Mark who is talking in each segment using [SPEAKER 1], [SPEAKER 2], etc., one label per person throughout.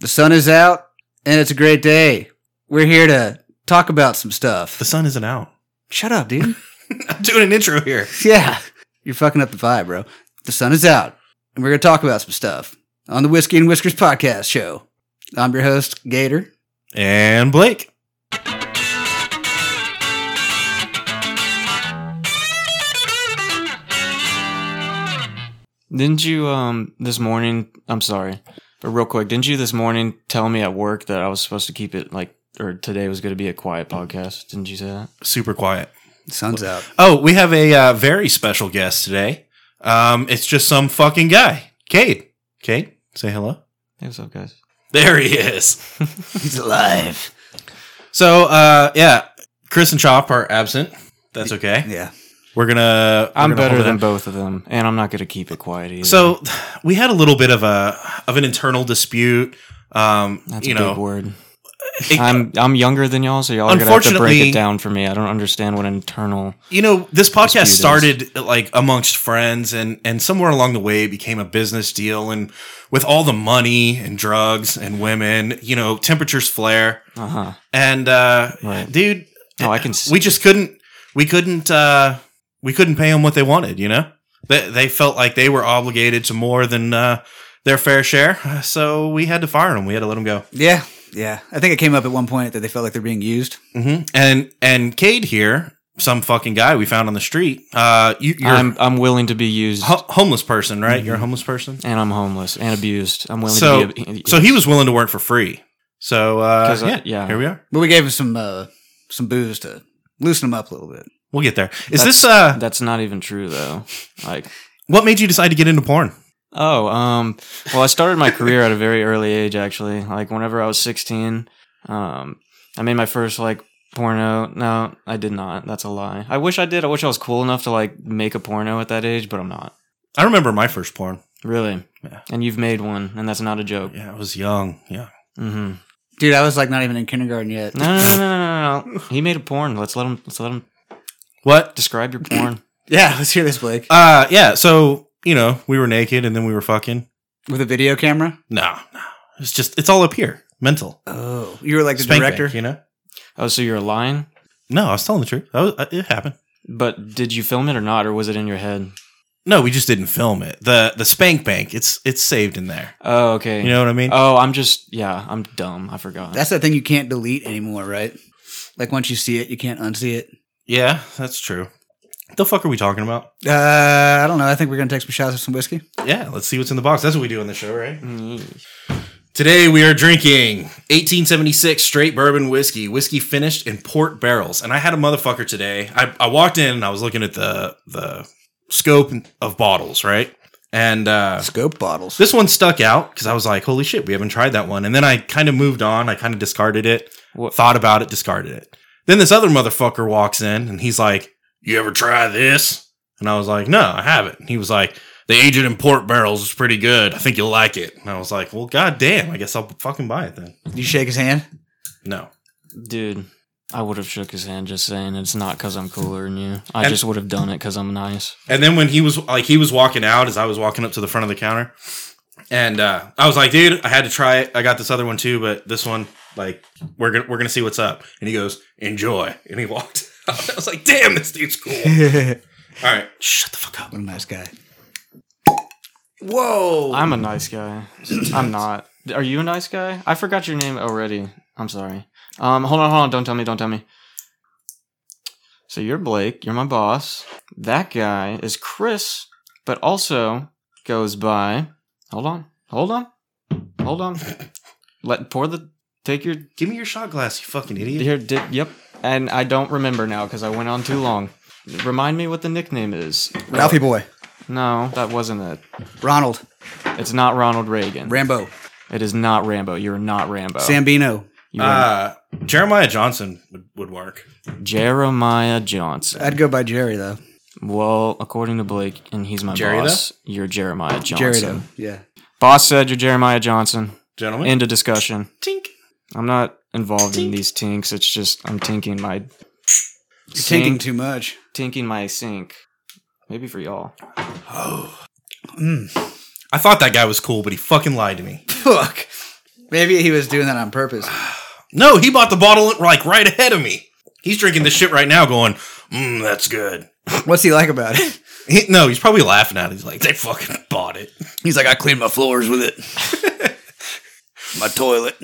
[SPEAKER 1] The sun is out and it's a great day. We're here to talk about some
[SPEAKER 2] The
[SPEAKER 1] stuff.
[SPEAKER 2] sun isn't out.
[SPEAKER 1] Shut up, dude.
[SPEAKER 2] I'm doing an intro here.
[SPEAKER 1] yeah. You're fucking up the vibe, bro. The sun is out and we're going to talk about some stuff on the Whiskey and Whiskers podcast show. I'm your host, Gator.
[SPEAKER 2] And Blake.
[SPEAKER 3] Didn't you um this morning? I'm sorry, but real quick, didn't you this morning tell me at work that I was supposed to keep it like or today was going to be a quiet podcast? Didn't you say that?
[SPEAKER 2] Super quiet.
[SPEAKER 1] The sun's out.
[SPEAKER 2] Oh, we have a uh, very special guest today. Um, it's just some fucking guy, Cade. Cade, say hello.
[SPEAKER 3] Hey, what's up, guys?
[SPEAKER 2] There he is.
[SPEAKER 1] He's alive.
[SPEAKER 2] So, uh, yeah, Chris and Chop are absent. That's okay.
[SPEAKER 1] Yeah.
[SPEAKER 2] We're gonna. we're
[SPEAKER 3] I'm
[SPEAKER 2] gonna
[SPEAKER 3] better
[SPEAKER 2] hold it
[SPEAKER 3] than
[SPEAKER 2] up.
[SPEAKER 3] both of them, and I'm not going to keep it quiet either.
[SPEAKER 2] So, we had a little bit of a of an internal dispute. Um,
[SPEAKER 3] that's
[SPEAKER 2] you
[SPEAKER 3] a
[SPEAKER 2] know,
[SPEAKER 3] big word.
[SPEAKER 2] it-
[SPEAKER 3] I'm I'm younger than y'all, so y'all are going to have to break
[SPEAKER 2] Unfortunately-
[SPEAKER 3] it down for me. I don't understand what internal.
[SPEAKER 2] you know this
[SPEAKER 3] Dispute
[SPEAKER 2] podcast
[SPEAKER 3] is-
[SPEAKER 2] started uh, like amongst friends and and somewhere along the way it became a business deal and with all the money and drugs and women you know temperatures flare
[SPEAKER 3] Uh huh.
[SPEAKER 2] and uh
[SPEAKER 3] Right.
[SPEAKER 2] dude
[SPEAKER 3] No, I can. s-
[SPEAKER 2] we just couldn't we couldn't uh we couldn't pay them what they wanted you know they, they felt like they were obligated to more than uh their fair share so we had to fire them we had to let them go
[SPEAKER 1] Yeah. Yeah. I think it came up at one point that they felt like they're being used.
[SPEAKER 2] hmm and and cade here some fucking guy we found on the street uh you, you're a
[SPEAKER 3] I'm I'm willing to be used,
[SPEAKER 2] ho- homeless person right
[SPEAKER 3] Mm-hmm.
[SPEAKER 2] you're a homeless person
[SPEAKER 3] and I'm homeless and abused. I'm willing
[SPEAKER 2] so,
[SPEAKER 3] to be. ab-
[SPEAKER 2] so he was willing to work for free. So uh,
[SPEAKER 3] 'Cause, uh,
[SPEAKER 2] yeah,
[SPEAKER 3] yeah.
[SPEAKER 2] here we are.
[SPEAKER 1] But we gave him some uh, some booze to loosen him up a little bit.
[SPEAKER 2] We'll get there. Is
[SPEAKER 3] That's-
[SPEAKER 2] this uh,
[SPEAKER 3] That's not even true though. Like
[SPEAKER 2] what made you decide to get into porn?
[SPEAKER 3] Oh, um, well, I started my career at a very early age, actually. Like whenever I was 16, um, I made my first like porno. No, I did not. That's a lie. I wish I did. I wish I was cool enough to like make a porno at that age, but I'm not.
[SPEAKER 2] I remember my first porn.
[SPEAKER 3] Really.
[SPEAKER 2] Yeah.
[SPEAKER 3] And you've made one, and that's not a joke.
[SPEAKER 2] Yeah, I was young. Yeah,
[SPEAKER 3] Mm-hmm.
[SPEAKER 1] Dude, I was like not even in kindergarten yet.
[SPEAKER 3] No, no, no, no, no, no. He made a porn. Let's let him. Let's let him
[SPEAKER 2] what?
[SPEAKER 3] describe your porn.
[SPEAKER 1] Yeah, let's hear this, Blake.
[SPEAKER 2] Uh, yeah. So you know, we were naked and then we were fucking.
[SPEAKER 1] With a video camera?
[SPEAKER 2] No, no. It's just it's all up here, mental.
[SPEAKER 1] Oh. You were like the
[SPEAKER 2] Spank bank,
[SPEAKER 1] director?
[SPEAKER 2] you know.
[SPEAKER 3] Oh, so you're lying.
[SPEAKER 2] No, I was telling the truth. I was, I- it happened.
[SPEAKER 3] But did you film it or not, or was it in your head?
[SPEAKER 2] No, we just didn't film it. the The spank bank. It's it's saved in there.
[SPEAKER 3] Oh, okay.
[SPEAKER 2] You know what I mean?
[SPEAKER 3] Oh, I'm just yeah. I'm dumb. I forgot.
[SPEAKER 1] That's that thing you can't delete anymore, right? Like once you see it, you can't unsee it.
[SPEAKER 2] yeah, that's true. The fuck are we talking about?
[SPEAKER 1] Uh, I don't know. I think we're going to take some shots of some whiskey.
[SPEAKER 2] Yeah, let's see what's in the box. That's what we do on the show, right?
[SPEAKER 3] Mm.
[SPEAKER 2] Today we are drinking 1876 straight bourbon whiskey, whiskey finished in port barrels. And I had a motherfucker today. I, I walked in and I was looking at the the scope of bottles, right? And uh,
[SPEAKER 1] Scope bottles.
[SPEAKER 2] this one stuck out because I was like, "Holy shit, we haven't tried that one." And then I kind of moved on. I kind of discarded it.
[SPEAKER 3] What-
[SPEAKER 2] Thought about it, discarded it. Then this other motherfucker walks in and he's like, "You ever try this?" And I was like, "No, I haven't." And he was like, "The aged in port barrels is pretty good. I think you'll like it." And I was like, "Well, goddamn, I guess I'll fucking buy it then."
[SPEAKER 1] Did you shake his hand?
[SPEAKER 2] No.
[SPEAKER 3] Dude, I would have shook his hand just saying it's not because I'm cooler than you. I
[SPEAKER 2] And-
[SPEAKER 3] just would have done it because I'm nice.
[SPEAKER 2] And then when he was like, he was walking out as I was walking up to the front of the counter, and uh, I was like, "Dude, I had to try it. I got this other one too, but this one, like, we're gonna we're gonna see what's up." And he goes, "Enjoy," and he walked. out. I was like, "Damn, this dude's cool." All
[SPEAKER 1] what
[SPEAKER 2] right, shut the fuck up.
[SPEAKER 1] a nice guy. Whoa.
[SPEAKER 3] I'm a nice guy. I'm not. Are you a nice guy? I forgot your name already. I'm sorry. Um, hold on, hold on. Don't tell me. Don't tell me. So you're Blake. You're my boss. That guy is Chris, but also goes by. Hold on. Hold on. Hold on. Let pour the take your
[SPEAKER 2] Give me your shot glass, you fucking idiot.
[SPEAKER 3] Here, did, yep. And I don't remember now because I went on too long. Remind me what the nickname is.
[SPEAKER 1] Ralphie boy.
[SPEAKER 3] No, that wasn't it.
[SPEAKER 1] Ronald.
[SPEAKER 3] It's not Ronald Reagan.
[SPEAKER 1] Rambo.
[SPEAKER 3] it is not Rambo. You're not Rambo.
[SPEAKER 1] Sambino.
[SPEAKER 3] You are
[SPEAKER 2] Uh, Jeremiah Johnson would, would work.
[SPEAKER 3] Jeremiah Johnson.
[SPEAKER 1] I'd go by Jerry, though.
[SPEAKER 3] Well, according to Blake, and he's my
[SPEAKER 2] Jerry,
[SPEAKER 3] boss, you're Jeremiah Johnson.
[SPEAKER 1] Jerry, though. Yeah.
[SPEAKER 3] Boss said you're Jeremiah Johnson.
[SPEAKER 2] Gentlemen,
[SPEAKER 3] End of discussion.
[SPEAKER 2] tink.
[SPEAKER 3] I'm not involved in these tinks. It's just I'm tinking my.
[SPEAKER 1] You're taking
[SPEAKER 3] sink-
[SPEAKER 1] too much.
[SPEAKER 3] tinking my sink. Maybe for y'all.
[SPEAKER 2] I thought that guy was cool, but he fucking lied to me.
[SPEAKER 1] Fuck. Maybe he was doing that on purpose.
[SPEAKER 2] No, he bought the bottle like right ahead of me. He's drinking this shit right now, going, mm, that's good.
[SPEAKER 1] What's he like about it?
[SPEAKER 2] He, no, he's probably laughing at it. He's like, they fucking bought it.
[SPEAKER 1] He's like, I cleaned my floors with it. my toilet.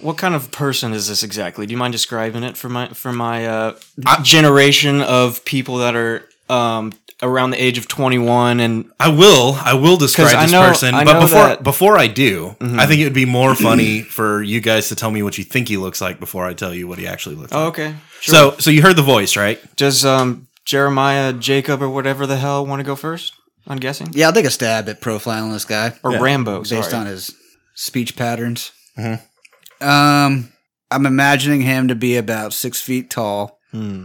[SPEAKER 3] What kind of person is this exactly? Do you mind describing it for my for my uh, generation of people that are um, around the age of twenty one and
[SPEAKER 2] I will. I will describe
[SPEAKER 3] 'Cause I
[SPEAKER 2] this
[SPEAKER 3] know-
[SPEAKER 2] person.
[SPEAKER 3] I
[SPEAKER 2] but
[SPEAKER 3] know
[SPEAKER 2] before
[SPEAKER 3] that-
[SPEAKER 2] before I do, I think it would be more funny for you guys to tell me what you think he looks like before I tell you what he actually looks
[SPEAKER 3] oh,
[SPEAKER 2] like.
[SPEAKER 3] okay.
[SPEAKER 2] So so you heard the voice, right?
[SPEAKER 3] Does um, Jeremiah Jacob or whatever the hell want to go first? I'm guessing
[SPEAKER 1] Yeah, I'll take a stab at profiling this guy
[SPEAKER 3] or
[SPEAKER 2] Yeah.
[SPEAKER 3] Rambo
[SPEAKER 1] based
[SPEAKER 3] sorry.
[SPEAKER 1] on his speech patterns. Um, I'm imagining him to be about six feet tall,
[SPEAKER 3] Hmm.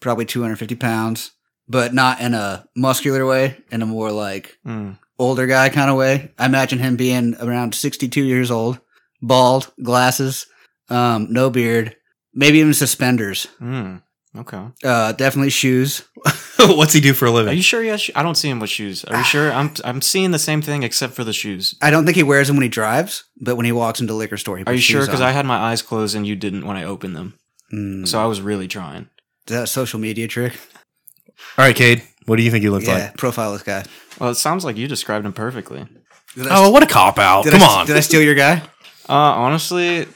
[SPEAKER 1] probably 250 pounds, but not in a muscular way, in a more like
[SPEAKER 3] Hmm.
[SPEAKER 1] older guy kind of way. I imagine him being around 62 years old, bald, glasses, um, no beard, maybe even suspenders,
[SPEAKER 3] Hmm. Okay.
[SPEAKER 1] uh, definitely shoes.
[SPEAKER 2] What's he do for a
[SPEAKER 3] Are
[SPEAKER 2] living?
[SPEAKER 3] you sure he has? Sho- I don't see him with shoes. Are you sure? I'm I'm seeing the same thing except for the shoes.
[SPEAKER 1] I don't think he wears them when he drives, but when he walks into liquor store, he puts
[SPEAKER 3] Are you sure?
[SPEAKER 1] shoes
[SPEAKER 3] Because
[SPEAKER 1] on.
[SPEAKER 3] I had my eyes closed and you didn't when I opened them.
[SPEAKER 1] Mm.
[SPEAKER 3] So I was really trying.
[SPEAKER 1] Is that a social media trick?
[SPEAKER 2] All right, Cade. What do you think he looks
[SPEAKER 1] yeah,
[SPEAKER 2] like?
[SPEAKER 1] profile this guy.
[SPEAKER 3] Well, it sounds like you described him perfectly.
[SPEAKER 1] Did I-
[SPEAKER 2] Oh, what a cop out!
[SPEAKER 1] did
[SPEAKER 2] Come
[SPEAKER 1] I,
[SPEAKER 2] on.
[SPEAKER 1] Did I steal your guy?
[SPEAKER 3] Uh, honestly,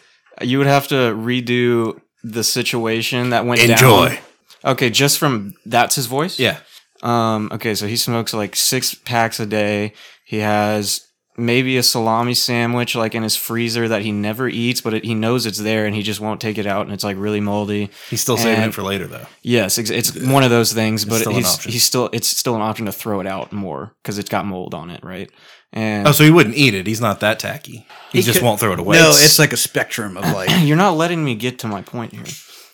[SPEAKER 3] you would have to redo the situation that went down.
[SPEAKER 2] Enjoy.
[SPEAKER 3] Okay, just from that's his voice.
[SPEAKER 2] Yeah.
[SPEAKER 3] Um. Okay, so he smokes like six packs a day. He has maybe a salami sandwich like in his freezer that he never eats, but it, he knows it's there and he just won't take it out, and it's like really moldy.
[SPEAKER 2] He's still saving it
[SPEAKER 3] And-
[SPEAKER 2] for later though.
[SPEAKER 3] Yes, ex- it's one of those things, but
[SPEAKER 2] still an
[SPEAKER 3] he's
[SPEAKER 2] option.
[SPEAKER 3] he's still it's still an option to throw it out more because it's got mold on it, right? And
[SPEAKER 2] Oh, so he wouldn't eat it. He's not that tacky. He, just won't throw it away.
[SPEAKER 1] No, it's like a spectrum of like.
[SPEAKER 3] you're not letting me get to my point here.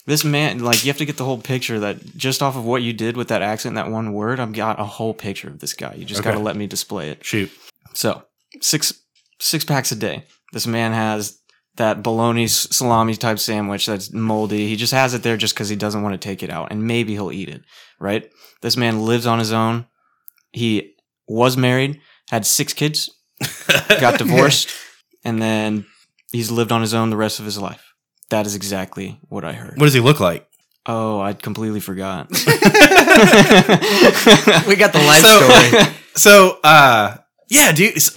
[SPEAKER 3] This man, like, you have to get the whole picture. That just off of what you did with that accent, that one word, I've got a whole picture of this guy. You just
[SPEAKER 2] Okay.
[SPEAKER 3] got to let me display it.
[SPEAKER 2] shoot.
[SPEAKER 3] So six six packs a day. This man has that bologna s- salami type sandwich that's moldy. He just has it there just because he doesn't want to take it out, and maybe he'll eat it. Right? This man lives on his own. He was married, had six kids, got divorced, and then he's lived on his own the rest of his life. That is exactly what I heard.
[SPEAKER 2] What does he look like?
[SPEAKER 3] Oh, I completely forgot.
[SPEAKER 1] we got the life
[SPEAKER 2] So-
[SPEAKER 1] story.
[SPEAKER 2] So, uh, yeah, dude, s-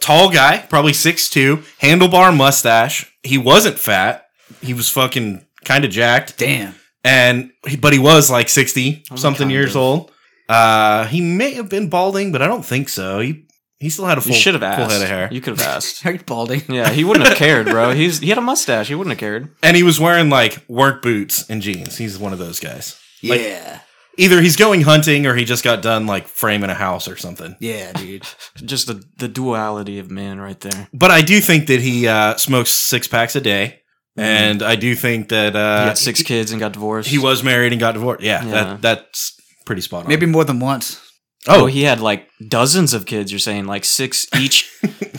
[SPEAKER 2] tall guy, probably 6'2, handlebar mustache. He wasn't fat. He was fucking kind of jacked.
[SPEAKER 1] Damn.
[SPEAKER 2] And, he- but he was like 60
[SPEAKER 3] Only
[SPEAKER 2] something
[SPEAKER 3] kind
[SPEAKER 2] years
[SPEAKER 3] of.
[SPEAKER 2] old. Uh, he may have been balding, but I don't think so. He, he still had a full,
[SPEAKER 3] you should have asked.
[SPEAKER 2] full head of hair.
[SPEAKER 3] You could have asked.
[SPEAKER 1] Are you balding?
[SPEAKER 3] Yeah, he wouldn't have cared, bro. He's he had a mustache. He wouldn't have cared.
[SPEAKER 2] And he was wearing like work boots and jeans. He's one of those guys. Like-
[SPEAKER 1] yeah.
[SPEAKER 2] Either he's going hunting or he just got done like framing a house or something.
[SPEAKER 1] Yeah, dude.
[SPEAKER 3] Just the the duality of man right there.
[SPEAKER 2] But I do think that he uh, smokes six packs a day.
[SPEAKER 3] Mm-hmm.
[SPEAKER 2] And I do think that
[SPEAKER 3] He
[SPEAKER 2] uh,
[SPEAKER 3] got six kids and got divorced.
[SPEAKER 2] He was married and got divorced. Yeah,
[SPEAKER 3] Yeah.
[SPEAKER 2] That, that's pretty spot on.
[SPEAKER 1] Maybe more than once.
[SPEAKER 3] Oh, he had like dozens of kids. You're saying like six each,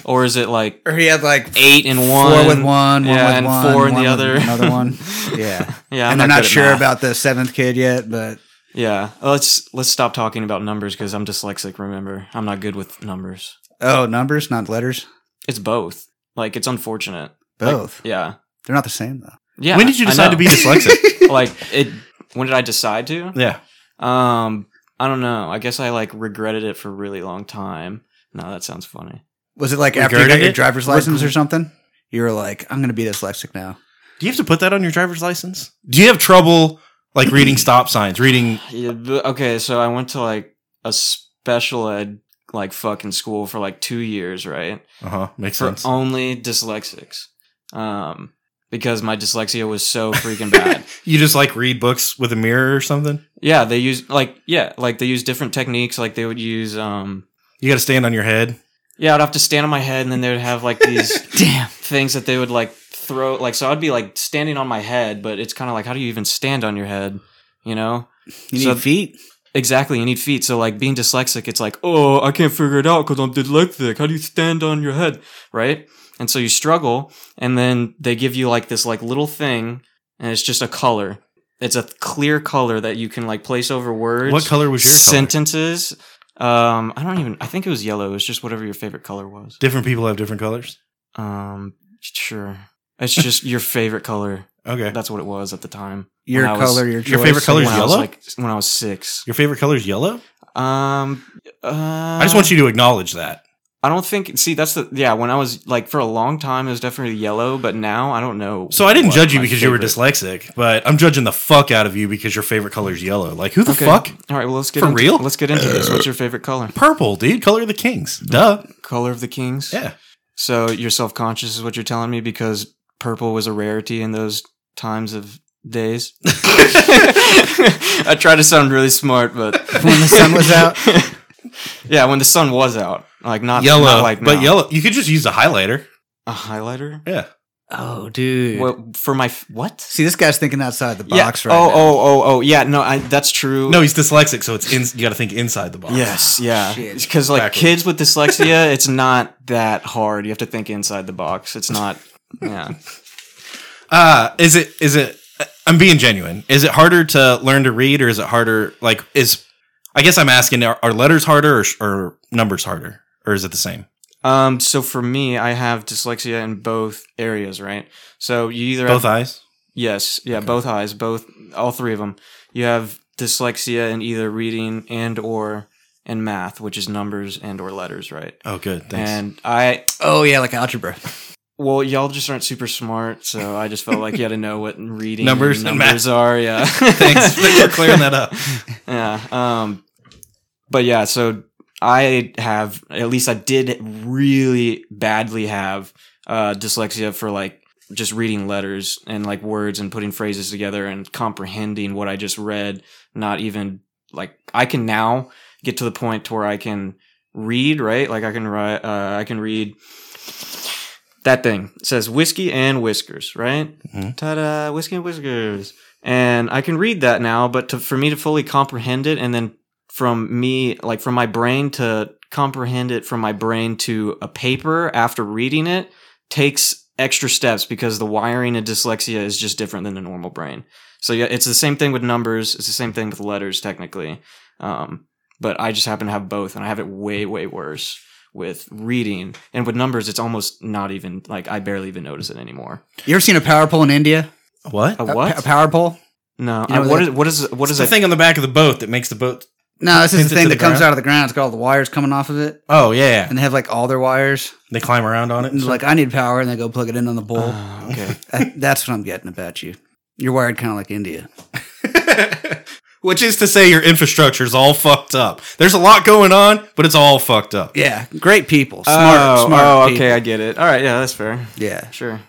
[SPEAKER 3] or is it like
[SPEAKER 1] Or he had like
[SPEAKER 3] eight and
[SPEAKER 1] four
[SPEAKER 3] one?
[SPEAKER 1] with one, one
[SPEAKER 3] yeah,
[SPEAKER 1] with
[SPEAKER 3] and
[SPEAKER 1] one,
[SPEAKER 3] four in
[SPEAKER 1] one
[SPEAKER 3] the
[SPEAKER 1] with
[SPEAKER 3] other.
[SPEAKER 1] another one. Yeah.
[SPEAKER 3] Yeah, I'm
[SPEAKER 1] and they're not
[SPEAKER 3] good at
[SPEAKER 1] sure
[SPEAKER 3] math.
[SPEAKER 1] about the seventh kid yet, but
[SPEAKER 3] Yeah, let's let's stop talking about numbers because I'm dyslexic. Remember, I'm not good with numbers.
[SPEAKER 1] oh, numbers, not letters.
[SPEAKER 3] It's both. Like it's unfortunate. Like,
[SPEAKER 1] Both.
[SPEAKER 3] yeah.
[SPEAKER 1] They're not the same though.
[SPEAKER 3] Yeah.
[SPEAKER 2] when did you
[SPEAKER 3] I
[SPEAKER 2] decide to
[SPEAKER 3] know.
[SPEAKER 2] be dyslexic?
[SPEAKER 3] like it? When did I decide to?
[SPEAKER 2] yeah.
[SPEAKER 3] Um, I don't know. I guess I like regretted it for a really long time. No, that sounds funny.
[SPEAKER 1] Was it like after you got
[SPEAKER 2] Regretted
[SPEAKER 1] your
[SPEAKER 2] it?
[SPEAKER 1] driver's license
[SPEAKER 2] Regret-
[SPEAKER 1] or something? You were like, I'm gonna be dyslexic now.
[SPEAKER 2] Do you have to put that on your driver's license? Do you have trouble like reading stop signs? Reading
[SPEAKER 3] Yeah, but- okay, so I went to like a special ed like fucking school for like two years, right?
[SPEAKER 2] uh huh makes
[SPEAKER 3] For
[SPEAKER 2] sense.
[SPEAKER 3] only dyslexics, um, because my dyslexia was so freaking bad.
[SPEAKER 2] You just like read books with a mirror or something.
[SPEAKER 3] yeah, they use like yeah, like they use different techniques. Like they would use um,
[SPEAKER 2] You got to stand on your head.
[SPEAKER 3] yeah, I'd have to stand on my head, and then they would have like these
[SPEAKER 1] Damn.
[SPEAKER 3] things that they would like throw like so i'd be like standing on my head but it's kind of like how do you even stand on your head you know
[SPEAKER 1] You need
[SPEAKER 3] So-
[SPEAKER 1] feet.
[SPEAKER 3] exactly you need feet so like being dyslexic it's like oh i can't figure it out because i'm dyslexic how do you stand on your head right and so you struggle and then they give you like this like little thing and it's just a color it's a clear color that you can like place over words
[SPEAKER 2] What color was your color?
[SPEAKER 3] sentences um i don't even i think it was yellow it was just whatever your favorite color was
[SPEAKER 2] Different people have different colors.
[SPEAKER 3] um Sure. It's just your favorite color.
[SPEAKER 2] Okay.
[SPEAKER 3] That's what it was at the time.
[SPEAKER 1] Your
[SPEAKER 3] When I was-
[SPEAKER 1] color, your choice.
[SPEAKER 2] your favorite color
[SPEAKER 3] when
[SPEAKER 2] is
[SPEAKER 3] I was
[SPEAKER 2] yellow.
[SPEAKER 3] like when I was six.
[SPEAKER 2] Your favorite color is yellow.
[SPEAKER 3] Um, uh,
[SPEAKER 2] I just want you to acknowledge that.
[SPEAKER 3] I don't think. See, that's the yeah. When I was like for a long time, it was definitely yellow, but now I don't know.
[SPEAKER 2] So I didn't
[SPEAKER 3] what
[SPEAKER 2] judge you
[SPEAKER 3] my
[SPEAKER 2] because you were
[SPEAKER 3] favorite-
[SPEAKER 2] dyslexic, but I'm judging the fuck out of you because your favorite color is yellow. Like who the
[SPEAKER 3] Okay.
[SPEAKER 2] fuck?
[SPEAKER 3] All right, well let's get
[SPEAKER 2] For
[SPEAKER 3] into,
[SPEAKER 2] real?
[SPEAKER 3] Let's get into this. What's your favorite color?
[SPEAKER 2] Purple, dude. Color of the Kings. Duh.
[SPEAKER 3] Color of the Kings.
[SPEAKER 2] Yeah.
[SPEAKER 3] So you're self conscious is what you're telling me because purple was a rarity in those times of days. I try to sound really smart, but
[SPEAKER 1] When the sun was out?
[SPEAKER 3] yeah, when the sun was out, like not
[SPEAKER 2] yellow.
[SPEAKER 3] not like
[SPEAKER 2] but
[SPEAKER 3] now.
[SPEAKER 2] yellow. You could just use a highlighter.
[SPEAKER 3] a highlighter.
[SPEAKER 2] Yeah.
[SPEAKER 1] Oh, dude.
[SPEAKER 3] What for my f- what?
[SPEAKER 1] See, this guy's thinking outside the
[SPEAKER 3] Yeah.
[SPEAKER 1] box right
[SPEAKER 3] oh,
[SPEAKER 1] now.
[SPEAKER 3] oh, oh, oh, yeah. No, I, that's true.
[SPEAKER 2] No, he's dyslexic, so it's in, you got to think inside the box.
[SPEAKER 3] Yes, yeah.
[SPEAKER 1] Shit.
[SPEAKER 3] Because like
[SPEAKER 2] Backwards.
[SPEAKER 3] kids with dyslexia, it's not that hard. You have to think inside the box. It's not. Yeah.
[SPEAKER 2] Uh, is it? Is it? I'm being genuine. Is it harder to learn to read, or is it harder? Like, is I guess I'm asking: Are, are letters harder, or, sh- or numbers harder, or is it the same?
[SPEAKER 3] Um. So for me, I have dyslexia in both areas, right? So you either
[SPEAKER 2] Both
[SPEAKER 3] have,
[SPEAKER 2] eyes.
[SPEAKER 3] yes, yeah, both eyes, both all three of them. You have dyslexia in either reading and or and math, which is numbers and or letters, right?
[SPEAKER 2] Oh, good. Thanks.
[SPEAKER 3] And I
[SPEAKER 1] Oh, yeah, like algebra.
[SPEAKER 3] Well, y'all just aren't super smart, so I just felt like you had to know what reading
[SPEAKER 2] Numbers
[SPEAKER 3] and
[SPEAKER 2] and
[SPEAKER 3] numbers are. Yeah,
[SPEAKER 2] thanks, thanks for clearing that up.
[SPEAKER 3] Yeah, um, but yeah, so I have at least I did really badly have uh, dyslexia for like just reading letters and like words and putting phrases together and comprehending what I just read. Not even like I can now get to the point to where I can read right. Like I can write. Uh, I can read. That thing it says whiskey and whiskers, right?
[SPEAKER 2] Mhm.
[SPEAKER 3] Ta-da! Whiskey and whiskers and I can read that now, but to, for me to fully comprehend it, and then from me, like from my brain to comprehend it from my brain to a paper after reading it takes extra steps because the wiring of dyslexia is just different than the normal brain. So yeah, it's the same thing with numbers. It's the same thing with letters technically. Um, but I just happen to have both and I have it way, way worse with reading and with numbers. It's almost not even like I barely even notice it anymore.
[SPEAKER 1] You ever seen a power pole in India?
[SPEAKER 2] What?
[SPEAKER 3] A
[SPEAKER 1] A-
[SPEAKER 3] what?
[SPEAKER 1] A, power pole?
[SPEAKER 3] no.
[SPEAKER 1] You know
[SPEAKER 3] I- what
[SPEAKER 1] that-
[SPEAKER 3] is, what is, what
[SPEAKER 2] It's
[SPEAKER 3] is
[SPEAKER 2] the
[SPEAKER 3] it?
[SPEAKER 2] thing on the back of the boat that makes the boat.
[SPEAKER 1] No, this is
[SPEAKER 2] Pins
[SPEAKER 1] the
[SPEAKER 2] it
[SPEAKER 1] thing
[SPEAKER 2] to
[SPEAKER 1] that
[SPEAKER 2] the
[SPEAKER 1] comes
[SPEAKER 2] ground?
[SPEAKER 1] out of the ground. It's got all the wires coming off of it.
[SPEAKER 2] Oh yeah, yeah.
[SPEAKER 1] And they have like all their wires.
[SPEAKER 2] They climb around on it. Uh.
[SPEAKER 1] And they're like, I need power. And they go plug it in on the pole.
[SPEAKER 3] Ah, okay.
[SPEAKER 1] That- that's what I'm getting about you. You're wired kind of like India.
[SPEAKER 2] Which is to say, your infrastructure is all fucked up. There's a lot going on, but it's all fucked up.
[SPEAKER 1] Yeah, great people. Smart,
[SPEAKER 3] Smart, oh,
[SPEAKER 1] smart.
[SPEAKER 3] oh,
[SPEAKER 1] people.
[SPEAKER 3] okay, I get it. All right, yeah, that's fair.
[SPEAKER 1] Yeah,
[SPEAKER 3] Sure.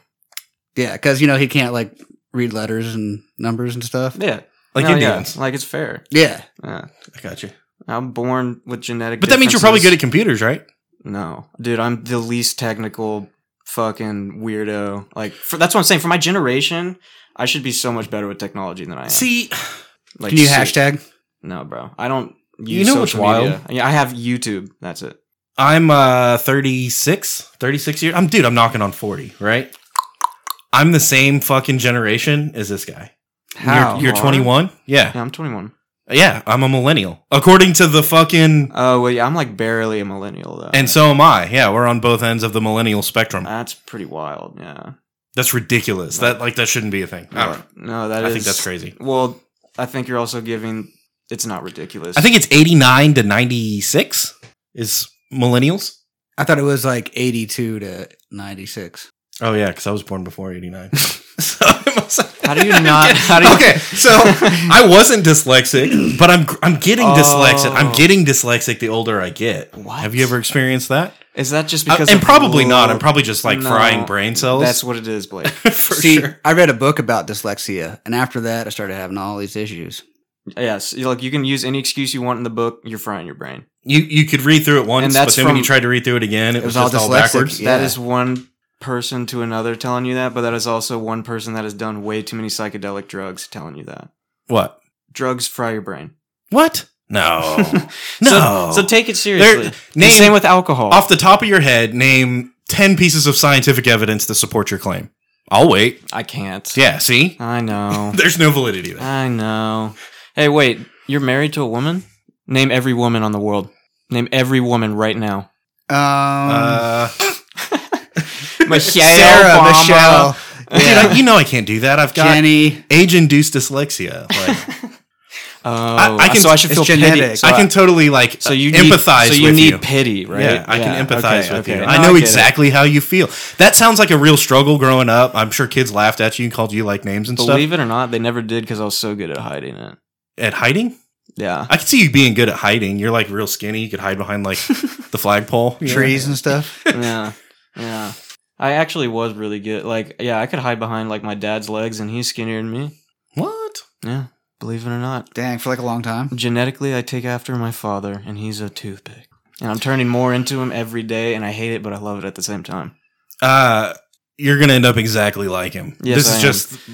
[SPEAKER 1] yeah, because, you know, he can't like read letters and numbers and stuff.
[SPEAKER 3] Yeah.
[SPEAKER 2] Like
[SPEAKER 3] No, yeah,
[SPEAKER 2] Indians.
[SPEAKER 3] Like it's fair.
[SPEAKER 1] Yeah.
[SPEAKER 3] Oh, Yeah.
[SPEAKER 2] I got you.
[SPEAKER 3] I'm born with genetic
[SPEAKER 2] But that means you're probably good
[SPEAKER 3] differences.
[SPEAKER 2] at computers, right?
[SPEAKER 3] No. Dude, I'm the least technical fucking weirdo. Like for, that's what I'm saying. For my generation, I should be so much better with technology than I am.
[SPEAKER 2] See,
[SPEAKER 3] like,
[SPEAKER 1] Can you
[SPEAKER 3] shit.
[SPEAKER 1] hashtag?
[SPEAKER 3] No, bro. I don't use
[SPEAKER 2] You know what's
[SPEAKER 3] social media.
[SPEAKER 2] wild?
[SPEAKER 3] Yeah, I have YouTube. That's it.
[SPEAKER 2] I'm uh 36, 36 years. I'm dude, I'm knocking on 40, right? I'm the same fucking generation as this guy.
[SPEAKER 1] How?
[SPEAKER 2] You're, you're
[SPEAKER 3] Are?
[SPEAKER 2] 21? Yeah.
[SPEAKER 3] Yeah, I'm 21.
[SPEAKER 2] Yeah, I'm a millennial. According to the fucking
[SPEAKER 3] Oh, well, yeah, I'm like barely a millennial though.
[SPEAKER 2] and so am I. Yeah, we're on both ends of the millennial spectrum.
[SPEAKER 3] that's pretty wild. Yeah.
[SPEAKER 2] Oh. That's ridiculous. That like that shouldn't be a thing. I, don't know.
[SPEAKER 3] No, that is
[SPEAKER 2] I think that's crazy.
[SPEAKER 3] Well, I think you're also giving. It's not ridiculous.
[SPEAKER 2] I think it's 89 to 96 is millennials.
[SPEAKER 1] I thought it was like 82 to 96.
[SPEAKER 2] Oh yeah, because I was born before '89. so I must-
[SPEAKER 3] How do you not- how do you-
[SPEAKER 2] okay, so I wasn't dyslexic, but I'm I'm getting dyslexic. I'm
[SPEAKER 3] Oh.
[SPEAKER 2] getting dyslexic the older I get.
[SPEAKER 3] What?
[SPEAKER 2] Have you ever experienced that?
[SPEAKER 3] is that just
[SPEAKER 2] I-
[SPEAKER 3] because?
[SPEAKER 2] uh, and
[SPEAKER 3] of
[SPEAKER 2] probably not.
[SPEAKER 3] little-
[SPEAKER 2] I'm probably just like
[SPEAKER 3] No,
[SPEAKER 2] frying brain cells.
[SPEAKER 3] That's what it is, Blake.
[SPEAKER 2] for
[SPEAKER 1] See,
[SPEAKER 2] sure.
[SPEAKER 1] I read a book about dyslexia, and after that, I started having all these issues.
[SPEAKER 3] yes, you- like you can use any excuse you want in the book. You're frying your brain.
[SPEAKER 2] You you could read through it once,
[SPEAKER 3] And
[SPEAKER 2] but
[SPEAKER 3] that's
[SPEAKER 2] then when
[SPEAKER 3] from-
[SPEAKER 2] you tried to read through it again, it,
[SPEAKER 1] It was
[SPEAKER 2] was,
[SPEAKER 1] all
[SPEAKER 2] just all
[SPEAKER 1] dyslexic,
[SPEAKER 2] backwards.
[SPEAKER 1] yeah.
[SPEAKER 3] That is one person to another telling you that, but that is also one person that has done way too many psychedelic drugs telling you that.
[SPEAKER 2] What?
[SPEAKER 3] Drugs fry your brain.
[SPEAKER 2] What? No,
[SPEAKER 3] So,
[SPEAKER 2] no.
[SPEAKER 3] so take it
[SPEAKER 2] There-
[SPEAKER 3] seriously. The
[SPEAKER 2] name
[SPEAKER 3] same with alcohol.
[SPEAKER 2] off the top of your head. Name ten pieces of scientific evidence to support your claim. I'll wait.
[SPEAKER 3] I can't.
[SPEAKER 2] Yeah. See,
[SPEAKER 3] I know.
[SPEAKER 2] there's no validity
[SPEAKER 1] Um,
[SPEAKER 2] there.
[SPEAKER 3] I know. Hey, wait. You're married to a woman? Name every woman on the world. Name every woman right now.
[SPEAKER 1] Um,
[SPEAKER 2] Uh,
[SPEAKER 3] Michelle.
[SPEAKER 1] Sarah,
[SPEAKER 3] Obama.
[SPEAKER 1] Michelle,
[SPEAKER 2] Dude, I, you know I can't do that. I've got
[SPEAKER 1] Jenny.
[SPEAKER 2] age-induced dyslexia. Like,
[SPEAKER 3] Oh,
[SPEAKER 2] I- I can-
[SPEAKER 3] so I should
[SPEAKER 1] it's
[SPEAKER 3] feel
[SPEAKER 1] genetic.
[SPEAKER 3] pity. So
[SPEAKER 2] I can totally like
[SPEAKER 3] so you need,
[SPEAKER 2] empathize
[SPEAKER 3] So you
[SPEAKER 2] with
[SPEAKER 3] need
[SPEAKER 2] you.
[SPEAKER 3] pity, right?
[SPEAKER 2] Yeah, I can empathize
[SPEAKER 3] okay,
[SPEAKER 2] with
[SPEAKER 3] okay.
[SPEAKER 2] you.
[SPEAKER 3] No,
[SPEAKER 2] I know
[SPEAKER 3] get it.
[SPEAKER 2] exactly how you feel. That sounds like a real struggle growing up. I'm sure kids laughed at you and called you like names and
[SPEAKER 3] Believe it or not, they never did because I was so good at hiding it.
[SPEAKER 2] stuff. At hiding,
[SPEAKER 3] Yeah.
[SPEAKER 2] I could see you being good at hiding. You're like real skinny. You could hide behind like the flagpole, you know?
[SPEAKER 1] trees and stuff.
[SPEAKER 3] yeah, yeah. I actually was really good. Like, yeah, I could hide behind like my dad's legs, and he's skinnier than me.
[SPEAKER 2] What?
[SPEAKER 3] Yeah, believe it or not,
[SPEAKER 1] Dang, for like a long time.
[SPEAKER 3] genetically, I take after my father, and he's a toothpick. And I'm turning more into him every day, and I hate it, but I love it at the same time.
[SPEAKER 2] Uh, you're gonna end up exactly like him.
[SPEAKER 3] Yes,
[SPEAKER 2] this is
[SPEAKER 3] I am.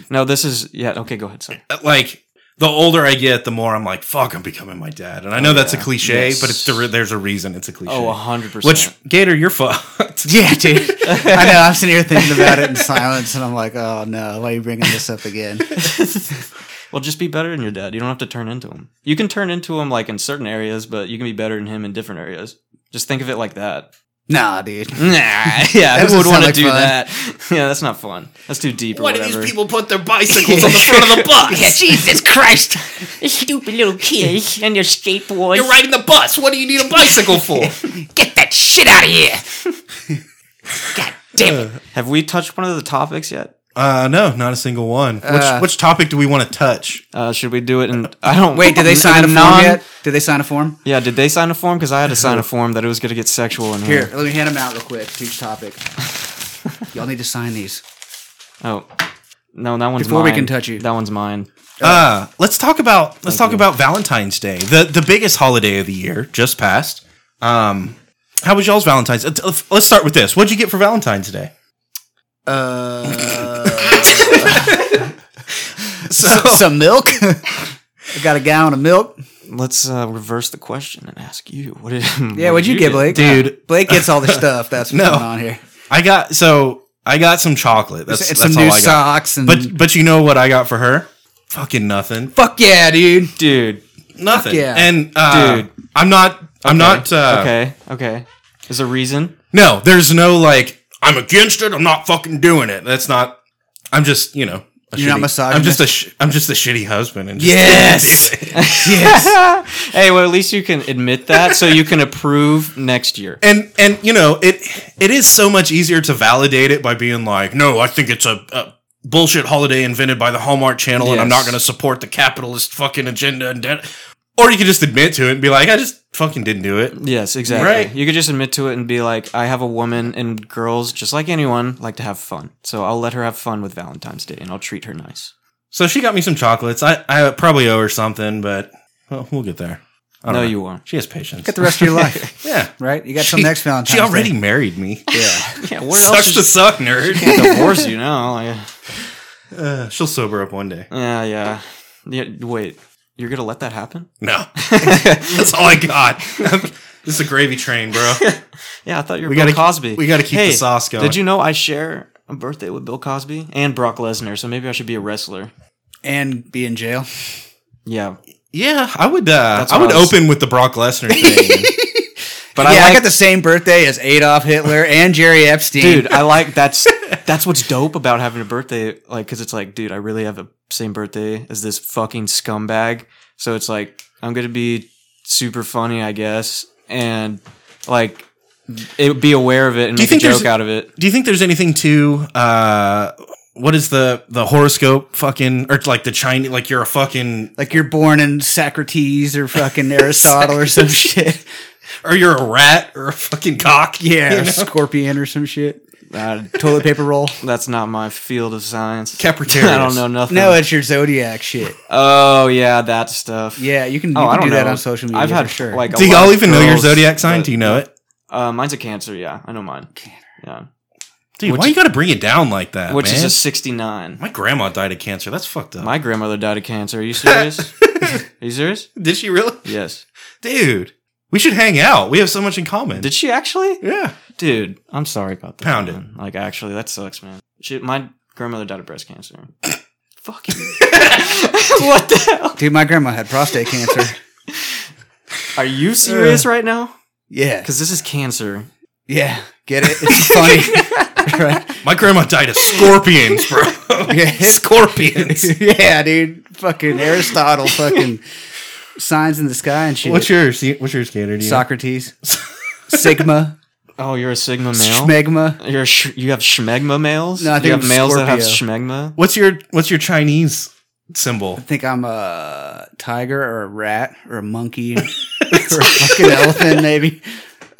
[SPEAKER 2] just
[SPEAKER 3] No, this is yeah. Okay, go ahead, son.
[SPEAKER 2] like the older I get, the more I'm like, fuck, I'm becoming my dad. And I know
[SPEAKER 3] Oh,
[SPEAKER 2] that's
[SPEAKER 3] yeah.
[SPEAKER 2] a cliche,
[SPEAKER 3] Yes.
[SPEAKER 2] but it's the re- there's a reason it's a cliche.
[SPEAKER 3] Oh, a hundred percent.
[SPEAKER 2] Which Gator, you're fucked.
[SPEAKER 1] Yeah, dude. I know. I'm sitting here thinking about it in silence, and I'm like, oh no, why are you bringing this up again?
[SPEAKER 3] well, just be better than your dad. You don't have to turn into him. You can turn into him like in certain areas, but you can be better than him in different areas. Just think of it like that.
[SPEAKER 1] Nah, dude.
[SPEAKER 3] Nah, yeah,
[SPEAKER 1] doesn't
[SPEAKER 3] who
[SPEAKER 1] sound
[SPEAKER 3] would want to
[SPEAKER 1] like
[SPEAKER 3] do
[SPEAKER 1] fun.
[SPEAKER 3] that? Yeah, that's not fun. That's too deep or
[SPEAKER 4] Why do
[SPEAKER 3] whatever.
[SPEAKER 4] these people put their bicycles on the front of the bus?
[SPEAKER 5] Jesus Christ! You stupid little kids and your skateboards.
[SPEAKER 4] You're riding the bus. What do you need a bicycle for?
[SPEAKER 5] Get that shit out of here! God damn it!
[SPEAKER 3] Have we touched one of the topics yet?
[SPEAKER 2] Uh, no, not a single one. Which
[SPEAKER 1] Uh.
[SPEAKER 2] which topic do we want to touch?
[SPEAKER 3] Uh, should we do it? And I don't
[SPEAKER 1] Wait, did they
[SPEAKER 3] in
[SPEAKER 1] sign a form
[SPEAKER 3] non-
[SPEAKER 1] yet? Did they sign a form?
[SPEAKER 3] Yeah, did they sign a form? Because I had to sign a form that it was going to get sexual in
[SPEAKER 1] Here,
[SPEAKER 3] here.
[SPEAKER 1] let me hand them out real quick to each topic. Y'all need to sign these.
[SPEAKER 3] Oh, no, that one's
[SPEAKER 1] Before we
[SPEAKER 3] mine.
[SPEAKER 1] can touch you.
[SPEAKER 3] That one's mine.
[SPEAKER 2] Uh, let's talk about let's talk
[SPEAKER 3] you.
[SPEAKER 2] about Valentine's Day, the the biggest holiday of the year, just passed. Um, how was y'all's Valentine's? uh, t- Let's start with this. What'd you get for Valentine's Day?
[SPEAKER 1] Some milk. I got a gallon of milk.
[SPEAKER 3] Let's uh, reverse the question and ask you. What did?
[SPEAKER 1] Yeah, what'd you, get, Blake?
[SPEAKER 2] Dude.
[SPEAKER 1] Blake gets all the stuff. That's what's
[SPEAKER 2] No.
[SPEAKER 1] going on here.
[SPEAKER 2] I got so I got some chocolate. That's,
[SPEAKER 1] It's
[SPEAKER 2] that's
[SPEAKER 1] some
[SPEAKER 2] all
[SPEAKER 1] new
[SPEAKER 2] I got.
[SPEAKER 1] socks and.
[SPEAKER 2] But but you know what I got for her? Fucking nothing.
[SPEAKER 1] fuck yeah, dude.
[SPEAKER 3] Dude.
[SPEAKER 2] Nothing.
[SPEAKER 1] yeah.
[SPEAKER 2] And uh,
[SPEAKER 3] Dude.
[SPEAKER 2] I'm not. I'm not. Uh,
[SPEAKER 3] okay. Okay. Is there a reason?
[SPEAKER 2] No, there's no like. I'm against it. I'm not fucking doing it. That's not. I'm just you know. a
[SPEAKER 1] You're not
[SPEAKER 2] shitty- I'm
[SPEAKER 1] misogynist?
[SPEAKER 2] just a. Sh- I'm just a shitty husband. And just
[SPEAKER 1] Yes.
[SPEAKER 3] hey, well, at least you can admit that, so you can approve next year.
[SPEAKER 2] and and you know it. It is so much easier to validate it by being like, no, I think it's a. a Bullshit holiday invented by the Hallmark Channel, and I'm
[SPEAKER 3] Yes.
[SPEAKER 2] not going to support the capitalist fucking agenda. And de- or you could just admit to it and be like, I just fucking didn't do it.
[SPEAKER 3] Yes, exactly.
[SPEAKER 2] Right.
[SPEAKER 3] You could just admit to it and be like, I have a woman, and girls, just like anyone, like to have fun. So I'll let her have fun with Valentine's Day, and I'll treat her nice.
[SPEAKER 2] So she got me some chocolates. I, I probably owe her something, but well, we'll get there. I don't
[SPEAKER 3] No,
[SPEAKER 2] know.
[SPEAKER 3] you won't.
[SPEAKER 2] She has patience.
[SPEAKER 1] Get the rest of your life,
[SPEAKER 2] yeah.
[SPEAKER 1] right? You got some next Valentine's.
[SPEAKER 2] She already
[SPEAKER 1] Day.
[SPEAKER 2] married me.
[SPEAKER 1] Yeah.
[SPEAKER 3] Yeah, where
[SPEAKER 2] Sucks to suck, nerd.
[SPEAKER 3] can't divorce you now? Like,
[SPEAKER 2] Uh, she'll sober up one day.
[SPEAKER 3] yeah, yeah, yeah. Wait, you're gonna let that happen?
[SPEAKER 2] No, that's all I got. this is a gravy train, bro.
[SPEAKER 3] Yeah, I thought you were
[SPEAKER 2] We
[SPEAKER 3] Bill
[SPEAKER 2] gotta-
[SPEAKER 3] Cosby.
[SPEAKER 2] we gotta keep the sauce going.
[SPEAKER 3] Did you know I share a birthday with Bill Cosby and Brock Lesnar? So maybe I should be a wrestler.
[SPEAKER 1] And be in jail.
[SPEAKER 3] Yeah,
[SPEAKER 2] Yeah, I would. Uh,
[SPEAKER 3] That's
[SPEAKER 2] I
[SPEAKER 3] what
[SPEAKER 2] would
[SPEAKER 3] I was-
[SPEAKER 2] open with the Brock Lesnar thing. but
[SPEAKER 1] yeah,
[SPEAKER 2] I,
[SPEAKER 1] I
[SPEAKER 2] like,
[SPEAKER 1] got the same birthday as Adolf Hitler and Jerry Epstein.
[SPEAKER 3] dude, I like that's that's what's dope about having a birthday, like, because it's like, dude, I really have the same birthday as this fucking scumbag. So it's like, I'm gonna be super funny, I guess, and like, it, be aware of it and
[SPEAKER 2] Do you
[SPEAKER 3] make a
[SPEAKER 2] think there's-
[SPEAKER 3] joke out of it.
[SPEAKER 2] Do you think there's anything to uh, what is the the horoscope? Fucking or like the Chinese? Like you're a fucking
[SPEAKER 1] like you're born in Socrates or fucking Aristotle or some shit.
[SPEAKER 2] or you're a rat or a fucking cock.
[SPEAKER 1] Yeah,
[SPEAKER 2] you
[SPEAKER 1] or
[SPEAKER 2] know?
[SPEAKER 1] scorpion or some shit.
[SPEAKER 3] Uh,
[SPEAKER 1] Toilet paper roll.
[SPEAKER 3] that's not my field of science.
[SPEAKER 2] Capricarius.
[SPEAKER 3] I don't know nothing.
[SPEAKER 1] No, it's your zodiac shit.
[SPEAKER 3] oh yeah, that stuff.
[SPEAKER 1] Yeah, you can, you
[SPEAKER 3] Oh, I
[SPEAKER 1] can
[SPEAKER 3] don't
[SPEAKER 1] do
[SPEAKER 3] know.
[SPEAKER 1] that on social media.
[SPEAKER 3] I've had
[SPEAKER 1] for sure.
[SPEAKER 3] like. a
[SPEAKER 2] Do
[SPEAKER 3] lot
[SPEAKER 2] y'all
[SPEAKER 3] of
[SPEAKER 2] even know your
[SPEAKER 3] girls,
[SPEAKER 2] zodiac sign?
[SPEAKER 3] but-
[SPEAKER 2] Do you know it?
[SPEAKER 3] Uh, mine's a Cancer. Yeah, I know mine. Yeah,
[SPEAKER 2] Dude, why you got to bring it down like
[SPEAKER 1] Uh,
[SPEAKER 2] that?
[SPEAKER 3] which is
[SPEAKER 2] man?
[SPEAKER 3] a sixty-nine.
[SPEAKER 2] My grandma died of cancer. That's fucked up.
[SPEAKER 3] My grandmother died of cancer. Are you serious? Are you serious?
[SPEAKER 2] Did she really?
[SPEAKER 3] Yes.
[SPEAKER 2] Dude, we should hang out. We have so much in common.
[SPEAKER 3] Did she actually?
[SPEAKER 2] yeah.
[SPEAKER 3] Dude, I'm sorry about that.
[SPEAKER 2] Pound it.
[SPEAKER 3] man. Like, actually, that sucks, man. She, my grandmother died of breast cancer. Fucking. what the hell?
[SPEAKER 1] Dude, my grandma had prostate cancer.
[SPEAKER 3] Are you serious right now?
[SPEAKER 1] Yeah.
[SPEAKER 3] Because this is cancer.
[SPEAKER 1] Yeah. Get it? It's funny. right?
[SPEAKER 2] My grandma died of scorpions, bro. Scorpions.
[SPEAKER 1] yeah, dude. Fucking Aristotle. Fucking signs in the sky and shit.
[SPEAKER 2] What's yours? What's yours, Gator? Do you-
[SPEAKER 1] Socrates, Sigma,
[SPEAKER 3] Oh, you're a Sigma male.
[SPEAKER 1] Schmegma.
[SPEAKER 3] you're a sh- you have schmegma males.
[SPEAKER 1] No, I think
[SPEAKER 3] you have
[SPEAKER 1] I'm
[SPEAKER 3] males that have
[SPEAKER 1] Scorpio.
[SPEAKER 3] schmegma.
[SPEAKER 2] What's your What's your Chinese symbol?
[SPEAKER 1] I think I'm a tiger or a rat or a monkey or a fucking elephant, maybe.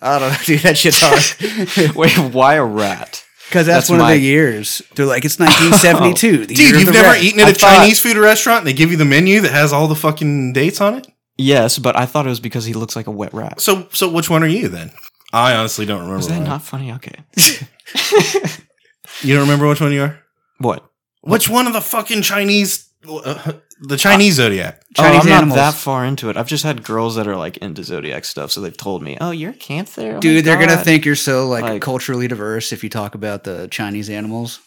[SPEAKER 1] I don't know, dude. That shit's hard.
[SPEAKER 3] Wait, why a rat?
[SPEAKER 1] Because that's, Oh,
[SPEAKER 3] That's
[SPEAKER 1] one
[SPEAKER 3] my-
[SPEAKER 1] of the years. They're like, it's 1972. the year
[SPEAKER 2] Dude,
[SPEAKER 1] of
[SPEAKER 2] you've
[SPEAKER 1] the
[SPEAKER 2] never
[SPEAKER 1] rat. Oh
[SPEAKER 2] eaten at
[SPEAKER 1] I
[SPEAKER 2] a
[SPEAKER 1] thought-
[SPEAKER 2] Chinese food restaurant and they give you the menu that has all the fucking dates on it?
[SPEAKER 3] Yes, but I thought it was because he looks like a wet rat.
[SPEAKER 2] So so which one are you then? I honestly don't remember.
[SPEAKER 3] Is that
[SPEAKER 2] mine.
[SPEAKER 3] not funny? Okay.
[SPEAKER 2] you don't remember which one you are?
[SPEAKER 3] What?
[SPEAKER 2] Which one of the fucking Chinese uh, the Chinese zodiac?
[SPEAKER 1] Chinese
[SPEAKER 3] oh, I'm
[SPEAKER 1] animals.
[SPEAKER 3] not that far into it. I've just had girls that are like into zodiac stuff, so they've told me, "Oh, you're a Cancer, Oh my
[SPEAKER 1] Dude, they're gonna
[SPEAKER 3] God."
[SPEAKER 1] think you're so like,
[SPEAKER 3] Like-
[SPEAKER 1] culturally diverse if you talk about the Chinese animals.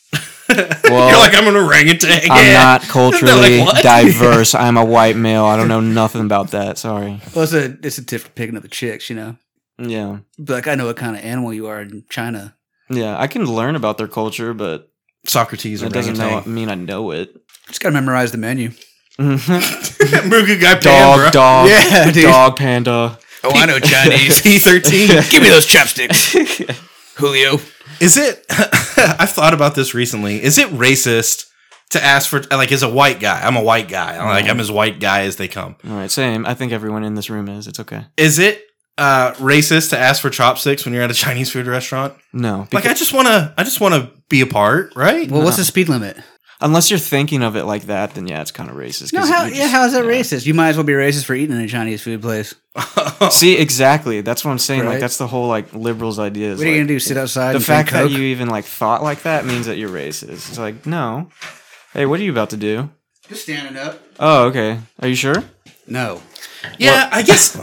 [SPEAKER 3] Well,
[SPEAKER 2] You're like I'm an orangutan.
[SPEAKER 3] oh. I'm
[SPEAKER 2] Yeah.
[SPEAKER 3] not culturally
[SPEAKER 2] "What?"
[SPEAKER 3] diverse. I'm a white male. I don't know nothing about that. Sorry.
[SPEAKER 1] Well, it's a it's a tip for picking up the chicks, you know.
[SPEAKER 3] Yeah,
[SPEAKER 1] But like, I know what kind of animal you are in China.
[SPEAKER 3] yeah. I can learn about their culture, but
[SPEAKER 2] Socrates
[SPEAKER 3] that doesn't know,
[SPEAKER 2] orangutan.
[SPEAKER 3] mean I know it.
[SPEAKER 1] Just gotta memorize the menu.
[SPEAKER 2] Mugu guy
[SPEAKER 3] dog, dog,
[SPEAKER 1] Yeah, dude.
[SPEAKER 3] dog, panda.
[SPEAKER 1] Oh, I know Chinese.
[SPEAKER 2] P13.
[SPEAKER 1] Give me those chopsticks, Julio.
[SPEAKER 2] Is it? I've thought about this recently. Is it racist to ask for like as a white guy? I'm a white guy. I'm like I'm as white guy as they come.
[SPEAKER 3] All right, same. I think everyone in this room is. It's okay.
[SPEAKER 2] Is it uh, racist to ask for chopsticks when you're at a Chinese food restaurant?
[SPEAKER 3] No,
[SPEAKER 2] Like
[SPEAKER 3] beca-
[SPEAKER 2] I just wanna, I just wanna be a part, right?
[SPEAKER 1] Well, what's
[SPEAKER 3] No.
[SPEAKER 1] the speed limit?
[SPEAKER 3] unless you're thinking of it like that, then yeah, it's kind of racist. 'cause
[SPEAKER 1] No, how
[SPEAKER 3] you just-
[SPEAKER 1] yeah, how is that
[SPEAKER 3] yeah.
[SPEAKER 1] racist? You might as well be racist for eating in a Chinese food place.
[SPEAKER 3] See, exactly. That's what I'm saying.
[SPEAKER 1] Right.
[SPEAKER 3] Like that's the whole like liberals' idea. is,
[SPEAKER 1] What are you
[SPEAKER 3] like,
[SPEAKER 1] gonna do? Sit outside?
[SPEAKER 3] The
[SPEAKER 1] and
[SPEAKER 3] fact
[SPEAKER 1] drink
[SPEAKER 3] that
[SPEAKER 1] Coke?
[SPEAKER 3] you even like thought like that means that you're racist. It's like no. Hey, what are you about to do?
[SPEAKER 1] just standing up.
[SPEAKER 3] Oh, okay. Are you sure?
[SPEAKER 1] No,
[SPEAKER 2] yeah, I guess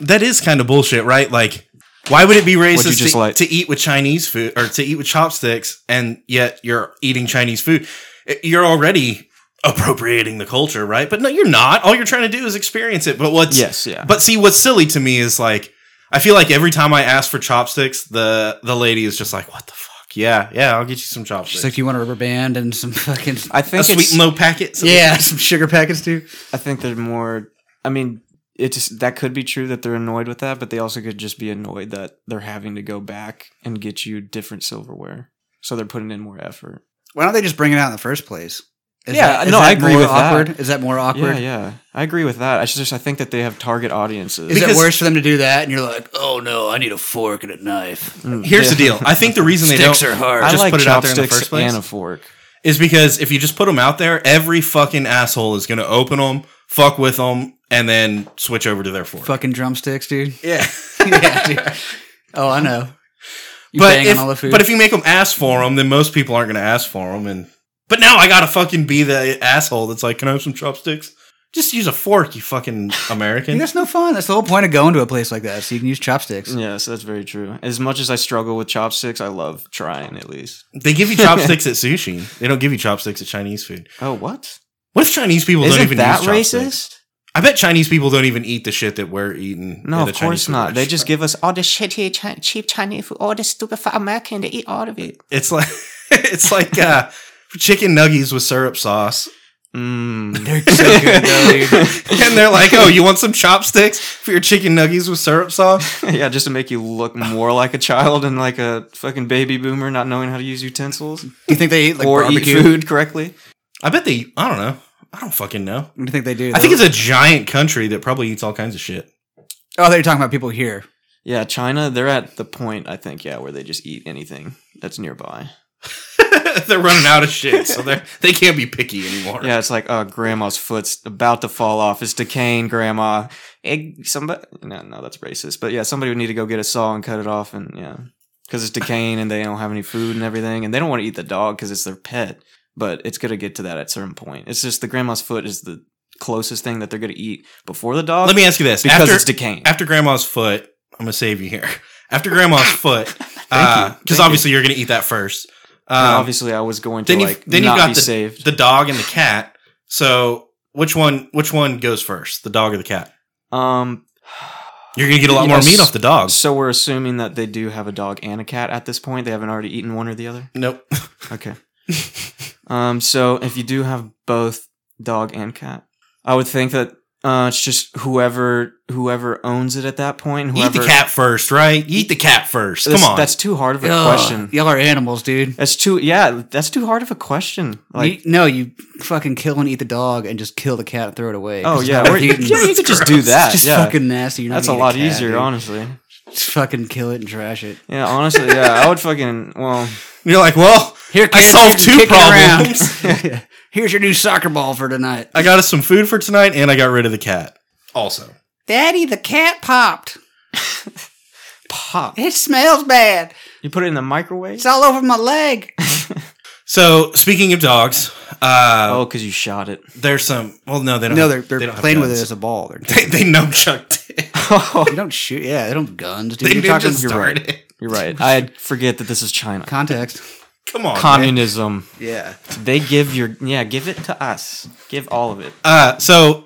[SPEAKER 2] that is kind of bullshit, right? Like, why would it be
[SPEAKER 3] you
[SPEAKER 2] racist
[SPEAKER 3] just
[SPEAKER 2] to,
[SPEAKER 3] like?
[SPEAKER 2] to eat with Chinese food or to eat with chopsticks, and yet you're eating Chinese food? I- You're already appropriating the culture, right? But no, you're not. All you're trying to do is experience it. But what's
[SPEAKER 3] Yes, yeah.
[SPEAKER 2] But see, what's silly to me is like, I feel like every time I ask for chopsticks, the the lady is just like, "What the fuck? Yeah, yeah, I'll get you some chopsticks."
[SPEAKER 1] just like you want a rubber band and some fucking
[SPEAKER 3] I
[SPEAKER 2] a
[SPEAKER 3] think
[SPEAKER 2] sweet
[SPEAKER 3] it's,
[SPEAKER 2] and low packet. something-
[SPEAKER 1] yeah, some sugar packets too.
[SPEAKER 3] I think they're more. I mean, it just that could be true that they're annoyed with that, but they also could just be annoyed that they're having to go back and get you different silverware. So they're putting in more effort.
[SPEAKER 1] Why don't they just bring it out in the first place? Is
[SPEAKER 3] Yeah,
[SPEAKER 1] that- is
[SPEAKER 3] no, I
[SPEAKER 1] that
[SPEAKER 3] agree
[SPEAKER 1] more
[SPEAKER 3] with that.
[SPEAKER 1] awkward? Is that more awkward?
[SPEAKER 3] Yeah, yeah, I agree with that. I just I think that they have target audiences.
[SPEAKER 1] Is
[SPEAKER 2] Because-
[SPEAKER 1] it worse for them to do that? And you're like, oh no, I need a fork and a knife.
[SPEAKER 2] Here's the
[SPEAKER 3] Yeah.
[SPEAKER 2] deal. I think the reason they
[SPEAKER 1] Sticks
[SPEAKER 2] don't
[SPEAKER 1] are hard.
[SPEAKER 3] I
[SPEAKER 2] just
[SPEAKER 3] like
[SPEAKER 2] put it out there
[SPEAKER 3] chopsticks
[SPEAKER 2] in the first place.
[SPEAKER 3] and a fork.
[SPEAKER 2] is because if you just put them out there, every fucking asshole is going to open them, fuck with them, and then switch over to their fork.
[SPEAKER 1] Fucking drumsticks, dude.
[SPEAKER 2] Yeah.
[SPEAKER 1] yeah, dude. Oh, I know. You
[SPEAKER 2] but,
[SPEAKER 1] bang
[SPEAKER 2] if,
[SPEAKER 1] on all the food.
[SPEAKER 2] but if you make them ask for them, then most people aren't going to ask for them. And but now I got to fucking be the asshole that's like, can I have some chopsticks? Just use a fork, you fucking
[SPEAKER 1] Dude,
[SPEAKER 2] American.
[SPEAKER 1] that's no fun. That's the whole point of going to a place like that, so you can use chopsticks.
[SPEAKER 3] Yeah, so that's very true. As much as I struggle with chopsticks, I love trying at least.
[SPEAKER 2] they give you chopsticks at sushi. They don't give you chopsticks at Chinese food.
[SPEAKER 3] Oh, what?
[SPEAKER 2] What if Chinese people don't
[SPEAKER 3] Isn't
[SPEAKER 2] even
[SPEAKER 3] that
[SPEAKER 2] use chopsticks?
[SPEAKER 3] racist?
[SPEAKER 2] I bet Chinese people don't even eat the shit that we're eating.
[SPEAKER 3] No,
[SPEAKER 2] at a
[SPEAKER 3] of course
[SPEAKER 2] food
[SPEAKER 3] not. They just
[SPEAKER 2] restaurant.
[SPEAKER 3] give us all this shit.
[SPEAKER 5] Shitty chi- cheap Chinese food, all this stupid for American to eat all of it.
[SPEAKER 2] It's like it's like uh, chicken nuggies with syrup sauce,
[SPEAKER 3] Mm.
[SPEAKER 1] They're so good, though, dude.
[SPEAKER 2] and they're like, "Oh, you want some chopsticks for your chicken nuggies with syrup sauce?"
[SPEAKER 3] yeah, just to make you look more like a child and like a fucking baby boomer not knowing how to use utensils
[SPEAKER 1] Do you think they eat like
[SPEAKER 3] or
[SPEAKER 1] barbecue?
[SPEAKER 3] eat food correctly.
[SPEAKER 2] I bet they. I don't know. I don't fucking know.
[SPEAKER 1] What do you think they do?
[SPEAKER 2] I think it's a giant country that probably eats all kinds of shit.
[SPEAKER 1] oh, they're talking about people here.
[SPEAKER 3] Yeah, China, they're at the point, I think, yeah, where they just eat anything that's nearby.
[SPEAKER 2] they're running out of shit, so they they can't be picky anymore.
[SPEAKER 3] Yeah, it's like, oh, grandma's foot's about to fall off. It's decaying, grandma. Egg, somebody, no, no, that's racist. But yeah, somebody would need to go get a saw and cut it off. And yeah, because it's decaying and they don't have any food and everything. And they don't want to eat the dog because it's their pet. But it's going to get to that at a certain point. It's just the grandma's foot is the closest thing that they're going to eat before the dog.
[SPEAKER 2] Let me ask you this:
[SPEAKER 3] because
[SPEAKER 2] after
[SPEAKER 3] it's decaying.
[SPEAKER 2] after Grandma's foot, I'm gonna save you here. After Grandma's foot, because
[SPEAKER 3] Thank you.
[SPEAKER 2] obviously you. are gonna eat that first.
[SPEAKER 3] And
[SPEAKER 2] Um,
[SPEAKER 3] obviously, I was going to
[SPEAKER 2] then you
[SPEAKER 3] like
[SPEAKER 2] then you
[SPEAKER 3] not
[SPEAKER 2] got
[SPEAKER 3] be
[SPEAKER 2] the
[SPEAKER 3] saved.
[SPEAKER 2] the dog and the cat. So which one which one goes first, the dog or the cat?
[SPEAKER 3] um,
[SPEAKER 2] You're gonna get a lot more
[SPEAKER 3] Yes.
[SPEAKER 2] meat off the dogs.
[SPEAKER 3] So we're assuming that they do have a dog and a cat at this point. They haven't already eaten one or the other.
[SPEAKER 2] Nope.
[SPEAKER 3] Okay. um. So if you do have both dog and cat, I would think that uh, it's just whoever whoever owns it at that point.
[SPEAKER 2] Eat
[SPEAKER 3] Whoever
[SPEAKER 2] the cat first, right? Eat the cat first.
[SPEAKER 3] That's-
[SPEAKER 2] Come on.
[SPEAKER 3] That's too hard of a
[SPEAKER 1] Ugh,
[SPEAKER 3] question.
[SPEAKER 1] Y'all are animals, dude.
[SPEAKER 3] That's too. Yeah. That's too hard of a question. Like.
[SPEAKER 1] You- no, you fucking kill and eat the dog and just kill the cat and throw it away.
[SPEAKER 3] Oh
[SPEAKER 1] 'cause
[SPEAKER 3] yeah,
[SPEAKER 1] it's
[SPEAKER 3] we're,
[SPEAKER 1] worth
[SPEAKER 3] yeah,
[SPEAKER 1] eating.
[SPEAKER 3] you could just do
[SPEAKER 1] It's
[SPEAKER 3] that.
[SPEAKER 1] just
[SPEAKER 3] yeah.
[SPEAKER 1] fucking nasty. You're not
[SPEAKER 3] That's a
[SPEAKER 1] gonna eat
[SPEAKER 3] lot
[SPEAKER 1] cat,
[SPEAKER 3] easier,
[SPEAKER 1] dude.
[SPEAKER 3] honestly.
[SPEAKER 1] Just fucking kill it and trash it.
[SPEAKER 3] Yeah, honestly, yeah. I would fucking well.
[SPEAKER 2] You're like, well,
[SPEAKER 1] Here,
[SPEAKER 2] I
[SPEAKER 1] kids, you
[SPEAKER 2] solved
[SPEAKER 1] can
[SPEAKER 2] two
[SPEAKER 1] kick
[SPEAKER 2] problems.
[SPEAKER 1] it around. Here's your new soccer ball for tonight.
[SPEAKER 2] I got us some food for tonight, and I got rid of the cat. Also,
[SPEAKER 1] Daddy, the cat popped.
[SPEAKER 3] Pop.
[SPEAKER 1] It smells bad.
[SPEAKER 3] You put it in the microwave.
[SPEAKER 1] It's all over my leg.
[SPEAKER 2] so speaking of dogs, uh,
[SPEAKER 3] Oh, because you shot it.
[SPEAKER 2] there's some. Well, no, they don't.
[SPEAKER 1] No,
[SPEAKER 2] have-
[SPEAKER 1] they're, they're
[SPEAKER 2] they don't have
[SPEAKER 1] playing with it
[SPEAKER 2] guns.
[SPEAKER 1] as a ball. They're,
[SPEAKER 2] They, they nunchucked it.
[SPEAKER 1] they don't shoot. Yeah, they don't have guns. Dude.
[SPEAKER 2] They
[SPEAKER 1] You're
[SPEAKER 2] didn't
[SPEAKER 1] talking
[SPEAKER 2] just
[SPEAKER 1] you're
[SPEAKER 2] start
[SPEAKER 1] right.
[SPEAKER 2] it.
[SPEAKER 3] You're right. I forget that this is China.
[SPEAKER 1] Context.
[SPEAKER 2] Come on. man.
[SPEAKER 3] Communism.
[SPEAKER 1] Yeah.
[SPEAKER 3] They give your yeah. Give it to us. Give all of it.
[SPEAKER 2] Uh, so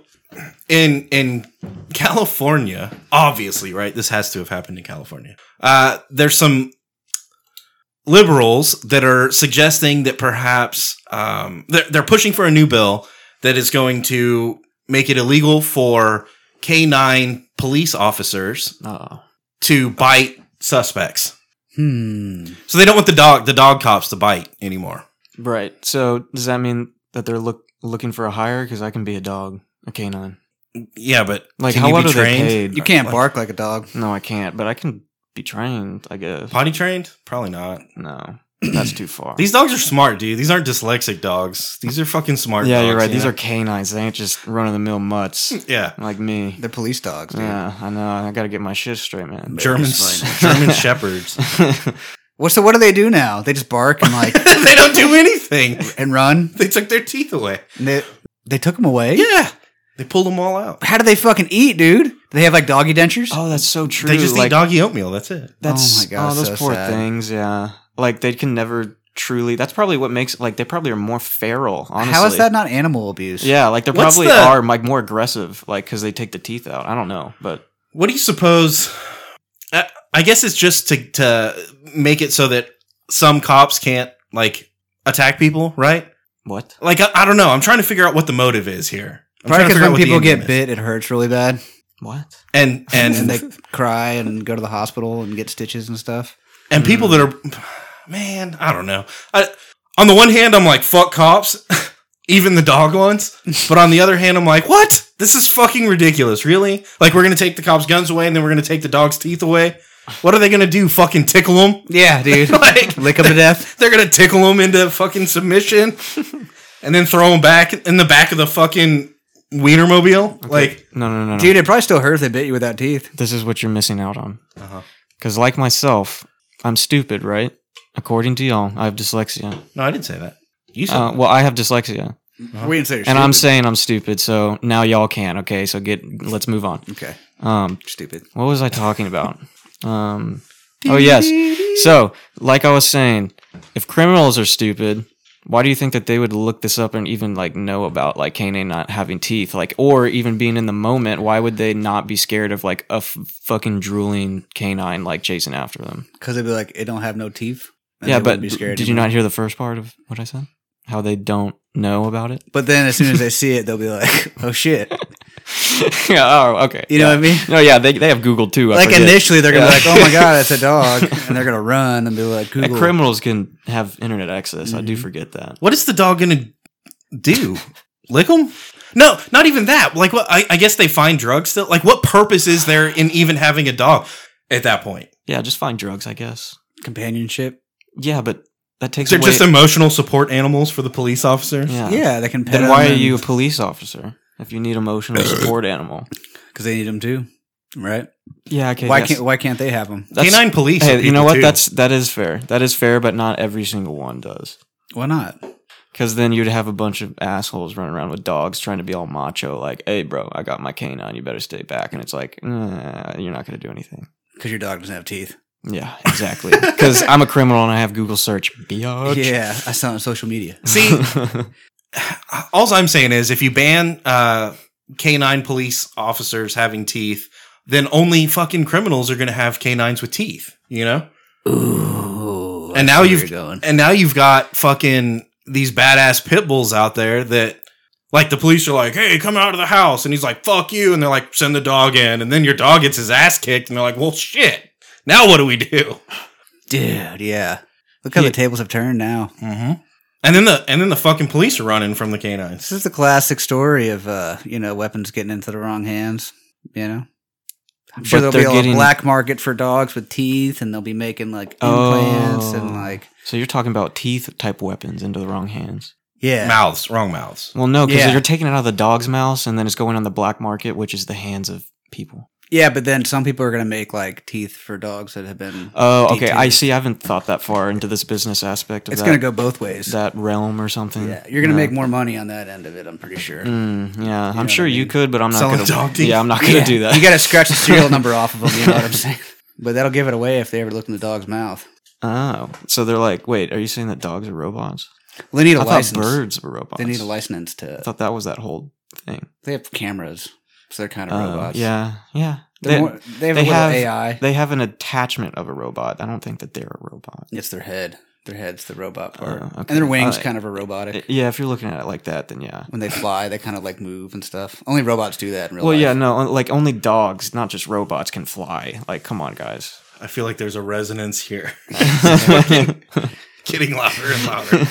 [SPEAKER 2] in in California, obviously, right? This has to have happened in California. Uh, there's some liberals that are suggesting that perhaps um, they're, they're pushing for a new bill that is going to make it illegal for K9 police officers
[SPEAKER 3] Oh,
[SPEAKER 2] to bite suspects.
[SPEAKER 1] Hmm.
[SPEAKER 2] So they don't want the dog the dog cops to bite anymore.
[SPEAKER 3] right. So does that mean that they're look looking for a hire? Because I can be a dog, a canine.
[SPEAKER 2] Yeah, but
[SPEAKER 3] Like
[SPEAKER 2] can
[SPEAKER 3] how
[SPEAKER 2] you
[SPEAKER 3] well
[SPEAKER 2] be
[SPEAKER 3] are they
[SPEAKER 2] trained?
[SPEAKER 3] paid?
[SPEAKER 1] You can't bark like a dog.
[SPEAKER 3] No, I can't. But I can be trained. I guess.
[SPEAKER 2] potty trained? Probably not.
[SPEAKER 3] No, that's too far.
[SPEAKER 2] These dogs are smart, dude. These aren't dyslexic dogs. These are fucking smart.
[SPEAKER 3] yeah, you're
[SPEAKER 2] dogs,
[SPEAKER 3] right.
[SPEAKER 2] you
[SPEAKER 3] These
[SPEAKER 2] know?
[SPEAKER 3] are canines. They ain't just run of the mill mutts
[SPEAKER 2] yeah
[SPEAKER 3] like me.
[SPEAKER 1] They're police dogs, dude.
[SPEAKER 3] Yeah, I know. I gotta get my shit straight, man.
[SPEAKER 2] Germans, German shepherds.
[SPEAKER 1] Well, so what do they do now? They just bark and like
[SPEAKER 2] they don't do anything.
[SPEAKER 1] and run.
[SPEAKER 2] They took their teeth away.
[SPEAKER 1] And they they took them away.
[SPEAKER 2] Yeah, they pulled them all out.
[SPEAKER 1] How do they fucking eat, dude? Do they have like doggy dentures?
[SPEAKER 3] oh, that's so true.
[SPEAKER 2] They just
[SPEAKER 3] like,
[SPEAKER 2] eat doggy oatmeal. That's it.
[SPEAKER 3] That's,
[SPEAKER 1] Oh
[SPEAKER 3] oh
[SPEAKER 1] my God,
[SPEAKER 3] those
[SPEAKER 1] so
[SPEAKER 3] poor
[SPEAKER 1] sad.
[SPEAKER 3] things. Yeah, like they can never truly. That's probably what makes like they probably are more feral. Honestly,
[SPEAKER 1] How is that not animal abuse?
[SPEAKER 3] Yeah, like they
[SPEAKER 2] What's
[SPEAKER 3] probably
[SPEAKER 2] the-
[SPEAKER 3] are like more aggressive, like because they take the teeth out. I don't know, but
[SPEAKER 2] What do you suppose? I, I guess it's just to to make it so that some cops can't like attack people, right?
[SPEAKER 3] what?
[SPEAKER 2] Like I, I don't know. I'm trying to figure out what the motive is here. I'm
[SPEAKER 1] Probably
[SPEAKER 2] trying
[SPEAKER 1] because
[SPEAKER 2] to figure out
[SPEAKER 1] when
[SPEAKER 2] what the
[SPEAKER 1] people
[SPEAKER 2] end
[SPEAKER 1] get
[SPEAKER 2] game is.
[SPEAKER 1] bit, it hurts really bad,
[SPEAKER 3] What?
[SPEAKER 2] and
[SPEAKER 1] and,
[SPEAKER 2] and
[SPEAKER 1] they cry and go to the hospital and get stitches and stuff.
[SPEAKER 2] and people that are man i don't know I, on the one hand i'm like fuck cops even the dog ones but on the other hand i'm like what this is fucking ridiculous really like we're gonna take the cops guns away and then we're gonna take the dog's teeth away what are they gonna do fucking tickle them
[SPEAKER 1] Yeah, dude,
[SPEAKER 2] like
[SPEAKER 1] lick them to death.
[SPEAKER 2] they're gonna tickle them into fucking submission and then throw them back in the back of the fucking wienermobile like
[SPEAKER 3] No, no, no, no.
[SPEAKER 1] Dude, it probably still hurts if they bit you without teeth.
[SPEAKER 3] this is what you're missing out on. Because like myself, I'm stupid, right? According to y'all, I have dyslexia.
[SPEAKER 2] no i didn't say that you said
[SPEAKER 3] Uh, well, I have dyslexia,
[SPEAKER 1] We didn't say you're
[SPEAKER 3] and I'm
[SPEAKER 1] stupid.
[SPEAKER 3] saying I'm stupid. So now y'all can. Okay, so get let's move on.
[SPEAKER 1] okay,
[SPEAKER 3] Um,
[SPEAKER 1] stupid.
[SPEAKER 3] What was I talking about? Um, oh yes. So, like I was saying, if criminals are stupid, why do you think that they would look this up and even like know about like canine not having teeth, like or even being in the moment? Why would they not be scared of like a f- fucking drooling canine like chasing after them?
[SPEAKER 1] Because they'd be like, it don't have no teeth. and
[SPEAKER 3] yeah,
[SPEAKER 1] they wouldn't
[SPEAKER 3] but
[SPEAKER 1] be
[SPEAKER 3] did
[SPEAKER 1] scared
[SPEAKER 3] you
[SPEAKER 1] anymore.
[SPEAKER 3] not hear the first part of what I said? How they don't know about it?
[SPEAKER 1] But then as soon as they see it, they'll be like, oh shit.
[SPEAKER 3] yeah. Oh, okay.
[SPEAKER 1] You know what I mean?
[SPEAKER 3] No, yeah, they, they have Google too. I
[SPEAKER 1] like
[SPEAKER 3] forget.
[SPEAKER 1] initially, they're gonna
[SPEAKER 3] Yeah.
[SPEAKER 1] be like, oh my god, it's a dog, and they're gonna run and be like,
[SPEAKER 3] And
[SPEAKER 1] Google. Mm-hmm.
[SPEAKER 3] criminals can have internet access. I do forget that.
[SPEAKER 2] what is the dog gonna do? Lick him? No, not even that. Like, what? I, I guess they find drugs still. Like, what purpose is there in even having a dog at that point?
[SPEAKER 3] Yeah, just find drugs, I guess.
[SPEAKER 1] companionship.
[SPEAKER 3] Yeah, but that takes
[SPEAKER 2] They're
[SPEAKER 3] away.
[SPEAKER 2] just emotional support animals for the police officer.
[SPEAKER 3] yeah.
[SPEAKER 1] Yeah, they can pet.
[SPEAKER 3] Then why are you a police officer if you need emotional support animal?
[SPEAKER 1] Because they need them too, right?
[SPEAKER 3] Yeah, okay.
[SPEAKER 1] why
[SPEAKER 3] yes.
[SPEAKER 1] can't Why can't they have them?
[SPEAKER 3] That's-
[SPEAKER 2] Canine police. are
[SPEAKER 3] Hey, you know
[SPEAKER 2] people,
[SPEAKER 3] what?
[SPEAKER 2] too.
[SPEAKER 3] That's that is fair. That is fair, but not every single one does.
[SPEAKER 1] Why not?
[SPEAKER 3] Because then you'd have a bunch of assholes running around with dogs trying to be all macho, like, "Hey, bro, I got my canine. You better stay back." And it's like, nah, you're not gonna do anything.
[SPEAKER 1] Because your dog doesn't have teeth.
[SPEAKER 3] Yeah, exactly. Because I'm a criminal and I have Google search. Biatch.
[SPEAKER 1] Yeah, I saw it on social media.
[SPEAKER 2] see. All I'm saying is, if you ban uh, canine police officers having teeth, then only fucking criminals are going to have canines with teeth, you know?
[SPEAKER 1] Ooh. I
[SPEAKER 2] and
[SPEAKER 1] see
[SPEAKER 2] now
[SPEAKER 1] where
[SPEAKER 2] you've
[SPEAKER 1] you're going.
[SPEAKER 2] and now you've got fucking these badass pit bulls out there that like the police are like, "Hey, come out of the house." And he's like, "Fuck you." And they're like, "Send the dog in." And then your dog gets his ass kicked and they're like, "Well, shit. Now what do we do?"
[SPEAKER 1] Dude, yeah. Look how
[SPEAKER 3] Yeah.
[SPEAKER 1] the tables have turned now.
[SPEAKER 2] Mhm. And then the and then the fucking police are running from the canines.
[SPEAKER 1] This is the classic story of uh, you know, weapons getting into the wrong hands, you know. I'm sure
[SPEAKER 3] But
[SPEAKER 1] there'll be
[SPEAKER 3] they're
[SPEAKER 1] a
[SPEAKER 3] getting-
[SPEAKER 1] black market for dogs with teeth and they'll be making like implants and
[SPEAKER 3] Oh.
[SPEAKER 1] like
[SPEAKER 3] So you're talking about teeth type weapons into the wrong hands.
[SPEAKER 1] yeah.
[SPEAKER 2] Mouths, wrong mouths.
[SPEAKER 3] Well, no, because
[SPEAKER 1] Yeah.
[SPEAKER 3] you're taking it out of the dog's mouth and then it's going on the black market, which is the hands of people.
[SPEAKER 1] Yeah, but then some people are going to make like teeth for dogs that have been
[SPEAKER 3] Oh, okay. I
[SPEAKER 1] Detained.
[SPEAKER 3] see. I haven't thought that far into this business aspect of
[SPEAKER 1] It's
[SPEAKER 3] that,
[SPEAKER 1] going to go both ways.
[SPEAKER 3] that realm or something.
[SPEAKER 1] yeah, you're going to
[SPEAKER 3] No.
[SPEAKER 1] make more money on that end of it, I'm pretty sure.
[SPEAKER 3] Mm, yeah,
[SPEAKER 1] what I
[SPEAKER 3] I'm sure you
[SPEAKER 1] mean?
[SPEAKER 3] could, but I'm not
[SPEAKER 2] Selling
[SPEAKER 3] gonna.
[SPEAKER 2] dog teeth?
[SPEAKER 3] yeah, I'm not gonna
[SPEAKER 1] Yeah,
[SPEAKER 3] do that.
[SPEAKER 1] You got to scratch the serial number off of them, you know what I'm saying? But that'll give it away if they ever look in the dog's mouth.
[SPEAKER 3] oh, so they're like, wait, are you saying that dogs are robots?
[SPEAKER 1] Well, they need
[SPEAKER 3] I
[SPEAKER 1] a
[SPEAKER 3] thought
[SPEAKER 1] license.
[SPEAKER 3] birds were robots.
[SPEAKER 1] They need a license to.
[SPEAKER 3] I thought that was that whole thing.
[SPEAKER 1] They have cameras, so they're kind of
[SPEAKER 3] Oh,
[SPEAKER 1] robots.
[SPEAKER 3] yeah, yeah.
[SPEAKER 1] They're
[SPEAKER 3] They,
[SPEAKER 1] more- they have
[SPEAKER 3] they
[SPEAKER 1] a little
[SPEAKER 3] have-
[SPEAKER 1] AI.
[SPEAKER 3] they have an attachment of a robot. I don't think that they're a robot.
[SPEAKER 1] It's their head. Their head's the robot part,
[SPEAKER 3] Oh, okay.
[SPEAKER 1] and their wings
[SPEAKER 3] Alright.
[SPEAKER 1] kind of are robotic.
[SPEAKER 3] I- Eh, yeah, if you're looking at it like that, then yeah.
[SPEAKER 1] when they fly, they kind of like move and stuff. Only robots do that in real
[SPEAKER 3] Well,
[SPEAKER 1] life.
[SPEAKER 3] yeah, no, like only dogs, not just robots, can fly. Like, come on, guys.
[SPEAKER 2] I feel like there's a resonance here.
[SPEAKER 3] uh,
[SPEAKER 2] Getting louder and louder.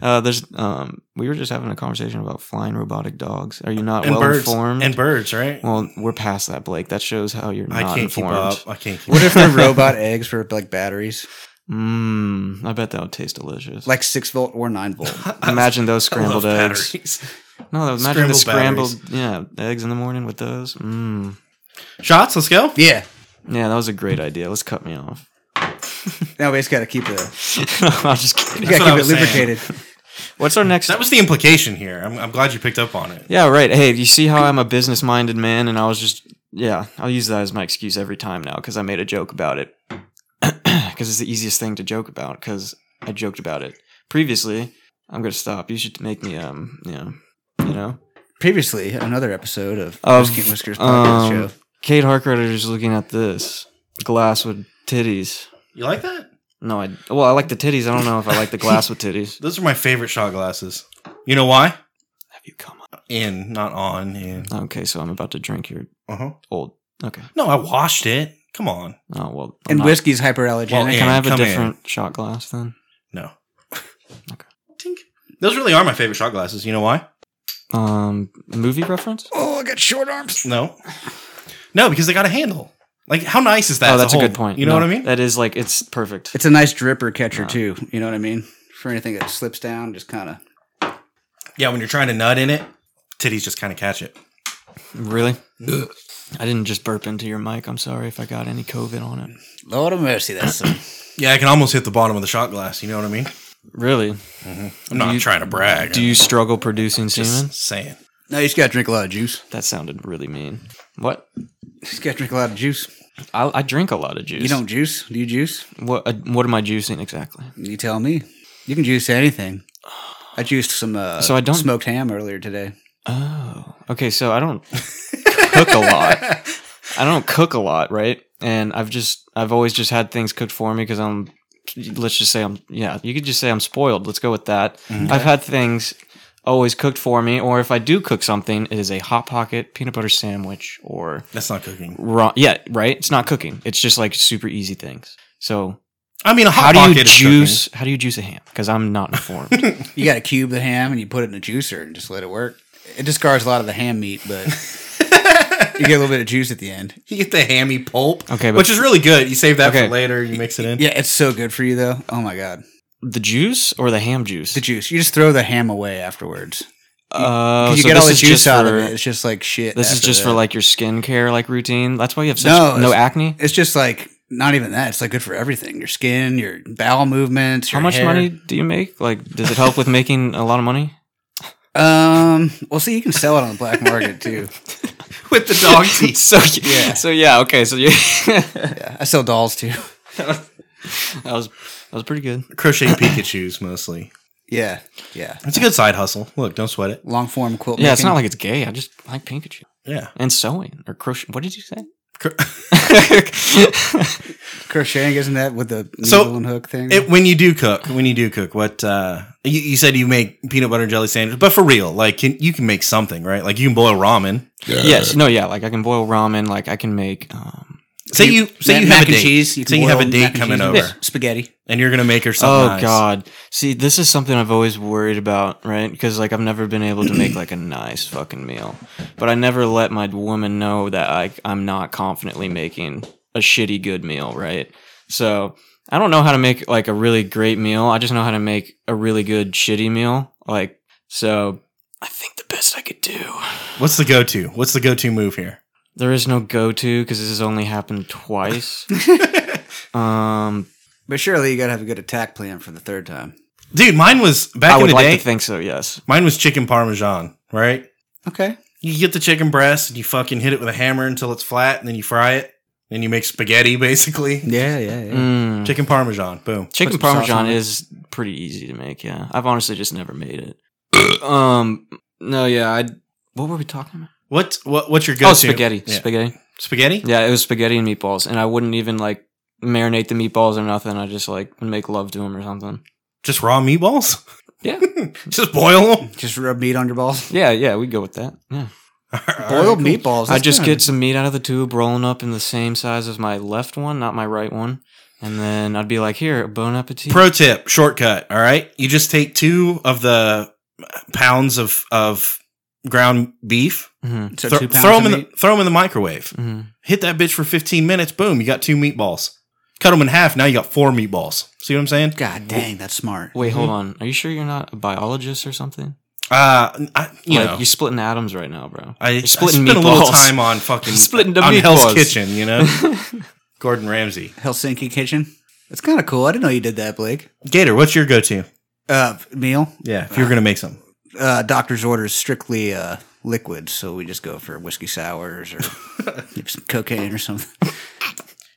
[SPEAKER 3] there's um, we were just having a conversation about flying robotic dogs. Are you not
[SPEAKER 2] and
[SPEAKER 3] well
[SPEAKER 2] birds
[SPEAKER 3] informed?
[SPEAKER 2] and birds, right?
[SPEAKER 3] well, we're past that, Blake. That shows how you're
[SPEAKER 2] I
[SPEAKER 3] not
[SPEAKER 2] can't keep
[SPEAKER 3] informed.
[SPEAKER 2] up. I can't keep
[SPEAKER 1] What if their robot eggs were like batteries,
[SPEAKER 3] Mmm, I bet that would taste delicious.
[SPEAKER 1] like six volt or nine volt?
[SPEAKER 3] imagine those
[SPEAKER 2] I love
[SPEAKER 3] scrambled eggs.
[SPEAKER 2] batteries.
[SPEAKER 3] No, imagine the
[SPEAKER 2] Scrambled
[SPEAKER 3] scrambled yeah eggs in the morning with those. Mmm.
[SPEAKER 2] Shots, let's go.
[SPEAKER 1] yeah.
[SPEAKER 3] Yeah, that was a great idea. Let's cut me off.
[SPEAKER 1] Now we just got to keep the
[SPEAKER 3] I'm just kidding.
[SPEAKER 1] you
[SPEAKER 2] That's
[SPEAKER 1] got to keep it
[SPEAKER 2] what I was saying.
[SPEAKER 1] lubricated.
[SPEAKER 3] What's our next?
[SPEAKER 2] That was the implication here. I'm, I'm glad you picked up on it.
[SPEAKER 3] yeah, right. Hey, you see how I'm a business-minded man, and I was just yeah. I'll use that as my excuse every time now because I made a joke about it. Because it's the easiest thing to joke about. Because I joked about it previously. I'm gonna stop. You should make me um you know you know
[SPEAKER 1] Previously, another episode of,
[SPEAKER 3] Of,
[SPEAKER 1] Whiskey and Whiskers podcast
[SPEAKER 3] um,
[SPEAKER 1] show.
[SPEAKER 3] Kate Harkrider is looking at this glass with titties.
[SPEAKER 2] You like that?
[SPEAKER 3] No, I well, I like the titties. I don't know if I like the glass with titties.
[SPEAKER 2] Those are my favorite shot glasses. You know why?
[SPEAKER 3] Have you come up?
[SPEAKER 2] In, not on. In.
[SPEAKER 3] Okay, so I'm about to drink your
[SPEAKER 2] Uh huh.
[SPEAKER 3] old. Okay.
[SPEAKER 2] No, I washed it. Come on.
[SPEAKER 3] Oh well. I'm
[SPEAKER 1] And
[SPEAKER 3] not-
[SPEAKER 1] whiskey's hyperallergenic.
[SPEAKER 2] Well,
[SPEAKER 3] Can I have a
[SPEAKER 2] Come in.
[SPEAKER 3] different shot glass then?
[SPEAKER 2] No.
[SPEAKER 3] Okay.
[SPEAKER 2] Tink. Those really are my favorite shot glasses. You know why?
[SPEAKER 3] Um, a movie reference?
[SPEAKER 1] oh, I got short arms.
[SPEAKER 2] No. No, because they got a handle. Like, how nice is that?
[SPEAKER 3] oh,
[SPEAKER 2] as
[SPEAKER 3] that's a,
[SPEAKER 2] whole?
[SPEAKER 3] good point.
[SPEAKER 2] You know
[SPEAKER 3] No,
[SPEAKER 2] what I mean?
[SPEAKER 3] That is like it's perfect.
[SPEAKER 1] It's a nice dripper catcher
[SPEAKER 3] Wow.
[SPEAKER 1] too. You know what I mean? For anything that slips down, just kind of.
[SPEAKER 2] yeah, when you're trying to nut in it, titties just kind of catch it.
[SPEAKER 3] really? I didn't just burp into your mic. I'm sorry if I got any COVID on it.
[SPEAKER 1] Lord of mercy, that's some.
[SPEAKER 2] Yeah, I can almost hit the bottom of the shot glass. You know what I mean?
[SPEAKER 3] Really?
[SPEAKER 2] I'm not
[SPEAKER 3] you-
[SPEAKER 2] trying to brag.
[SPEAKER 3] Do you struggle producing semen?
[SPEAKER 2] just saying?
[SPEAKER 1] no, you just got to drink a lot of juice.
[SPEAKER 3] That sounded really mean. What?
[SPEAKER 1] You just got to drink a lot of juice.
[SPEAKER 3] I, I drink a lot of juice.
[SPEAKER 1] You don't juice? Do you juice?
[SPEAKER 3] What? Uh, what am I juicing exactly?
[SPEAKER 1] You tell me. You can juice anything. I juiced some uh,
[SPEAKER 3] So I don't-
[SPEAKER 1] smoked ham earlier today.
[SPEAKER 3] Oh, okay. So I don't cook a lot. I don't cook a lot, right? And I've just I've always just had things cooked for me because I'm. Let's just say I'm. Yeah, you could just say I'm spoiled. Let's go with that.
[SPEAKER 1] Mm-hmm.
[SPEAKER 3] I've had things always cooked for me, or if I do cook something, it is a hot pocket peanut butter sandwich or
[SPEAKER 2] That's not cooking.
[SPEAKER 3] raw. Yeah, right. It's not cooking. It's just like super easy things. So
[SPEAKER 2] I mean, a
[SPEAKER 3] how
[SPEAKER 2] hot
[SPEAKER 3] do
[SPEAKER 2] pocket
[SPEAKER 3] you
[SPEAKER 2] is cooking.
[SPEAKER 3] juice? How do you juice a ham? Because I'm not informed.
[SPEAKER 1] You got to cube the ham and you put it in a juicer and just let it work. It discards a lot of the ham meat, but you get a little bit of juice at the end.
[SPEAKER 2] You get the hammy pulp,
[SPEAKER 3] Okay, but-
[SPEAKER 2] which is really good. You save that
[SPEAKER 3] Okay.
[SPEAKER 2] for later. You mix it in.
[SPEAKER 1] Yeah, it's so good for you though. Oh my god,
[SPEAKER 3] the juice or the ham juice?
[SPEAKER 1] the juice! You just throw the ham away afterwards.
[SPEAKER 3] Uh,
[SPEAKER 1] 'Cause you
[SPEAKER 3] so
[SPEAKER 1] get all the
[SPEAKER 3] this is
[SPEAKER 1] juice
[SPEAKER 3] just
[SPEAKER 1] out
[SPEAKER 3] for-
[SPEAKER 1] of it. It's just like shit.
[SPEAKER 3] This is
[SPEAKER 1] after
[SPEAKER 3] just for
[SPEAKER 1] that.
[SPEAKER 3] like your skincare like routine. That's why you have such
[SPEAKER 1] No,
[SPEAKER 3] no,
[SPEAKER 1] it's-
[SPEAKER 3] acne.
[SPEAKER 1] It's just like not even that. It's like good for everything: your skin, your bowel movements.
[SPEAKER 3] How
[SPEAKER 1] your
[SPEAKER 3] much
[SPEAKER 1] hair.
[SPEAKER 3] money do you make? Like, does it help with making a lot of money?
[SPEAKER 1] Um. Well, see, you can sell it on the black market too.
[SPEAKER 2] with the dog teeth.
[SPEAKER 3] So yeah, so yeah, okay. So yeah, that
[SPEAKER 1] Yeah, I sell dolls too.
[SPEAKER 3] was that was pretty good.
[SPEAKER 2] Crochet Pikachu's mostly.
[SPEAKER 1] Yeah, yeah.
[SPEAKER 2] It's a good side hustle. Look, don't sweat it.
[SPEAKER 1] Long form quilt.
[SPEAKER 3] Yeah, it's
[SPEAKER 1] making.
[SPEAKER 3] not like it's gay. I just like Pikachu.
[SPEAKER 2] Yeah.
[SPEAKER 3] and sewing or crochet. What did you say?
[SPEAKER 2] Cro-
[SPEAKER 1] Crocheting isn't that with the needle
[SPEAKER 2] So,
[SPEAKER 1] and hook thing?
[SPEAKER 2] It, when you do cook, when you do cook, what uh, you, you said you make peanut butter and jelly sandwich, but for real, like can, you can make something, right? Like you can boil ramen.
[SPEAKER 3] yes, no, yeah. Like I can boil ramen. Like I can make. Um,
[SPEAKER 2] Say you say
[SPEAKER 1] mac,
[SPEAKER 2] you have
[SPEAKER 1] mac
[SPEAKER 2] a
[SPEAKER 1] and
[SPEAKER 2] date.
[SPEAKER 1] cheese. You
[SPEAKER 2] say
[SPEAKER 1] can
[SPEAKER 2] you have a
[SPEAKER 1] boil
[SPEAKER 2] date
[SPEAKER 1] mac and
[SPEAKER 2] coming
[SPEAKER 1] cheese
[SPEAKER 2] over,
[SPEAKER 1] with Spaghetti.
[SPEAKER 2] and you're gonna make her
[SPEAKER 3] oh
[SPEAKER 2] something. nice.
[SPEAKER 3] God! See, this is something I've always worried about, right? Because like I've never been able to make like a nice fucking meal, but I never let my woman know that I I'm not confidently making a shitty good meal, right? So I don't know how to make like a really great meal. I just know how to make a really good shitty meal. Like so, I think the best I could do.
[SPEAKER 2] What's the go-to? What's the go-to move here?
[SPEAKER 3] There is no go to because this has only happened twice. um,
[SPEAKER 1] But surely you gotta have a good attack plan for the third time.
[SPEAKER 2] Dude, mine was back
[SPEAKER 3] I
[SPEAKER 2] in
[SPEAKER 3] would
[SPEAKER 2] the
[SPEAKER 3] like
[SPEAKER 2] day.
[SPEAKER 3] to think so. Yes.
[SPEAKER 2] mine was chicken parmesan, right?
[SPEAKER 1] Okay.
[SPEAKER 2] You get the chicken breast and you fucking hit it with a hammer until it's flat, and then you fry it, and you make spaghetti basically.
[SPEAKER 1] Yeah, yeah, yeah.
[SPEAKER 3] Mm.
[SPEAKER 2] Chicken parmesan, boom.
[SPEAKER 3] Chicken
[SPEAKER 1] Put some sauce
[SPEAKER 3] parmesan
[SPEAKER 1] on it.
[SPEAKER 3] is pretty easy to make. Yeah, I've honestly just never made it. um, no, yeah, I. What were we talking about?
[SPEAKER 2] What what what's your go-to?
[SPEAKER 3] Oh, spaghetti,
[SPEAKER 2] Yeah.
[SPEAKER 3] spaghetti.
[SPEAKER 2] Spaghetti?
[SPEAKER 3] Yeah, it was spaghetti and meatballs, and I wouldn't even like marinate the meatballs or nothing. I just like make love to them or something.
[SPEAKER 2] Just raw meatballs?
[SPEAKER 3] Yeah.
[SPEAKER 2] Just boil them.
[SPEAKER 1] Just rub meat on your balls.
[SPEAKER 3] Yeah, yeah, we go with that. Yeah,
[SPEAKER 1] Boiled meatballs.
[SPEAKER 3] I
[SPEAKER 1] that's
[SPEAKER 3] just
[SPEAKER 1] good.
[SPEAKER 3] get some meat out of the tube, rolling up in the same size as my left one, not my right one, and then I'd be like, "Here, bon appetit."
[SPEAKER 2] Pro tip, shortcut, all right? You just take 2 of the pounds of of ground beef.
[SPEAKER 3] hmm
[SPEAKER 1] So
[SPEAKER 2] thro-
[SPEAKER 1] two pounds
[SPEAKER 2] throw
[SPEAKER 1] of
[SPEAKER 2] them in
[SPEAKER 1] meat?
[SPEAKER 2] the, throw 'em in the microwave.
[SPEAKER 3] hmm
[SPEAKER 2] Hit that bitch for 15 minutes, boom, you got two meatballs. Cut them in half, now you got four meatballs. See what I'm saying?
[SPEAKER 1] God dang, that's smart.
[SPEAKER 3] Wait, hold
[SPEAKER 1] Mm-hmm.
[SPEAKER 3] on. Are you sure you're not a biologist or something?
[SPEAKER 2] Uh, I, you
[SPEAKER 3] like
[SPEAKER 2] know,
[SPEAKER 3] you're splitting atoms right now, bro.
[SPEAKER 2] I, I
[SPEAKER 3] you're
[SPEAKER 2] spent
[SPEAKER 3] splitting
[SPEAKER 2] a little
[SPEAKER 3] meatballs.
[SPEAKER 2] time on fucking
[SPEAKER 3] Splitting the
[SPEAKER 2] on Hell's
[SPEAKER 3] meatballs.
[SPEAKER 2] Kitchen, you know. Gordon Ramsay,
[SPEAKER 1] Helsinki kitchen. It's kind of cool. I didn't know you did that, Blake.
[SPEAKER 2] Gator, what's your go-to?
[SPEAKER 1] Uh, meal.
[SPEAKER 2] Yeah, if you're gonna make some,
[SPEAKER 1] Uh, doctor's orders strictly uh liquids, so we just go for whiskey sours or some cocaine or something.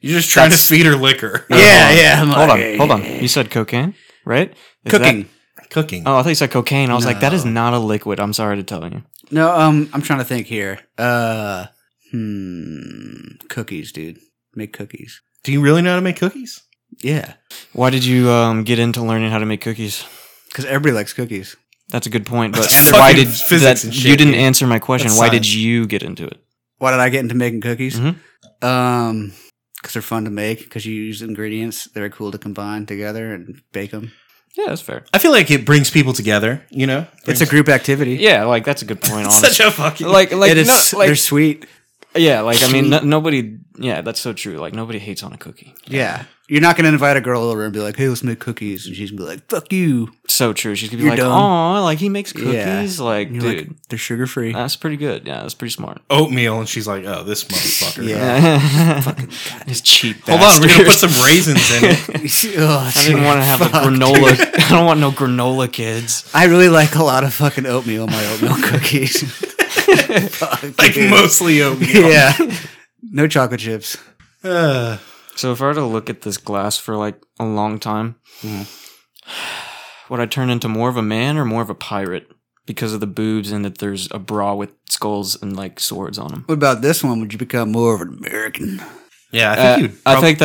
[SPEAKER 2] you're just trying to feed her liquor.
[SPEAKER 1] Yeah, yeah. I'm
[SPEAKER 3] Hold
[SPEAKER 1] like,
[SPEAKER 3] on, hold on. You said cocaine, right? Is
[SPEAKER 1] Cooking.
[SPEAKER 3] that-
[SPEAKER 2] Cooking.
[SPEAKER 3] oh, I thought you said cocaine. I was like, that is not a liquid. I'm sorry to tell you.
[SPEAKER 1] No, um, I'm trying to think here. Uh, hmm, cookies, dude. Make cookies.
[SPEAKER 2] Do you really know how to make cookies?
[SPEAKER 1] Yeah,
[SPEAKER 3] Why did you um, get into learning how to make cookies?
[SPEAKER 1] because everybody likes cookies.
[SPEAKER 3] That's a good point, but
[SPEAKER 2] That's
[SPEAKER 3] why
[SPEAKER 2] fucking
[SPEAKER 3] did
[SPEAKER 2] physics
[SPEAKER 3] that?
[SPEAKER 2] and
[SPEAKER 3] You
[SPEAKER 2] shit,
[SPEAKER 3] didn't
[SPEAKER 2] dude.
[SPEAKER 3] answer my question.
[SPEAKER 2] That's
[SPEAKER 3] Why did
[SPEAKER 2] science.
[SPEAKER 3] you get into it?
[SPEAKER 1] Why did I get into making cookies? Um
[SPEAKER 3] Mhm.
[SPEAKER 1] because they're fun to make. Because you use ingredients that are cool to combine together and bake them.
[SPEAKER 3] Yeah, that's fair.
[SPEAKER 2] I feel like it brings people together. You know,
[SPEAKER 1] It's a group activity.
[SPEAKER 3] Yeah, like that's a good point. Honestly,
[SPEAKER 2] such a fucking
[SPEAKER 3] like, like,
[SPEAKER 1] it is.
[SPEAKER 3] no, like
[SPEAKER 1] they're sweet.
[SPEAKER 3] yeah, like I mean, no, nobody. Yeah, that's so true. Like nobody hates on a cookie.
[SPEAKER 1] Yeah. You're not gonna invite a girl over and be like, "Hey, let's make cookies," and she's gonna be like, "Fuck you."
[SPEAKER 3] So true. She's gonna be
[SPEAKER 1] You're
[SPEAKER 3] like,
[SPEAKER 1] dumb.
[SPEAKER 3] oh, like he makes
[SPEAKER 1] Yeah.
[SPEAKER 3] cookies. Like,
[SPEAKER 1] And you're
[SPEAKER 3] dude, Uh,
[SPEAKER 1] like, they're sugar free.
[SPEAKER 3] that's pretty good. Yeah, that's pretty smart.
[SPEAKER 2] oatmeal, and she's like, "Oh, this motherfucker."
[SPEAKER 1] Yeah.
[SPEAKER 3] It's cheap.
[SPEAKER 2] Hold on, we're gonna put some raisins in it.
[SPEAKER 3] I didn't want to have a granola. I don't want no granola kids.
[SPEAKER 1] I really like a lot of fucking oatmeal in my oatmeal cookies. Fuck,
[SPEAKER 2] like
[SPEAKER 1] dude.
[SPEAKER 2] mostly oatmeal.
[SPEAKER 1] yeah. No chocolate chips.
[SPEAKER 2] Uh,
[SPEAKER 3] So if I were to look at this glass for like a long time,
[SPEAKER 2] Mm-hmm.
[SPEAKER 3] would I turn into more of a man or more of a pirate because of the boobs and that there's a bra with skulls and like swords on them?
[SPEAKER 1] What about this one? Would you become more of an American?
[SPEAKER 2] yeah, Uh, I think
[SPEAKER 3] I
[SPEAKER 2] you.
[SPEAKER 3] think, Uh, I think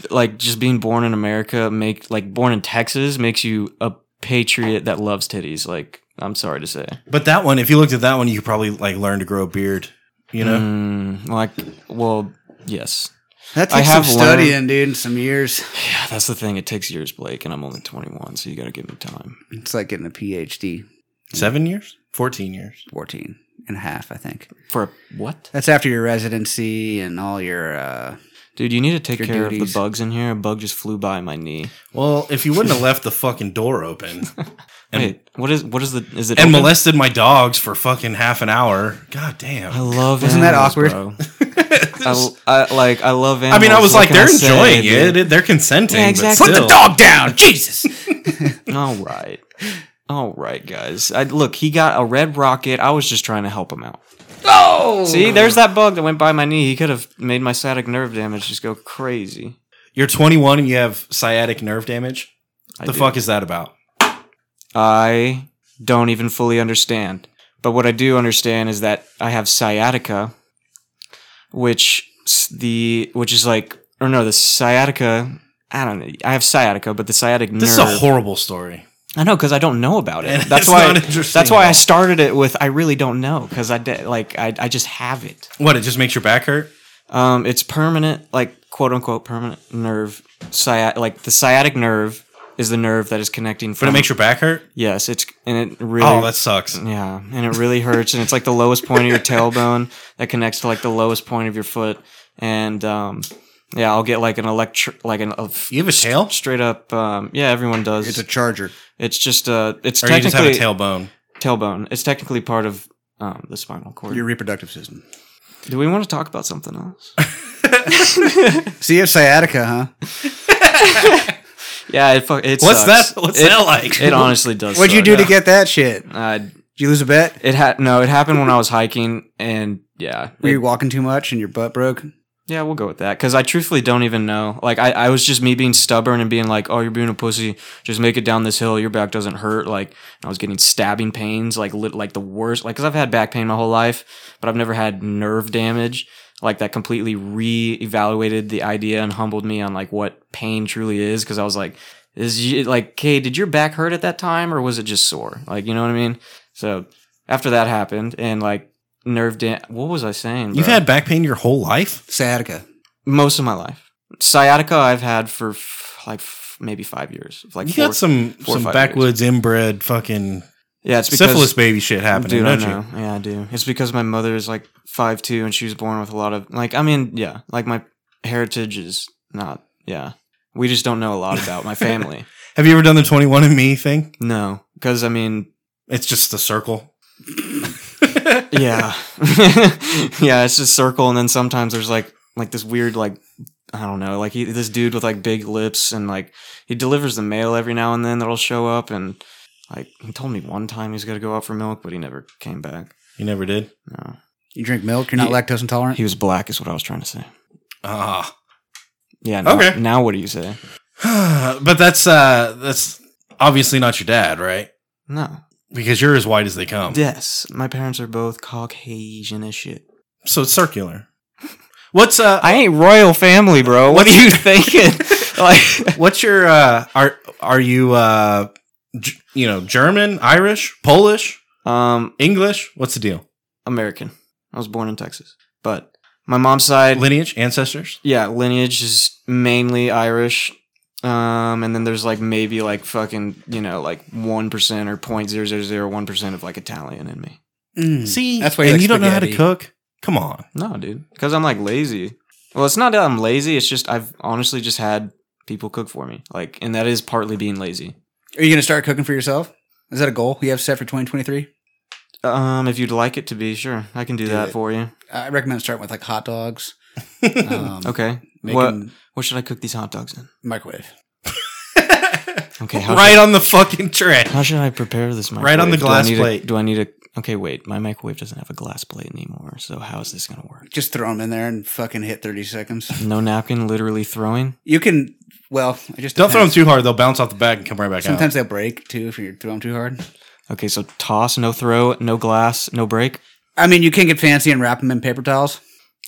[SPEAKER 3] that like just being born in America make like born in Texas makes you a patriot that loves titties. Like I'm sorry to say.
[SPEAKER 2] but that one, if you looked at that one, you could probably like learn to grow a beard. You know,
[SPEAKER 3] Mm, like, well, yes.
[SPEAKER 1] That
[SPEAKER 3] I
[SPEAKER 1] takes
[SPEAKER 3] have
[SPEAKER 1] some
[SPEAKER 3] learned-
[SPEAKER 1] studying, dude, and some years.
[SPEAKER 3] Yeah, that's the thing. It takes years, Blake, and I'm only 21, so you got to give me time.
[SPEAKER 1] It's like getting a PhD,
[SPEAKER 2] seven years, fourteen years.
[SPEAKER 1] 14 and a half, I think.
[SPEAKER 3] For a- what?
[SPEAKER 1] That's after your residency and all your. uh
[SPEAKER 3] Dude, you need to take
[SPEAKER 1] Your
[SPEAKER 3] care of
[SPEAKER 1] duties.
[SPEAKER 3] the bugs in here. A bug just flew by my knee.
[SPEAKER 2] Well, if you wouldn't have left the fucking door open And-
[SPEAKER 3] Wait, what is what is the is it
[SPEAKER 2] and
[SPEAKER 3] open?
[SPEAKER 2] molested my dogs for fucking half an hour, god
[SPEAKER 3] I
[SPEAKER 2] damn.
[SPEAKER 3] love
[SPEAKER 1] Wasn't that
[SPEAKER 3] animals,
[SPEAKER 1] awkward?
[SPEAKER 3] bro. I, I- like I love
[SPEAKER 2] I
[SPEAKER 3] animals.
[SPEAKER 2] mean, I was
[SPEAKER 3] What
[SPEAKER 2] like,
[SPEAKER 3] can
[SPEAKER 2] they're
[SPEAKER 3] I say,
[SPEAKER 2] enjoying
[SPEAKER 3] dude?
[SPEAKER 2] it. They're consenting.
[SPEAKER 3] Yeah,
[SPEAKER 2] But
[SPEAKER 3] exactly.
[SPEAKER 2] still.
[SPEAKER 3] Put the
[SPEAKER 5] Dog down, Jesus.
[SPEAKER 3] All right. All right, guys. I, look, he got a red rocket. I was just trying to help him out.
[SPEAKER 5] Oh.
[SPEAKER 3] See, there's that bug that went by my knee. He could have made my static nerve damage just go crazy.
[SPEAKER 2] You're 21 and you have sciatic nerve damage.
[SPEAKER 3] I
[SPEAKER 2] the
[SPEAKER 3] do.
[SPEAKER 2] fuck is that about?
[SPEAKER 3] I don't even fully understand. But what I do understand is that I have sciatica, which s- the which is like or no the sciatica. I don't know. I have sciatica, but the sciatic nerve.
[SPEAKER 2] This is a horrible story.
[SPEAKER 3] I know because I don't know about it.
[SPEAKER 2] And
[SPEAKER 3] that's
[SPEAKER 2] it's
[SPEAKER 3] why.
[SPEAKER 2] not interesting
[SPEAKER 3] that's why
[SPEAKER 2] at
[SPEAKER 3] I
[SPEAKER 2] all.
[SPEAKER 3] started it with I really don't know because I did like I I just have it.
[SPEAKER 2] What? It just makes your back hurt.
[SPEAKER 3] Um, it's permanent, like quote unquote permanent nerve. Sciat- like the sciatic nerve is the nerve that is connecting. From,
[SPEAKER 2] But it makes your back hurt.
[SPEAKER 3] yes, it's and it really.
[SPEAKER 2] Oh, that sucks.
[SPEAKER 3] yeah, and it really hurts, and it's like the lowest point of your tailbone that connects to like the lowest point of your foot, and um, yeah, I'll get like an electric, like an a f-
[SPEAKER 2] You have a tail,
[SPEAKER 3] straight up. Um, yeah, everyone does.
[SPEAKER 1] It's
[SPEAKER 3] It's,
[SPEAKER 1] a charger.
[SPEAKER 3] just uh, it's
[SPEAKER 2] or you just have a
[SPEAKER 3] technically
[SPEAKER 2] tailbone.
[SPEAKER 3] tailbone. It's technically part of um the spinal cord.
[SPEAKER 1] Your reproductive system.
[SPEAKER 3] Do we want to talk about something else?
[SPEAKER 1] So you have sciatica, huh?
[SPEAKER 3] yeah, it fu- it
[SPEAKER 2] What's
[SPEAKER 3] sucks.
[SPEAKER 2] that? What's
[SPEAKER 3] It-
[SPEAKER 2] that like?
[SPEAKER 3] It honestly does.
[SPEAKER 1] What'd you
[SPEAKER 3] suck.
[SPEAKER 1] do to get that shit? Did
[SPEAKER 3] Uh,
[SPEAKER 1] you lose a bet?
[SPEAKER 3] it had no. It happened when I was hiking, and yeah,
[SPEAKER 1] Were
[SPEAKER 3] it-
[SPEAKER 1] you walking too much and your butt broke?
[SPEAKER 3] yeah, we'll go with that because I truthfully don't even know. Like, I, I was just me being stubborn and being like, "Oh, you're being a pussy. Just make it down this hill. Your back doesn't hurt." Like, and I was getting stabbing pains, like lit, like the worst. Like, because I've had back pain my whole life, but I've never had nerve damage. Like that completely re-evaluated the idea and humbled me on like what pain truly is. Because I was like, "Is you, like, hey, did your back hurt at that time, or was it just sore?" Like, you know what I mean? So after that happened, and like nerve dam, what was I saying?
[SPEAKER 2] You've
[SPEAKER 3] bro?
[SPEAKER 2] had back pain your whole life.
[SPEAKER 1] Sciatica.
[SPEAKER 3] most of my life. Sciatica I've had for f- like f- maybe five years. Like
[SPEAKER 2] You
[SPEAKER 3] four-
[SPEAKER 2] got some
[SPEAKER 3] four or
[SPEAKER 2] some
[SPEAKER 3] five
[SPEAKER 2] backwoods inbred fucking
[SPEAKER 3] yeah, it's because,
[SPEAKER 2] syphilis baby shit happening,
[SPEAKER 3] Dude, I
[SPEAKER 2] don't
[SPEAKER 3] know. Yeah, I do. It's because my mother is like five two, and she was born with a lot of like. I mean, yeah, like my heritage is not. Yeah, we just don't know a lot about my family.
[SPEAKER 2] you? Have you ever done the twenty one and me thing?
[SPEAKER 3] No, because I mean,
[SPEAKER 2] It's just the circle.
[SPEAKER 3] yeah, yeah, it's just circle, and then sometimes there's like like this weird like I don't know, like he, this dude with like big lips and like he delivers the mail every now and then that'll show up and like he told me one time he's gonna go out for milk, but he never came back.
[SPEAKER 2] You never did.
[SPEAKER 3] No,
[SPEAKER 1] You drink milk, you're not
[SPEAKER 3] Yeah.
[SPEAKER 1] lactose intolerant?
[SPEAKER 3] he was black, is what I was trying to say.
[SPEAKER 2] Ah,
[SPEAKER 3] Yeah. Now,
[SPEAKER 2] Okay.
[SPEAKER 3] Now what do you say?
[SPEAKER 2] but that's uh that's obviously not your dad, right?
[SPEAKER 3] No.
[SPEAKER 2] Because you're as white as they come.
[SPEAKER 3] Um, Yes, my parents are both Caucasian as shit.
[SPEAKER 2] So it's circular. What's uh
[SPEAKER 3] I ain't royal family, bro. What are you thinking? like,
[SPEAKER 2] what's your uh are are you uh G- you know German, Irish, Polish,
[SPEAKER 3] um,
[SPEAKER 2] English? What's the deal?
[SPEAKER 3] American. I was born in Texas, but my mom's side,
[SPEAKER 2] Lineage, ancestors?
[SPEAKER 3] yeah, lineage is mainly Irish. Um, and then there's like maybe like fucking, you know, like 1% or 0.0001% of like Italian in me.
[SPEAKER 1] Mm.
[SPEAKER 2] See,
[SPEAKER 1] That's why you
[SPEAKER 2] and
[SPEAKER 1] like
[SPEAKER 2] you don't know how to
[SPEAKER 1] spaghetti.
[SPEAKER 2] cook. Come on.
[SPEAKER 3] No, dude. Because I'm like lazy. Well, it's not that I'm lazy. It's just I've honestly just had people cook for me. Like, and that is partly being lazy.
[SPEAKER 1] Are you going to start cooking for yourself? Is that a goal you have set for 2023?
[SPEAKER 3] Um, if you'd like it to be, sure. I can do,
[SPEAKER 1] Do
[SPEAKER 3] that
[SPEAKER 1] it.
[SPEAKER 3] for you.
[SPEAKER 1] I recommend starting with like hot dogs. Um,
[SPEAKER 3] Okay.
[SPEAKER 1] Making
[SPEAKER 3] What what should I cook these hot dogs in?
[SPEAKER 1] microwave.
[SPEAKER 3] Okay. How
[SPEAKER 2] right
[SPEAKER 3] Should,
[SPEAKER 2] on the fucking tray.
[SPEAKER 3] how should I prepare this microwave?
[SPEAKER 2] Right on the
[SPEAKER 3] Do I
[SPEAKER 2] glass
[SPEAKER 3] need to-
[SPEAKER 2] plate.
[SPEAKER 3] do I need a? Okay, wait. My microwave doesn't have a glass plate anymore. So how is this gonna work?
[SPEAKER 1] Just throw them in there and fucking hit 30 seconds.
[SPEAKER 3] No napkin. Literally throwing.
[SPEAKER 1] You can, well, I just
[SPEAKER 2] Don't throw them
[SPEAKER 1] depends.
[SPEAKER 2] too hard; they'll bounce off the bag and come right back
[SPEAKER 1] Sometimes they'll break too if you throw them too hard.
[SPEAKER 3] Okay, so toss, no throw, no glass, no break.
[SPEAKER 1] I mean, you can get fancy and wrap them in paper towels.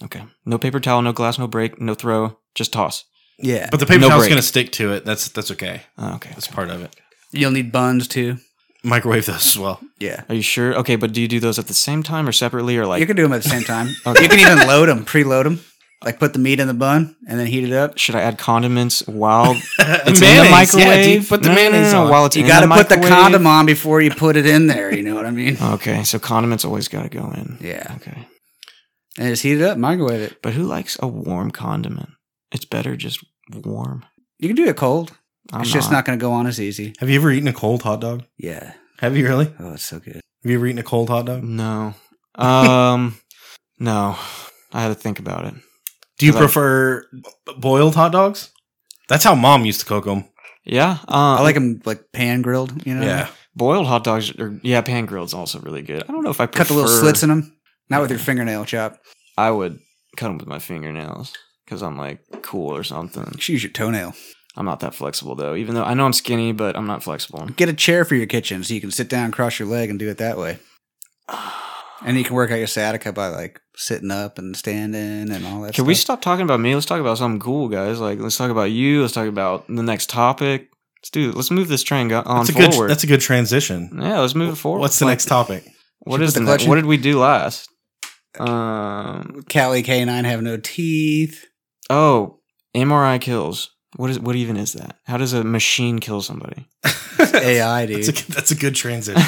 [SPEAKER 3] Okay, no paper towel, no glass, no break, no throw, just toss.
[SPEAKER 1] Yeah.
[SPEAKER 2] out. But the paper
[SPEAKER 3] No
[SPEAKER 2] towel's
[SPEAKER 3] break.
[SPEAKER 2] going to stick to it. That's that's okay.
[SPEAKER 3] Oh, okay.
[SPEAKER 2] That's part of it.
[SPEAKER 1] You'll need buns too.
[SPEAKER 2] Microwave those as well.
[SPEAKER 1] Yeah.
[SPEAKER 3] Are you sure? Okay, but do you do those at the same time or separately or like
[SPEAKER 1] you can do them at the same time.
[SPEAKER 3] Okay.
[SPEAKER 1] You can even load them, preload them. Like put the meat in the bun and then heat it up.
[SPEAKER 3] should I add condiments while it's in the
[SPEAKER 2] Uh, Mayonnaise, yeah, dude,
[SPEAKER 3] microwave?
[SPEAKER 2] put the
[SPEAKER 3] No, no, no,
[SPEAKER 2] mayonnaise
[SPEAKER 3] no,
[SPEAKER 2] on.
[SPEAKER 3] while it's
[SPEAKER 1] You
[SPEAKER 3] in
[SPEAKER 1] got to put the
[SPEAKER 3] microwave?
[SPEAKER 1] condom on before you put it in there. You know what I mean?
[SPEAKER 3] Okay, so condiments always got to go in.
[SPEAKER 1] Yeah.
[SPEAKER 3] Okay,
[SPEAKER 1] And just heat it up, microwave it.
[SPEAKER 3] but who likes a warm condiment? It's better just warm.
[SPEAKER 1] You can do it cold.
[SPEAKER 3] I'm
[SPEAKER 1] it's just not going to go on as easy.
[SPEAKER 2] Have you ever eaten a cold hot dog?
[SPEAKER 1] Yeah.
[SPEAKER 2] Have you really? Have
[SPEAKER 1] Oh, it's so good.
[SPEAKER 2] you ever eaten a cold hot dog?
[SPEAKER 3] No. Um. no. I had to think about it.
[SPEAKER 2] Do you
[SPEAKER 3] Cause I-
[SPEAKER 2] prefer b- boiled hot dogs? That's how mom used to cook them.
[SPEAKER 3] Yeah. Uh,
[SPEAKER 1] I like them like pan grilled. You know,
[SPEAKER 3] boiled hot dogs. Or yeah, pan grilled's also really good. I don't know if I prefer,
[SPEAKER 1] cut the little slits in them, not with your fingernail chop.
[SPEAKER 3] I would cut them with my fingernails because I'm like cool or something.
[SPEAKER 1] You should use your toenail.
[SPEAKER 3] I'm not that flexible though. Even though I know I'm skinny, but I'm not flexible.
[SPEAKER 1] Get a chair for your kitchen so you can sit down, cross your leg, and do it that way. And you can work out your sciatica by like sitting up and standing and all that.
[SPEAKER 3] Can we
[SPEAKER 1] stuff.
[SPEAKER 3] stop talking about me? Let's talk about something cool, guys. Like, let's talk about you. Let's talk about the next topic. Let's do. Let's move this train go- on
[SPEAKER 2] That's a good.
[SPEAKER 3] forward.
[SPEAKER 2] That's a good transition.
[SPEAKER 3] yeah, let's move it forward.
[SPEAKER 2] What's the
[SPEAKER 3] Like,
[SPEAKER 2] next topic?
[SPEAKER 3] What
[SPEAKER 1] Should
[SPEAKER 3] is
[SPEAKER 1] put
[SPEAKER 3] the
[SPEAKER 1] the
[SPEAKER 3] next?
[SPEAKER 1] clutch
[SPEAKER 3] What
[SPEAKER 1] in?
[SPEAKER 3] did we do last? Um.
[SPEAKER 1] Cali canine have no teeth.
[SPEAKER 3] Oh, MRI kills. What is? What even is that? How does a machine kill somebody?
[SPEAKER 1] AI, dude.
[SPEAKER 2] That's a, that's a good transition.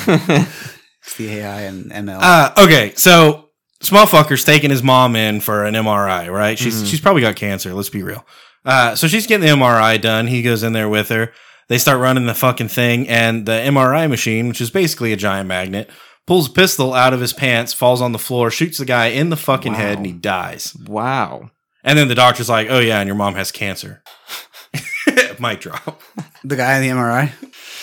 [SPEAKER 1] It's the AI and ML.
[SPEAKER 2] Uh, okay, so small fucker's taking his mom in for an MRI, right? She's
[SPEAKER 1] Mm-hmm.
[SPEAKER 3] Mhm.
[SPEAKER 2] she's probably got cancer. Let's be real. Uh, so she's getting the MRI done. He goes in there with her. They start running the fucking thing, and the MRI machine, which is basically a giant magnet, pulls a pistol out of his pants, falls on the floor, shoots the guy in the fucking
[SPEAKER 3] Wow.
[SPEAKER 2] head, and he dies.
[SPEAKER 3] wow.
[SPEAKER 2] And then the doctor's like, "Oh yeah, and your mom has cancer." Mic drop.
[SPEAKER 1] the guy in the MRI.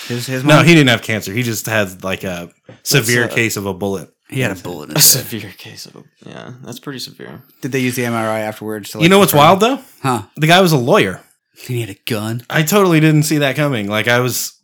[SPEAKER 1] His his
[SPEAKER 2] No,
[SPEAKER 1] mom?
[SPEAKER 2] he didn't have cancer. He just had like a severe
[SPEAKER 3] uh,
[SPEAKER 2] case of a bullet.
[SPEAKER 1] he had a bullet. in
[SPEAKER 3] A
[SPEAKER 1] his head.
[SPEAKER 3] severe case of. Yeah, that's pretty severe.
[SPEAKER 1] Did they use the MRI afterwards? To, like,
[SPEAKER 2] you know what's
[SPEAKER 1] confirm-
[SPEAKER 2] wild though?
[SPEAKER 1] Huh?
[SPEAKER 2] The guy was a lawyer.
[SPEAKER 1] He had a gun.
[SPEAKER 2] I totally didn't see that coming. Like I was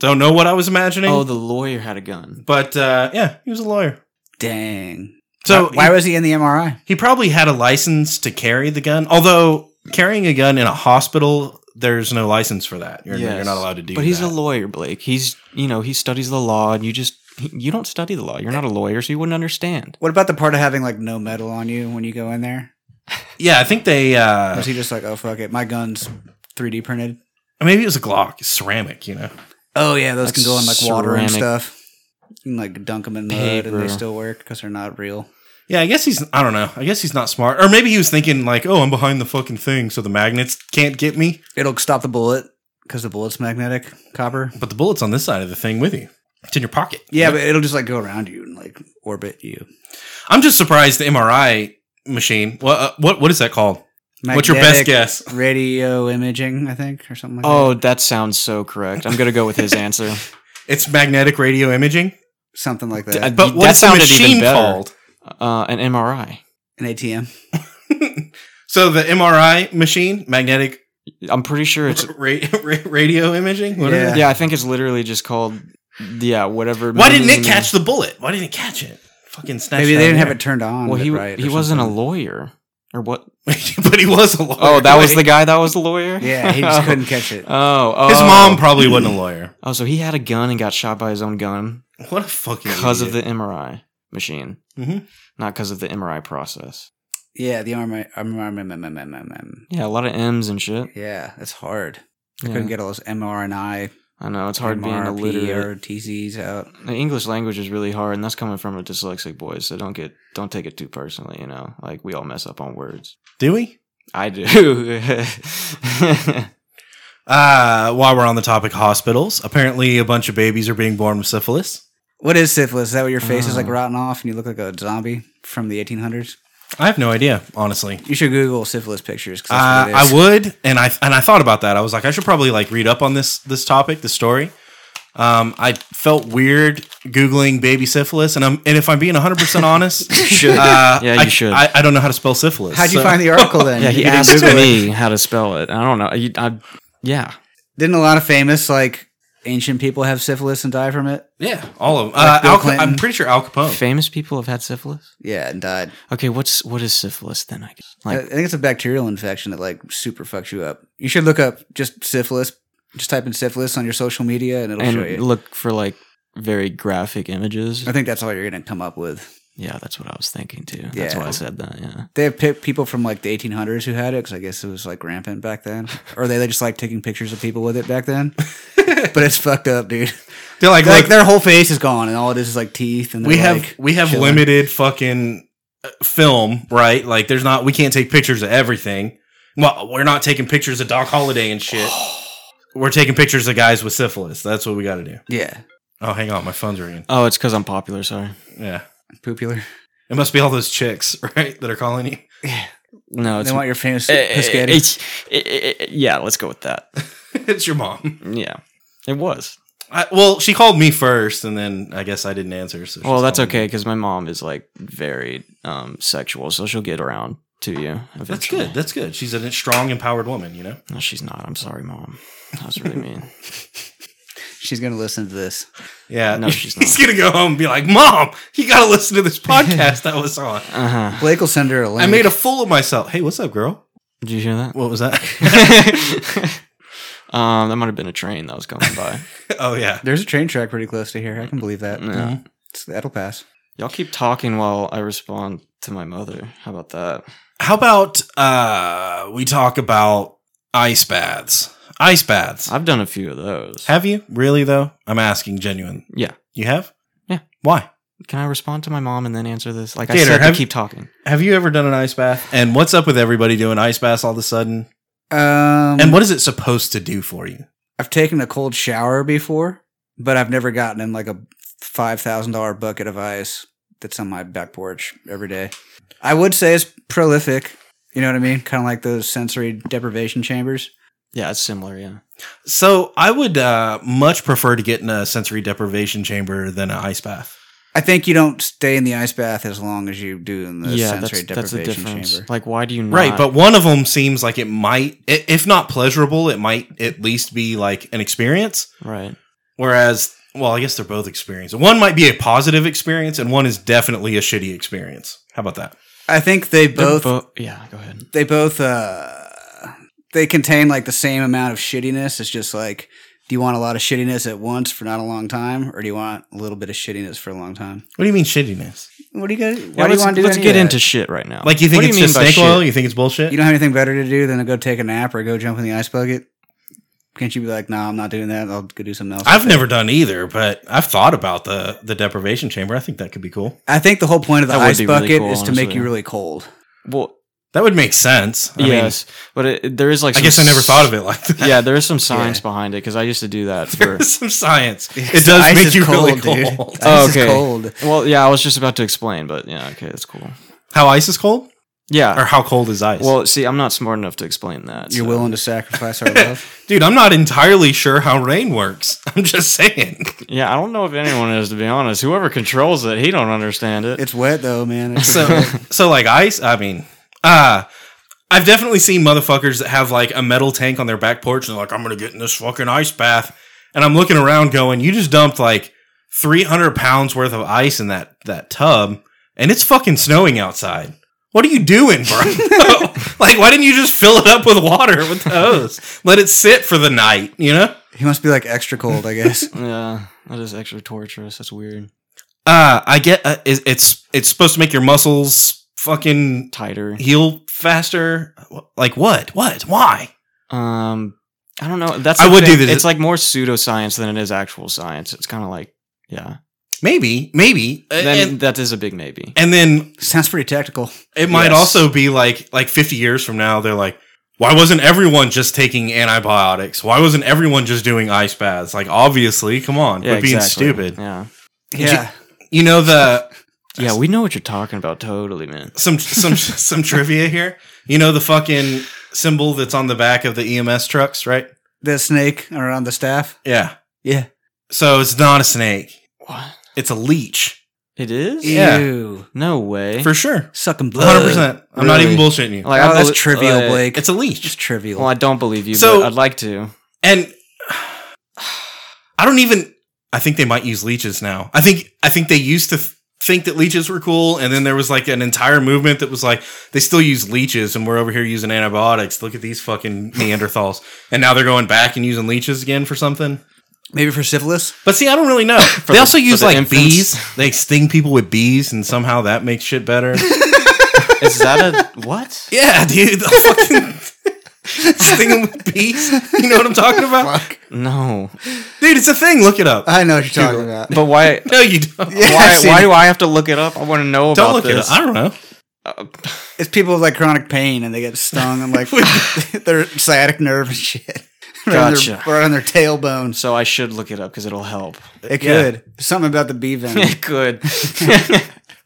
[SPEAKER 2] don't know what I was imagining.
[SPEAKER 3] Oh, the lawyer had a gun.
[SPEAKER 2] but uh, yeah, he was a lawyer.
[SPEAKER 1] Dang.
[SPEAKER 2] So
[SPEAKER 1] why, why
[SPEAKER 2] he,
[SPEAKER 1] was he in the MRI?
[SPEAKER 2] he probably had a license to carry the gun. Although carrying a gun in a hospital, there's no license for that. You're, you're
[SPEAKER 3] Yes.
[SPEAKER 2] not allowed to do
[SPEAKER 3] But he's
[SPEAKER 2] that.
[SPEAKER 3] a lawyer, Blake. He's you know he studies the law, and you just he- you don't study the law. You're not a lawyer, so you wouldn't understand.
[SPEAKER 1] What about the part of having like no metal on you when you go in there?
[SPEAKER 2] yeah, I think they uh,
[SPEAKER 1] Was he just like, oh fuck it, my gun's 3D printed?
[SPEAKER 2] uh, maybe it was a Glock, it's ceramic, you know.
[SPEAKER 1] Oh yeah, those can go in like water and
[SPEAKER 3] Ceramic.
[SPEAKER 1] stuff. You can like dunk them in mud and
[SPEAKER 3] Paper.
[SPEAKER 1] they still work because they're not real.
[SPEAKER 2] Yeah, I guess he's I don't know. I guess he's not smart. Or maybe he was thinking like, "Oh, I'm behind the fucking thing, so the magnets can't get me."
[SPEAKER 1] It'll stop the bullet because the bullet's magnetic copper.
[SPEAKER 2] But the bullet's on this side of the thing with you. It's in your pocket.
[SPEAKER 1] Yeah, but it'll just like go around you and like orbit you.
[SPEAKER 2] I'm just surprised the MRI machine. What uh, what what is that called? What's your best
[SPEAKER 1] Magnetic
[SPEAKER 2] guess?
[SPEAKER 1] Radio imaging, I think, or something like that.
[SPEAKER 3] Oh, that sounds so correct. I'm gonna go with his answer.
[SPEAKER 2] It's magnetic radio imaging.
[SPEAKER 1] something like that.
[SPEAKER 3] D- uh,
[SPEAKER 2] But
[SPEAKER 3] That
[SPEAKER 2] what's the
[SPEAKER 3] sounded even
[SPEAKER 2] machine
[SPEAKER 3] better.
[SPEAKER 2] called?
[SPEAKER 3] Uh, an MRI,
[SPEAKER 1] An ATM.
[SPEAKER 2] So the MRI machine, magnetic
[SPEAKER 3] I'm pretty sure it's
[SPEAKER 2] ra- ra- radio imaging. What is
[SPEAKER 1] Yeah.
[SPEAKER 2] it?
[SPEAKER 3] yeah. I think it's literally just called yeah whatever.
[SPEAKER 2] Why didn't it
[SPEAKER 3] magazine-
[SPEAKER 2] catch the bullet? Why didn't it catch it? Fucking snatch.
[SPEAKER 1] Maybe
[SPEAKER 2] that
[SPEAKER 1] they didn't
[SPEAKER 2] air.
[SPEAKER 1] have it turned on.
[SPEAKER 3] Well, he
[SPEAKER 1] right, or
[SPEAKER 3] he wasn't a
[SPEAKER 1] something.
[SPEAKER 3] lawyer or what?
[SPEAKER 2] but he was a lawyer.
[SPEAKER 3] Oh, that was the
[SPEAKER 2] Like,
[SPEAKER 3] guy that was the lawyer.
[SPEAKER 1] Yeah, he just couldn't catch it.
[SPEAKER 3] Oh, oh,
[SPEAKER 2] His mom probably wasn't a lawyer.
[SPEAKER 3] Oh, so he had a gun and got shot by his own gun
[SPEAKER 2] What a fucking
[SPEAKER 3] because of the
[SPEAKER 2] idiot.
[SPEAKER 3] MRI machine,
[SPEAKER 2] Mhm.
[SPEAKER 3] not because of the MRI process.
[SPEAKER 1] Yeah, the armor. armor, armor, armor, armor, armor, armor.
[SPEAKER 3] Yeah, a lot of M's and shit.
[SPEAKER 1] Yeah, it's hard. I
[SPEAKER 3] Yeah.
[SPEAKER 1] couldn't get all those mRNI,
[SPEAKER 3] I know it's hard being illiterate.
[SPEAKER 1] MRPRTZs out.
[SPEAKER 3] the English language is really hard, and that's coming from a dyslexic boy. So don't get don't take it too personally. You know, like we all mess up on words.
[SPEAKER 2] Do we?
[SPEAKER 3] I do.
[SPEAKER 2] Uh, while we're on the topic, hospitals. Apparently, a bunch of babies are being born with syphilis.
[SPEAKER 1] What is syphilis? Is that where your face is like
[SPEAKER 3] Oh.
[SPEAKER 1] rotting off and you look like a zombie from the 1800s?
[SPEAKER 2] I have no idea, honestly.
[SPEAKER 1] You should Google syphilis pictures. 'cause that's what
[SPEAKER 2] Uh,
[SPEAKER 1] it is.
[SPEAKER 2] I would, and I and I thought about that. I was like, I should probably like read up on this this topic, this story. Um, I felt weird googling baby syphilis, and I'm and if I'm being 100 percent honest,
[SPEAKER 3] should.
[SPEAKER 2] uh,
[SPEAKER 3] Yeah,
[SPEAKER 2] I,
[SPEAKER 3] you should.
[SPEAKER 2] I, I don't know how to spell syphilis.
[SPEAKER 1] How'd you
[SPEAKER 2] so-
[SPEAKER 1] find the article then?
[SPEAKER 3] yeah,
[SPEAKER 1] You
[SPEAKER 3] he
[SPEAKER 1] didn't
[SPEAKER 3] asked
[SPEAKER 1] Google it?
[SPEAKER 3] me how to spell it. I don't know. You- I, yeah,
[SPEAKER 1] Didn't a lot of famous like ancient people have syphilis and die from it?
[SPEAKER 2] Yeah, all of them.
[SPEAKER 1] Like
[SPEAKER 2] uh,
[SPEAKER 1] Bill
[SPEAKER 2] Al,
[SPEAKER 1] Clinton?
[SPEAKER 2] I'm pretty sure Al
[SPEAKER 1] Oh.
[SPEAKER 2] Capone.
[SPEAKER 3] famous people have had syphilis.
[SPEAKER 1] Yeah, and died.
[SPEAKER 3] Okay, what's what is syphilis then? I guess
[SPEAKER 1] I I
[SPEAKER 3] like
[SPEAKER 1] think it's a bacterial infection that like super fucks you up. You should look up just syphilis. Just type in syphilis on your social media and it'll show
[SPEAKER 3] and
[SPEAKER 1] you. Uh,
[SPEAKER 3] look for like very graphic images.
[SPEAKER 1] I think that's all you're gonna come up with.
[SPEAKER 3] Yeah, that's what I was thinking too. That's
[SPEAKER 1] Yeah.
[SPEAKER 3] why I said that. Yeah.
[SPEAKER 1] They have picked people from like the 1800s who had it because I guess it was like rampant back then, or they, they just like taking pictures of people with it back then. but it's fucked up, dude.
[SPEAKER 2] They're like,
[SPEAKER 1] Like
[SPEAKER 2] look,
[SPEAKER 1] their whole face is gone, and all it is is like teeth. And
[SPEAKER 2] we
[SPEAKER 1] they're,
[SPEAKER 2] have
[SPEAKER 1] like,
[SPEAKER 2] we have
[SPEAKER 1] chilling.
[SPEAKER 2] limited fucking uh, film, right? Like, there's not we can't take pictures of everything. Well, we're not taking pictures of Doc Holliday and shit. we're taking pictures of guys with syphilis. That's what we got to do.
[SPEAKER 1] Yeah,
[SPEAKER 2] Oh, hang on, my phone's ringing.
[SPEAKER 3] Oh, it's because I'm popular. Sorry.
[SPEAKER 2] Yeah.
[SPEAKER 1] popular.
[SPEAKER 2] It must be all those chicks, right, that are calling you.
[SPEAKER 3] No, it's
[SPEAKER 1] They want your famous
[SPEAKER 3] Eh, eh,
[SPEAKER 1] Piscetti.
[SPEAKER 3] it's- eh, eh, eh, yeah. Let's go with that.
[SPEAKER 2] it's your mom.
[SPEAKER 3] Yeah, it was.
[SPEAKER 2] I, well, she called me first, and then I guess I didn't answer. So she's
[SPEAKER 3] Well, that's
[SPEAKER 2] calling
[SPEAKER 3] okay
[SPEAKER 2] me.
[SPEAKER 3] because my mom is like very um, sexual, so she'll get around to you. Eventually.
[SPEAKER 2] That's good. That's good. She's a strong, empowered woman. You know.
[SPEAKER 3] No, she's not. I'm sorry, mom. That was really mean.
[SPEAKER 1] She's gonna listen to this.
[SPEAKER 2] Yeah.
[SPEAKER 3] No, she's
[SPEAKER 2] He's going to go home and be like, Mom, you got to listen to this podcast that was on.
[SPEAKER 3] Uh huh.
[SPEAKER 1] Blake will send her a link.
[SPEAKER 2] I made a fool of myself. Hey, what's up, girl?
[SPEAKER 3] Did you hear that?
[SPEAKER 2] What was that?
[SPEAKER 3] um, that might have been a train that was going by.
[SPEAKER 2] oh, yeah.
[SPEAKER 1] There's a train track pretty close to here. I can believe that.
[SPEAKER 3] Yeah.
[SPEAKER 1] It's- That'll pass.
[SPEAKER 3] Y'all keep talking while I respond to my mother. How about that?
[SPEAKER 2] How about uh we talk about ice baths? Ice baths.
[SPEAKER 3] I've done a few of those.
[SPEAKER 2] Have you? Really, though? I'm asking genuine.
[SPEAKER 3] Yeah.
[SPEAKER 2] You have?
[SPEAKER 3] Yeah.
[SPEAKER 2] Why?
[SPEAKER 3] Can I respond to my mom and then answer this? Like
[SPEAKER 2] Gator,
[SPEAKER 3] I said,
[SPEAKER 2] have-
[SPEAKER 3] to keep talking.
[SPEAKER 2] Have you ever done an ice bath? And what's up with everybody doing ice baths all of a sudden?
[SPEAKER 1] Um,
[SPEAKER 2] And what is it supposed to do for you?
[SPEAKER 1] I've taken a cold shower before, but I've never gotten in like a five thousand dollar bucket of ice that's on my back porch every day. I would say it's prolific. You know what I mean? Kind of like those sensory deprivation chambers.
[SPEAKER 3] Yeah, it's similar. Yeah.
[SPEAKER 2] So I would uh, much prefer to get in a sensory deprivation chamber than an ice bath.
[SPEAKER 1] I think you don't stay in the ice bath as long as you do in the
[SPEAKER 3] yeah,
[SPEAKER 1] sensory
[SPEAKER 3] that's, that's the
[SPEAKER 1] deprivation
[SPEAKER 3] difference.
[SPEAKER 1] chamber.
[SPEAKER 3] Like, why do you not?
[SPEAKER 2] Right, but one of them seems like it might, i- if not pleasurable, it might at least be like an experience.
[SPEAKER 3] right.
[SPEAKER 2] Whereas, well, I guess they're both experience. One might be a positive experience, and one is definitely a shitty experience. How about that?
[SPEAKER 1] I think they
[SPEAKER 3] They're
[SPEAKER 1] both
[SPEAKER 3] bo- yeah. Go ahead.
[SPEAKER 1] they both uh they contain like the same amount of shittiness. It's just like do you want a lot of shittiness at once for not a long time, or do you want a little bit of shittiness for a long time?
[SPEAKER 2] What do you mean shittiness?
[SPEAKER 1] What do you guys?
[SPEAKER 3] Yeah,
[SPEAKER 1] Why do you
[SPEAKER 3] let's-
[SPEAKER 1] want to do
[SPEAKER 3] Let's
[SPEAKER 1] any
[SPEAKER 3] get
[SPEAKER 1] of that?
[SPEAKER 3] into shit right now.
[SPEAKER 2] Like you think
[SPEAKER 3] What do
[SPEAKER 2] it's
[SPEAKER 3] mean
[SPEAKER 2] just
[SPEAKER 3] by
[SPEAKER 2] snake
[SPEAKER 3] shit?
[SPEAKER 2] oil? You think it's bullshit?
[SPEAKER 1] You don't have anything better to do than to go take a nap or go jump in the ice bucket. Can't you be like, nah, I'm not doing that. I'll go do something else.
[SPEAKER 2] I've never done either, but I've thought about the the deprivation chamber. I think that could be cool.
[SPEAKER 1] I think the whole point of the
[SPEAKER 3] That would
[SPEAKER 1] ice
[SPEAKER 3] be really
[SPEAKER 1] bucket
[SPEAKER 3] cool,
[SPEAKER 1] is to make
[SPEAKER 3] honestly.
[SPEAKER 1] you really cold.
[SPEAKER 3] Well,
[SPEAKER 2] That would make sense. I
[SPEAKER 3] yes, but it, it- there is like.
[SPEAKER 2] mean, I guess I never thought of it like that.
[SPEAKER 3] Yeah, there is some science
[SPEAKER 1] Yeah.
[SPEAKER 3] behind it because I used to do that for.
[SPEAKER 2] There's some science.
[SPEAKER 1] Yes,
[SPEAKER 2] It does
[SPEAKER 1] ice
[SPEAKER 2] make
[SPEAKER 1] is
[SPEAKER 2] you
[SPEAKER 1] cold,
[SPEAKER 2] really
[SPEAKER 1] dude.
[SPEAKER 2] cold.
[SPEAKER 1] Ice is
[SPEAKER 3] Oh, okay.
[SPEAKER 1] cold.
[SPEAKER 3] Well, yeah, I was just about to explain, but yeah, okay, that's cool.
[SPEAKER 2] How ice is cold, or
[SPEAKER 3] Yeah.
[SPEAKER 2] how cold is ice?
[SPEAKER 3] Well, see, I'm not smart enough to explain that.
[SPEAKER 1] You're
[SPEAKER 3] so-
[SPEAKER 1] willing to sacrifice our love.
[SPEAKER 2] Dude, I'm not entirely sure how rain works. I'm just saying.
[SPEAKER 3] Yeah, I don't know if anyone is to be honest. Whoever controls it, he don't understand it.
[SPEAKER 1] It's wet though, man. It's
[SPEAKER 2] So, so like ice. I mean, uh I've definitely seen motherfuckers that have like a metal tank on their back porch and they're like, I'm gonna get in this fucking ice bath, and I'm looking around going, you just dumped like 300 pounds worth of ice in that that tub, and it's fucking snowing outside. What are you doing, bro? like, why didn't you just fill it up with water with the hose? Let it sit for the night, you know?
[SPEAKER 1] he must be like extra cold, I guess.
[SPEAKER 3] yeah, that is extra torturous. That's weird.
[SPEAKER 2] Uh, I get uh, it's- it's it's supposed to make your muscles fucking
[SPEAKER 3] Tighter.
[SPEAKER 2] heal faster. Like what? What? Why?
[SPEAKER 3] Um, I don't know. That's
[SPEAKER 2] I
[SPEAKER 3] the
[SPEAKER 2] would
[SPEAKER 3] thing.
[SPEAKER 2] do this-
[SPEAKER 3] It's like more pseudoscience than it is actual science. It's kind of like yeah.
[SPEAKER 2] Maybe, maybe. Uh,
[SPEAKER 3] Then
[SPEAKER 2] and,
[SPEAKER 3] that is a big maybe.
[SPEAKER 2] and then
[SPEAKER 1] Sounds pretty tactical.
[SPEAKER 2] it might
[SPEAKER 3] Yes.
[SPEAKER 2] also be like like 50 years from now they're like why wasn't everyone just taking antibiotics? Why wasn't everyone just doing ice baths? Like obviously, come on,
[SPEAKER 3] Yeah,
[SPEAKER 2] we're being
[SPEAKER 3] exactly.
[SPEAKER 2] stupid.
[SPEAKER 3] Yeah.
[SPEAKER 1] Yeah.
[SPEAKER 2] You know the
[SPEAKER 3] Yeah, we know what you're talking about totally, man.
[SPEAKER 2] some some some trivia here. You know the fucking symbol that's on the back of the EMS trucks, right?
[SPEAKER 1] The snake around the staff.
[SPEAKER 2] Yeah.
[SPEAKER 1] Yeah.
[SPEAKER 2] So it's not a snake.
[SPEAKER 3] What?
[SPEAKER 2] It's a leech.
[SPEAKER 3] It is?
[SPEAKER 2] Yeah.
[SPEAKER 1] Ew.
[SPEAKER 3] No way.
[SPEAKER 2] For sure.
[SPEAKER 1] Sucking blood.
[SPEAKER 2] 100%. I'm not
[SPEAKER 3] Eh? Really?
[SPEAKER 2] even bullshitting you.
[SPEAKER 1] Oh, that's
[SPEAKER 3] belie-
[SPEAKER 1] trivial,
[SPEAKER 3] like-
[SPEAKER 1] Blake.
[SPEAKER 2] It's a
[SPEAKER 1] It's
[SPEAKER 2] leech.
[SPEAKER 1] trivial.
[SPEAKER 3] Well, I don't believe you,
[SPEAKER 2] So-
[SPEAKER 3] but I'd like to.
[SPEAKER 2] And I don't even I think they might use leeches now. I think I think they used to th- think that leeches were cool and then there was like an entire movement that was like they still use leeches and we're over here using antibiotics. Look at these fucking Neanderthals. And now they're going back and using leeches again for something.
[SPEAKER 1] Maybe for syphilis.
[SPEAKER 2] But see, I don't really know. they
[SPEAKER 3] the-
[SPEAKER 2] also
[SPEAKER 3] for
[SPEAKER 2] use
[SPEAKER 3] the
[SPEAKER 2] like
[SPEAKER 3] infants.
[SPEAKER 2] bees. They sting people with bees, and somehow that makes shit better.
[SPEAKER 3] Is that a what?
[SPEAKER 2] yeah, dude. Fucking sting them with bees. You know what I'm talking about,
[SPEAKER 3] No.
[SPEAKER 2] dude? It's a thing. Look it up.
[SPEAKER 1] I know what you're talking about.
[SPEAKER 3] But why?
[SPEAKER 2] no, you don't.
[SPEAKER 1] Yeah,
[SPEAKER 3] why,
[SPEAKER 1] I've seen
[SPEAKER 3] why
[SPEAKER 1] it.
[SPEAKER 3] do I have to look it up? I want to know
[SPEAKER 2] Don't
[SPEAKER 3] about
[SPEAKER 2] look it up.
[SPEAKER 3] this. Uh,
[SPEAKER 2] I don't know.
[SPEAKER 1] It's people with like chronic pain and they get stung and like their sciatic nerve and shit. Right on their-
[SPEAKER 3] Gotcha.
[SPEAKER 1] Right on their tailbones.
[SPEAKER 3] so I should look it up because it'll help.
[SPEAKER 1] It
[SPEAKER 2] Yeah.
[SPEAKER 1] could. Something about the bee venom.
[SPEAKER 3] Good.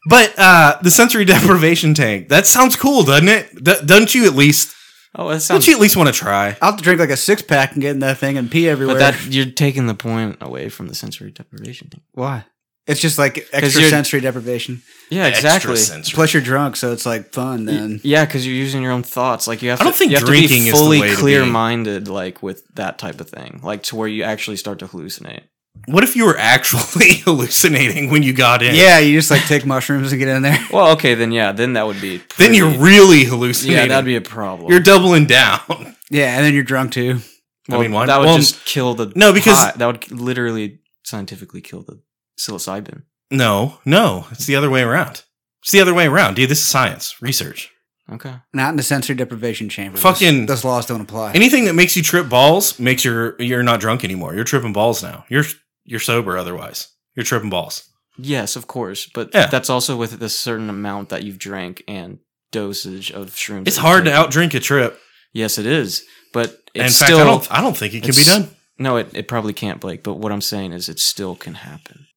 [SPEAKER 2] But uh, the sensory deprivation tank. That sounds cool, doesn't it? D- don't you at least?
[SPEAKER 3] oh, that sounds.
[SPEAKER 2] Don't you at least want to try?
[SPEAKER 1] I'll have to drink like a six pack and get in that thing and pee everywhere.
[SPEAKER 3] but that you're taking the point away from the sensory deprivation.
[SPEAKER 1] why? It's just like extra
[SPEAKER 3] you're-
[SPEAKER 1] sensory deprivation.
[SPEAKER 3] Yeah, exactly.
[SPEAKER 2] Extra-sensory.
[SPEAKER 1] Plus, you're drunk, so it's like fun then.
[SPEAKER 3] Yeah, because you're using your own thoughts. Like you have.
[SPEAKER 2] I
[SPEAKER 3] to,
[SPEAKER 2] don't think
[SPEAKER 3] you have
[SPEAKER 2] drinking is
[SPEAKER 3] to be
[SPEAKER 2] the
[SPEAKER 3] fully
[SPEAKER 2] way to be.
[SPEAKER 3] clear-minded, like with that type of thing, like to where you actually start to hallucinate.
[SPEAKER 2] What if you were actually hallucinating when you got in?
[SPEAKER 1] Yeah, you just like take mushrooms and get in there.
[SPEAKER 3] Well, okay, then yeah, then that would be.
[SPEAKER 2] Then
[SPEAKER 3] pretty-
[SPEAKER 2] you're really
[SPEAKER 3] Yeah,
[SPEAKER 2] hallucinating.
[SPEAKER 3] that'd be a problem.
[SPEAKER 2] You're doubling down.
[SPEAKER 1] Yeah, and then you're drunk too.
[SPEAKER 2] I mean, one-
[SPEAKER 3] that would
[SPEAKER 2] well,
[SPEAKER 3] just kill the.
[SPEAKER 2] no, because-
[SPEAKER 3] pot. that would literally scientifically kill the psilocybin.
[SPEAKER 2] No, no, it's the other way around. It's the other way around, dude. This is science, research.
[SPEAKER 3] Okay.
[SPEAKER 1] Not in the sensory deprivation chamber. Those-
[SPEAKER 2] Fucking-
[SPEAKER 1] those, laws don't apply.
[SPEAKER 2] Anything that makes you trip balls makes your you're not drunk anymore. You're tripping balls now. You're you're sober otherwise. You're tripping balls.
[SPEAKER 3] Yes, of course, but
[SPEAKER 2] Yeah.
[SPEAKER 3] that's also with a certain amount that you've drank and dosage of shrooms.
[SPEAKER 2] It's
[SPEAKER 3] that
[SPEAKER 2] hard to
[SPEAKER 3] you've taken.
[SPEAKER 2] outdrink a trip.
[SPEAKER 3] Yes, it is, but
[SPEAKER 2] And in
[SPEAKER 3] it's
[SPEAKER 2] fact,
[SPEAKER 3] still
[SPEAKER 2] I don't I don't think it can be
[SPEAKER 3] it's-
[SPEAKER 2] done.
[SPEAKER 3] No, it, it probably can't, Blake. But what I'm saying is, it still can happen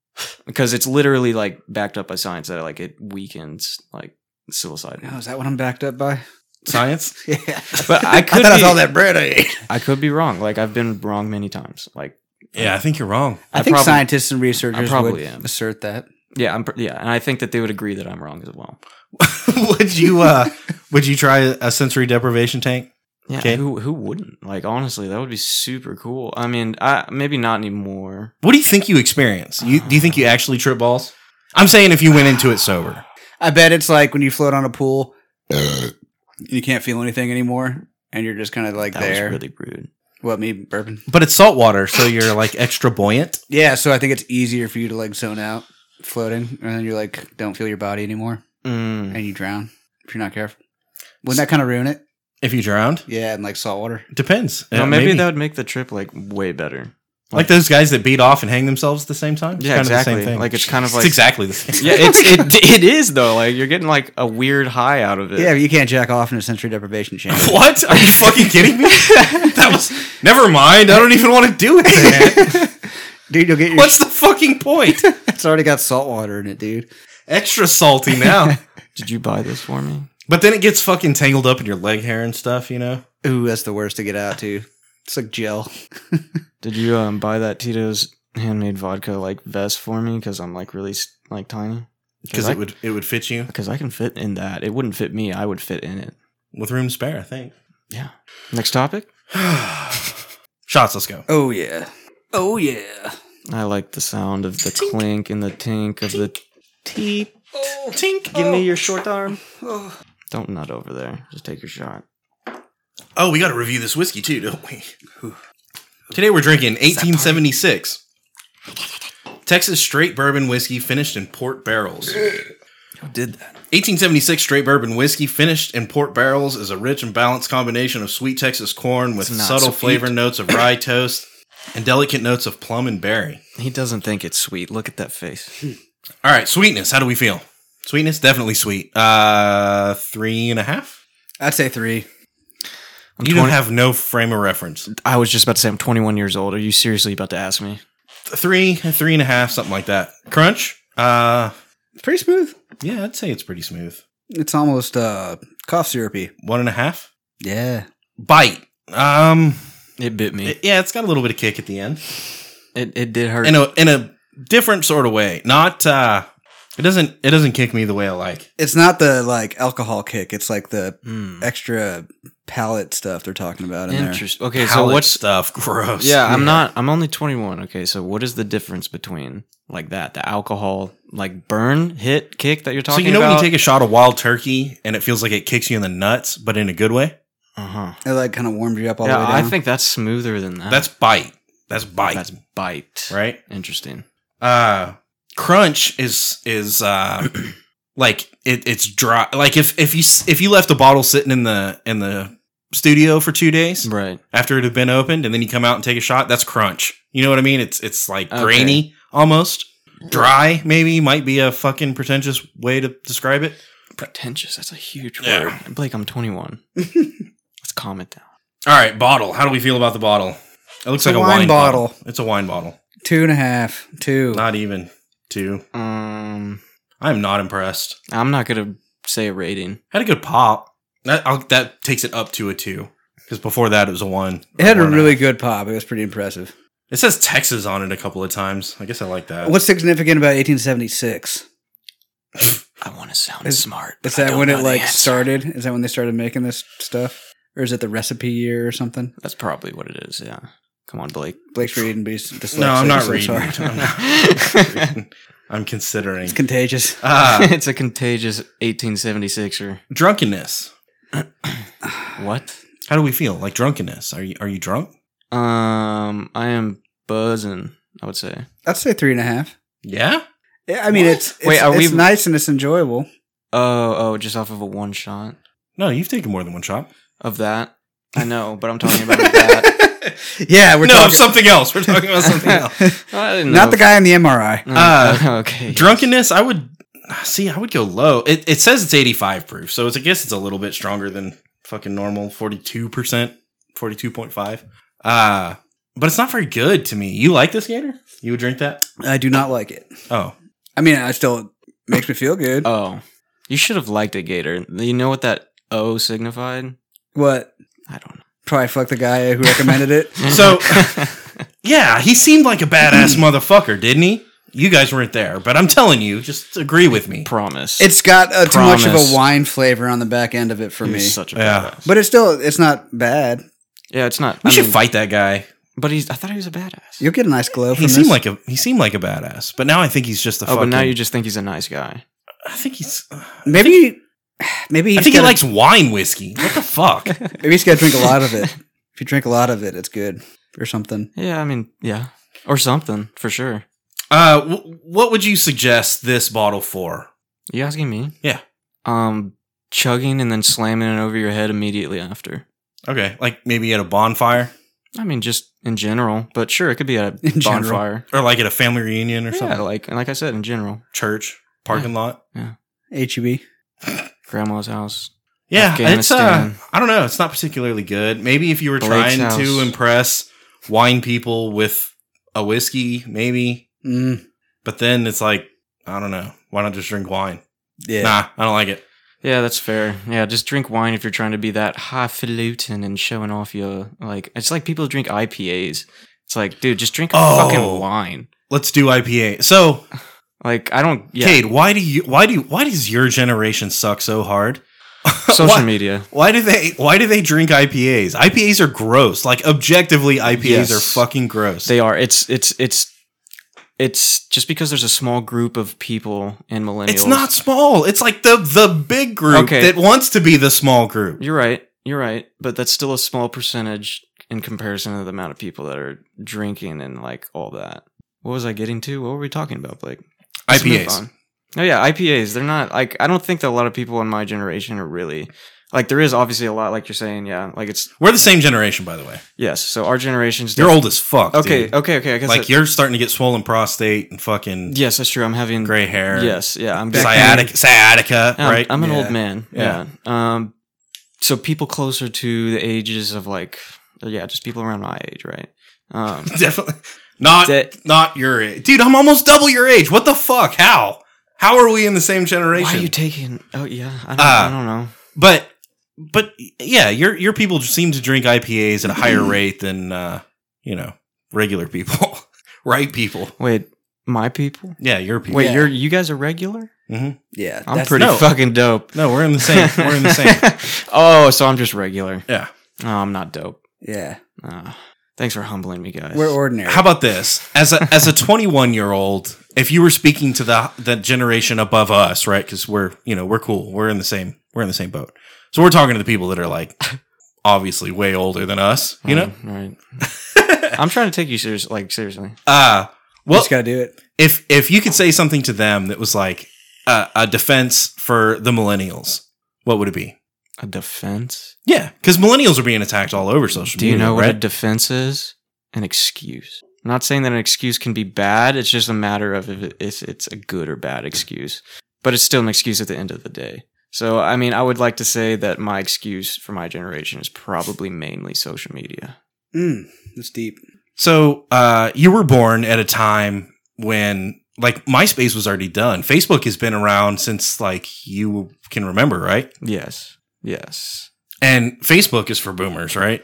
[SPEAKER 3] because it's literally like backed up by science that like it weakens like psilocybin.
[SPEAKER 1] oh, is that what I'm backed up by?
[SPEAKER 2] Science.
[SPEAKER 1] Yeah,
[SPEAKER 3] But I could
[SPEAKER 1] I thought it
[SPEAKER 3] be-
[SPEAKER 1] was all that bread I ate.
[SPEAKER 3] I could be wrong. Like I've been wrong many times. Like
[SPEAKER 2] yeah, I think you're wrong.
[SPEAKER 1] I,
[SPEAKER 3] I
[SPEAKER 1] think
[SPEAKER 3] probably-
[SPEAKER 1] scientists and researchers would
[SPEAKER 3] probably am.
[SPEAKER 1] assert that.
[SPEAKER 3] yeah, I'm pr- yeah, and I think that they would agree that I'm wrong as well.
[SPEAKER 2] would you uh would you try a sensory deprivation tank?
[SPEAKER 3] Yeah,
[SPEAKER 2] Okay.
[SPEAKER 3] who who wouldn't? Like honestly, that would be super cool. I mean, I maybe not anymore.
[SPEAKER 2] What do you think you experience? You do you think you actually trip balls? I'm saying if you went into it sober.
[SPEAKER 1] I bet it's like when you float on a pool, you can't feel anything anymore, and you're just kind of like
[SPEAKER 3] That
[SPEAKER 1] there.
[SPEAKER 3] was really rude.
[SPEAKER 1] what me burping?
[SPEAKER 2] But it's salt water, so you're like extra buoyant.
[SPEAKER 1] Yeah, so I think it's easier for you to like zone out floating, and then you're like don't feel your body anymore,
[SPEAKER 3] Mm.
[SPEAKER 1] and you drown if you're not careful. Wouldn't that kind of ruin it?
[SPEAKER 2] If you drowned,
[SPEAKER 1] Yeah, and like salt water.
[SPEAKER 2] depends.
[SPEAKER 3] No,
[SPEAKER 2] Uh,
[SPEAKER 3] maybe, that would make the trip like way better.
[SPEAKER 2] like those guys that beat off and hang themselves at the same time. It's
[SPEAKER 3] Yeah,
[SPEAKER 2] kinda the
[SPEAKER 3] exactly.
[SPEAKER 2] same thing.
[SPEAKER 3] Like it's kind of
[SPEAKER 2] It's
[SPEAKER 3] like
[SPEAKER 2] exactly the same.
[SPEAKER 3] yeah, it's it, it is though. Like you're getting like a weird high out of it.
[SPEAKER 1] Yeah, but you can't jack off in a sensory deprivation chamber.
[SPEAKER 2] What? Are you fucking kidding me? That was never mind. I don't even want to do it. man.
[SPEAKER 1] dude, you'll get your.
[SPEAKER 2] What's the fucking point?
[SPEAKER 1] It's already got salt water in it, dude.
[SPEAKER 2] Extra salty now.
[SPEAKER 3] Did you buy this for me?
[SPEAKER 2] But then it gets fucking tangled up in your leg hair and stuff. You know.
[SPEAKER 1] Ooh, that's the worst to get out too. It's like gel.
[SPEAKER 3] Did you um buy that Tito's handmade vodka like vest for me? Because I'm like really s- like tiny.
[SPEAKER 2] Because it would it would fit you
[SPEAKER 3] because I can fit in that. It wouldn't fit me. I would fit in it.
[SPEAKER 2] with room spare. I think.
[SPEAKER 3] Yeah. Next topic.
[SPEAKER 2] Shots. Let's go.
[SPEAKER 1] Oh yeah. Oh yeah.
[SPEAKER 3] I like the sound of the clink and the tink of the teep.
[SPEAKER 1] Oh,
[SPEAKER 2] Tink.
[SPEAKER 1] give me your short arm. Oh.
[SPEAKER 3] Don't nut over there. Just take your shot.
[SPEAKER 2] Oh, we got to review this whiskey too, don't we? Today we're drinking 1876 Texas straight bourbon whiskey finished in port barrels.
[SPEAKER 1] Who did that?
[SPEAKER 2] 1876 straight bourbon whiskey finished in port barrels is a rich and balanced combination of sweet Texas corn with
[SPEAKER 3] It's not
[SPEAKER 2] subtle
[SPEAKER 3] sweet.
[SPEAKER 2] flavor notes of rye toast and delicate notes of plum and berry.
[SPEAKER 3] He doesn't think it's sweet. Look at that face.
[SPEAKER 2] All right, sweetness. How do we feel? Sweetness, definitely sweet. Uh, three and a half.
[SPEAKER 1] I'd say three.
[SPEAKER 3] I'm
[SPEAKER 2] you don't
[SPEAKER 3] 20
[SPEAKER 2] have no frame of reference.
[SPEAKER 3] I was just about to say I'm 21 years old. Are you seriously about to ask me?
[SPEAKER 2] Three, three and a half, something like that. Crunch. Uh,
[SPEAKER 1] It's pretty smooth.
[SPEAKER 2] Yeah, I'd say it's pretty smooth.
[SPEAKER 1] It's almost uh cough syrupy.
[SPEAKER 2] One and a half
[SPEAKER 1] Yeah.
[SPEAKER 2] bite. Um,
[SPEAKER 3] It bit me.
[SPEAKER 2] it- yeah, it's got a little bit of kick at the end,
[SPEAKER 3] It, it did hurt.
[SPEAKER 2] in a in a different sort of way. Not uh, it doesn't it doesn't kick me the way I like.
[SPEAKER 1] It's not the like alcohol kick. It's like the
[SPEAKER 3] Hmm.
[SPEAKER 1] extra palate stuff they're talking
[SPEAKER 3] uh,
[SPEAKER 1] about in there.
[SPEAKER 3] Interesting. Okay, so
[SPEAKER 2] Palate
[SPEAKER 3] what's
[SPEAKER 2] stuff gross?
[SPEAKER 3] Yeah, I'm not. I'm only 21. Okay, so what is the difference between like that, the alcohol like burn hit kick that you're
[SPEAKER 2] So
[SPEAKER 3] talking
[SPEAKER 2] you know
[SPEAKER 3] about?
[SPEAKER 2] when you take a shot of wild turkey and it feels like it kicks you in the nuts, but in a good way.
[SPEAKER 3] uh huh.
[SPEAKER 1] It like kind of warms you up all the
[SPEAKER 3] Yeah,
[SPEAKER 1] way down.
[SPEAKER 3] I think that's smoother than that.
[SPEAKER 2] That's bite. That's bite.
[SPEAKER 3] that's bite.
[SPEAKER 2] right.
[SPEAKER 3] Interesting.
[SPEAKER 2] uh crunch is is uh like it, it's dry like if if you s- if you left a bottle sitting in the in the studio for two days
[SPEAKER 3] Right.
[SPEAKER 2] after it had been opened and then you come out and take a shot that's crunch you know what i mean it's it's like
[SPEAKER 3] Okay.
[SPEAKER 2] grainy almost dry maybe might be a fucking pretentious way to describe it
[SPEAKER 3] Pretentious. That's a huge
[SPEAKER 2] Yeah.
[SPEAKER 3] word. Blake, I'm 21. Let's calm it down.
[SPEAKER 2] all right bottle how do we feel about the bottle it looks
[SPEAKER 1] a
[SPEAKER 2] like a
[SPEAKER 1] wine
[SPEAKER 2] wine, bottle.
[SPEAKER 1] bottle.
[SPEAKER 2] it's a wine bottle
[SPEAKER 1] two and a half. Two.
[SPEAKER 2] not even two
[SPEAKER 3] Um,
[SPEAKER 2] i'm not impressed
[SPEAKER 3] I'm not gonna say a rating.
[SPEAKER 2] Had a good pop. That I'll, that takes it up to a two because before that it was a one.
[SPEAKER 1] it had a
[SPEAKER 2] One and
[SPEAKER 1] really good pop. It was pretty impressive.
[SPEAKER 2] It says Texas on it a couple of times. I guess I like that.
[SPEAKER 1] What's significant about 1876?
[SPEAKER 3] I want to sound
[SPEAKER 1] Is-
[SPEAKER 3] smart.
[SPEAKER 1] Is
[SPEAKER 3] but I
[SPEAKER 1] that
[SPEAKER 3] don't
[SPEAKER 1] when
[SPEAKER 3] know
[SPEAKER 1] it
[SPEAKER 3] the
[SPEAKER 1] like
[SPEAKER 3] answer.
[SPEAKER 1] started? Is that when they started making this stuff? Or is it the recipe year or something?
[SPEAKER 3] That's probably what it is. Yeah. Come on, Blake.
[SPEAKER 1] Blake's reading, but he's dyslexic.
[SPEAKER 2] no, I'm not
[SPEAKER 1] so
[SPEAKER 2] reading.
[SPEAKER 1] sorry.
[SPEAKER 2] I'm, not reading. I'm considering.
[SPEAKER 1] It's contagious.
[SPEAKER 2] Ah,
[SPEAKER 3] it's a contagious 1876er.
[SPEAKER 2] drunkenness.
[SPEAKER 3] What?
[SPEAKER 2] How do we feel? Like drunkenness. Are you are you drunk?
[SPEAKER 3] Um, I am buzzing. I would say.
[SPEAKER 1] I'd say three and a half.
[SPEAKER 2] Yeah.
[SPEAKER 1] Yeah, I mean,
[SPEAKER 2] What?
[SPEAKER 1] it's, it's,
[SPEAKER 3] Wait, are
[SPEAKER 1] it's
[SPEAKER 3] we-
[SPEAKER 1] nice and it's enjoyable.
[SPEAKER 3] Oh, oh, just off of a one shot
[SPEAKER 2] No, you've taken more than one shot.
[SPEAKER 3] of that. I know, but I'm talking about that.
[SPEAKER 1] yeah, we're
[SPEAKER 2] no,
[SPEAKER 1] talking.
[SPEAKER 2] something else. We're talking about something else.
[SPEAKER 3] I didn't know
[SPEAKER 1] Not the
[SPEAKER 3] if-
[SPEAKER 1] guy in the MRI.
[SPEAKER 3] Uh, okay.
[SPEAKER 2] Drunkenness, I would see. I would go low. It, it says it's 85 proof, so it's I guess it's a little bit stronger than fucking normal 42 percent, 42.5. Uh but it's not very good to me. You like this Gator? You would drink that?
[SPEAKER 1] I do not like it.
[SPEAKER 2] Oh,
[SPEAKER 1] I mean, I still it makes me feel good.
[SPEAKER 3] Oh, you should have liked it, Gator. You know what that O signified?
[SPEAKER 1] what?
[SPEAKER 3] I don't know.
[SPEAKER 1] Probably fuck the guy who recommended it.
[SPEAKER 2] So- yeah. He seemed like a badass motherfucker, didn't he? You guys weren't there, but I'm telling you, just agree with me.
[SPEAKER 3] promise.
[SPEAKER 1] It's got uh, too much of
[SPEAKER 3] Promise.
[SPEAKER 1] a wine flavor on the back end of it for
[SPEAKER 3] He
[SPEAKER 1] me.
[SPEAKER 3] was such a
[SPEAKER 2] Yeah.
[SPEAKER 3] badass.
[SPEAKER 1] but it's still it's not bad.
[SPEAKER 3] yeah, it's not.
[SPEAKER 2] We
[SPEAKER 3] I
[SPEAKER 2] should
[SPEAKER 3] mean,
[SPEAKER 2] fight that guy.
[SPEAKER 3] But he's. I thought he was a badass.
[SPEAKER 1] You'll get a nice glow from
[SPEAKER 2] He
[SPEAKER 1] this.
[SPEAKER 2] seemed like a he seemed like a badass, but now I think he's just a
[SPEAKER 3] oh, but
[SPEAKER 2] fucking.
[SPEAKER 3] now you just think he's a nice guy.
[SPEAKER 2] I think he's.
[SPEAKER 1] maybe maybe he's
[SPEAKER 2] I think he
[SPEAKER 1] gotta-
[SPEAKER 2] likes wine whiskey. What the fuck?
[SPEAKER 1] maybe he's got to drink a lot of it. if you drink a lot of it, it's good or something.
[SPEAKER 3] Yeah, I mean, yeah, or something for sure.
[SPEAKER 2] Uh, w- what would you suggest this bottle for?
[SPEAKER 3] You asking me?
[SPEAKER 2] Yeah.
[SPEAKER 3] Um, chugging and then slamming it over your head immediately after.
[SPEAKER 2] Okay, like maybe at a bonfire
[SPEAKER 3] I mean, just in general, but sure, it could be at a
[SPEAKER 1] In general.
[SPEAKER 3] bonfire.
[SPEAKER 2] or like at a family reunion or
[SPEAKER 3] Yeah,
[SPEAKER 2] something.
[SPEAKER 3] like like I said, in general,
[SPEAKER 2] Church, parking lot.
[SPEAKER 1] HEB.
[SPEAKER 3] grandma's house.
[SPEAKER 2] Yeah, it's uh,
[SPEAKER 3] Afghanistan.
[SPEAKER 2] I don't know. It's not particularly good. Maybe if you were
[SPEAKER 3] Blake's
[SPEAKER 2] trying to
[SPEAKER 3] house.
[SPEAKER 2] impress wine people with a whiskey, maybe.
[SPEAKER 1] Mm,
[SPEAKER 2] But then it's like I don't know. Why not just drink wine?
[SPEAKER 1] yeah.
[SPEAKER 2] Nah, I don't like it.
[SPEAKER 3] Yeah, that's fair. Yeah, just drink wine if you're trying to be that highfalutin and showing off your like. It's like people drink IPAs. It's like, dude, just drink
[SPEAKER 2] Oh.
[SPEAKER 3] fucking wine.
[SPEAKER 2] Let's do IPA. So,
[SPEAKER 3] Like, I don't. Yeah,
[SPEAKER 2] Cade, why do you? Why do? you- Why does your generation suck so hard?
[SPEAKER 3] social
[SPEAKER 2] Why-
[SPEAKER 3] media.
[SPEAKER 2] Why do they why do they drink IPAs? IPAs are gross. Like objectively IPAs
[SPEAKER 3] Yes.
[SPEAKER 2] are fucking gross.
[SPEAKER 3] They are. It's it's it's it's just because there's a small group of people in millennials.
[SPEAKER 2] it's not small. It's like the the big group
[SPEAKER 3] Okay.
[SPEAKER 2] that wants to be the small group.
[SPEAKER 3] You're right. You're right. But that's still a small percentage in comparison to the amount of people that are drinking and like all that. What was I getting to? What were we talking about, Blake? Let's move
[SPEAKER 2] IPAs.
[SPEAKER 3] on. Oh yeah, IPAs. They're not like I don't think that a lot of people in my generation are really like there is obviously a lot like you're saying, yeah. Like it's
[SPEAKER 2] We're the same generation by the way.
[SPEAKER 3] yes. So our generation's
[SPEAKER 2] You're
[SPEAKER 3] def-
[SPEAKER 2] old as fuck.
[SPEAKER 3] Okay,
[SPEAKER 2] dude.
[SPEAKER 3] okay, okay. I guess
[SPEAKER 2] Like
[SPEAKER 3] that-
[SPEAKER 2] you're starting to get swollen prostate and fucking
[SPEAKER 3] Yes, that's true. I'm having
[SPEAKER 2] gray hair.
[SPEAKER 3] Yes, yeah. I'm
[SPEAKER 2] Sciatic, sciatica,
[SPEAKER 3] I'm,
[SPEAKER 2] right?
[SPEAKER 3] I'm an
[SPEAKER 1] Yeah.
[SPEAKER 3] old man.
[SPEAKER 2] Yeah.
[SPEAKER 3] Yeah. Um so people closer to the ages of like uh, yeah, just people around my age, right? Um
[SPEAKER 2] Definitely not
[SPEAKER 3] that
[SPEAKER 2] not your age. Dude, I'm almost double your age. What the fuck? How? How are we in the same generation?
[SPEAKER 3] Why are you taking? Oh yeah, I don't,
[SPEAKER 2] Ah.
[SPEAKER 3] I don't know.
[SPEAKER 2] but but yeah, your your people seem to drink IPAs at a higher rate than uh, you know regular people, right? People,
[SPEAKER 3] Wait, my people.
[SPEAKER 2] yeah, your people.
[SPEAKER 3] Wait,
[SPEAKER 1] Yeah.
[SPEAKER 3] you're you guys are regular?
[SPEAKER 1] Yeah.
[SPEAKER 3] I'm
[SPEAKER 1] that's-
[SPEAKER 3] pretty
[SPEAKER 2] no.
[SPEAKER 3] fucking dope.
[SPEAKER 2] No, we're in the same. We're in the same.
[SPEAKER 3] oh, so I'm just regular.
[SPEAKER 2] Yeah.
[SPEAKER 3] Oh, I'm not dope.
[SPEAKER 1] Yeah.
[SPEAKER 3] Ah, thanks for humbling me, guys.
[SPEAKER 1] We're ordinary.
[SPEAKER 2] How about this? As a as a 21 year old, if you were speaking to the the generation above us, right? Because we're you know we're cool. We're in the same. We're in the same boat. So we're talking to the people that are like obviously way older than us. You
[SPEAKER 3] Hmm.
[SPEAKER 2] know.
[SPEAKER 3] Um, right? I'm trying to take you serious, like seriously.
[SPEAKER 2] Uh
[SPEAKER 1] You
[SPEAKER 2] well,
[SPEAKER 1] just got to do it.
[SPEAKER 2] if if you could say something to them that was like a, a defense for the millennials, what would it be?
[SPEAKER 3] A defense?
[SPEAKER 2] Yeah, because millennials are being attacked all over social
[SPEAKER 3] Do
[SPEAKER 2] media.
[SPEAKER 3] you know what a
[SPEAKER 2] right?
[SPEAKER 3] defense is? An excuse. I'm not saying that an excuse can be bad. It's just a matter of if, it, if it's a good or bad excuse. But it's still an excuse at the end of the day. So, I mean, I would like to say that my excuse for my generation is probably mainly social media.
[SPEAKER 1] Mm, it's deep.
[SPEAKER 2] so uh, you were born at a time when like MySpace was already done. Facebook has been around since like you can remember, right?
[SPEAKER 3] Yes. Yes.
[SPEAKER 2] And Facebook is for boomers, right?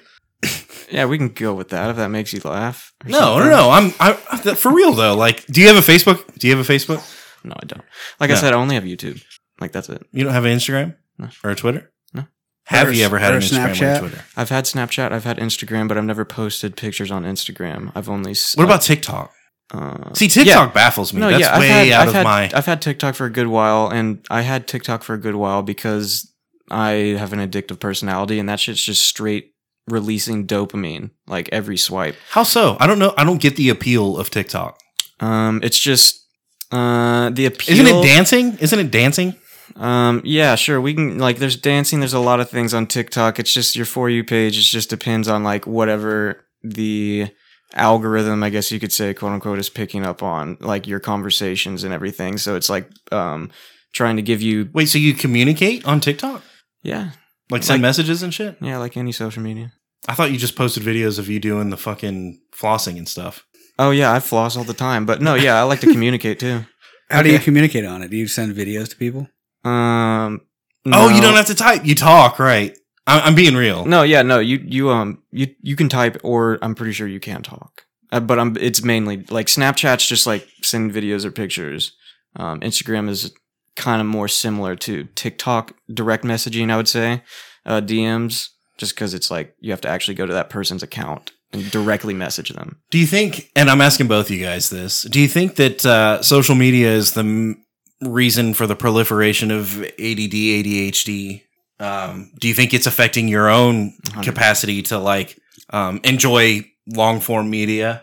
[SPEAKER 3] Yeah, we can go with that if that makes you laugh. or
[SPEAKER 2] No, no,
[SPEAKER 3] something.
[SPEAKER 2] no. I'm I, I- for real though. Like, do you have a Facebook? Do you have a Facebook?
[SPEAKER 3] No, I don't. Like I
[SPEAKER 2] No.
[SPEAKER 3] said, I only have YouTube. Like that's it.
[SPEAKER 2] You don't have an Instagram
[SPEAKER 3] No.
[SPEAKER 2] or a Twitter?
[SPEAKER 3] No.
[SPEAKER 2] Have
[SPEAKER 1] Or
[SPEAKER 2] you
[SPEAKER 1] a-
[SPEAKER 2] ever had
[SPEAKER 1] or
[SPEAKER 2] an
[SPEAKER 1] a
[SPEAKER 2] Instagram or
[SPEAKER 1] Snapchat?
[SPEAKER 2] a Twitter?
[SPEAKER 3] I've had Snapchat, I've had Instagram, but I've never posted pictures on Instagram. I've only s-
[SPEAKER 2] What about TikTok?
[SPEAKER 3] uh,
[SPEAKER 2] See, TikTok baffles me. That's way out
[SPEAKER 3] I've
[SPEAKER 2] of
[SPEAKER 3] had,
[SPEAKER 2] my.
[SPEAKER 3] I've had TikTok for a good while, and I had TikTok for a good while because I have an addictive personality, and that shit's just straight releasing dopamine like every swipe.
[SPEAKER 2] How so? I don't know. I don't get the appeal of TikTok.
[SPEAKER 3] Um, it's just uh the appeal.
[SPEAKER 2] Isn't it dancing? Isn't it dancing?
[SPEAKER 3] Um, yeah, sure. We can like there's dancing, there's a lot of things on TikTok. It's just your for you page, it just depends on like whatever the algorithm, I guess you could say, quote unquote, is picking up on, like your conversations and everything. So it's like um trying to give you
[SPEAKER 2] Wait, so you communicate on TikTok?
[SPEAKER 3] yeah,
[SPEAKER 2] Like send
[SPEAKER 3] Like-
[SPEAKER 2] messages and shit?
[SPEAKER 3] yeah, like any social media.
[SPEAKER 2] I thought you just posted videos of you doing the fucking flossing and stuff.
[SPEAKER 3] Oh yeah, I floss all the time. But no, yeah, I like to communicate too.
[SPEAKER 1] How do you communicate on it? Do you send videos to people?
[SPEAKER 3] Um
[SPEAKER 2] Oh, you
[SPEAKER 3] no.
[SPEAKER 2] don't have to type. You talk, right? I'm, I'm being real.
[SPEAKER 3] No, yeah, no. You you um you you can type or I'm pretty sure you can talk. Uh, but I'm it's mainly like Snapchat's just like send videos or pictures. Um, Instagram is kind of more similar to TikTok direct messaging, I would say. Uh, DMs just cuz it's like you have to actually go to that person's account and directly message them.
[SPEAKER 2] Do you think, and I'm asking both you guys this, do you think that uh, social media is the m- reason for the proliferation of ADD, ADHD? Um, do you think it's affecting your own
[SPEAKER 3] Hundred-
[SPEAKER 2] capacity to like um, enjoy long form media?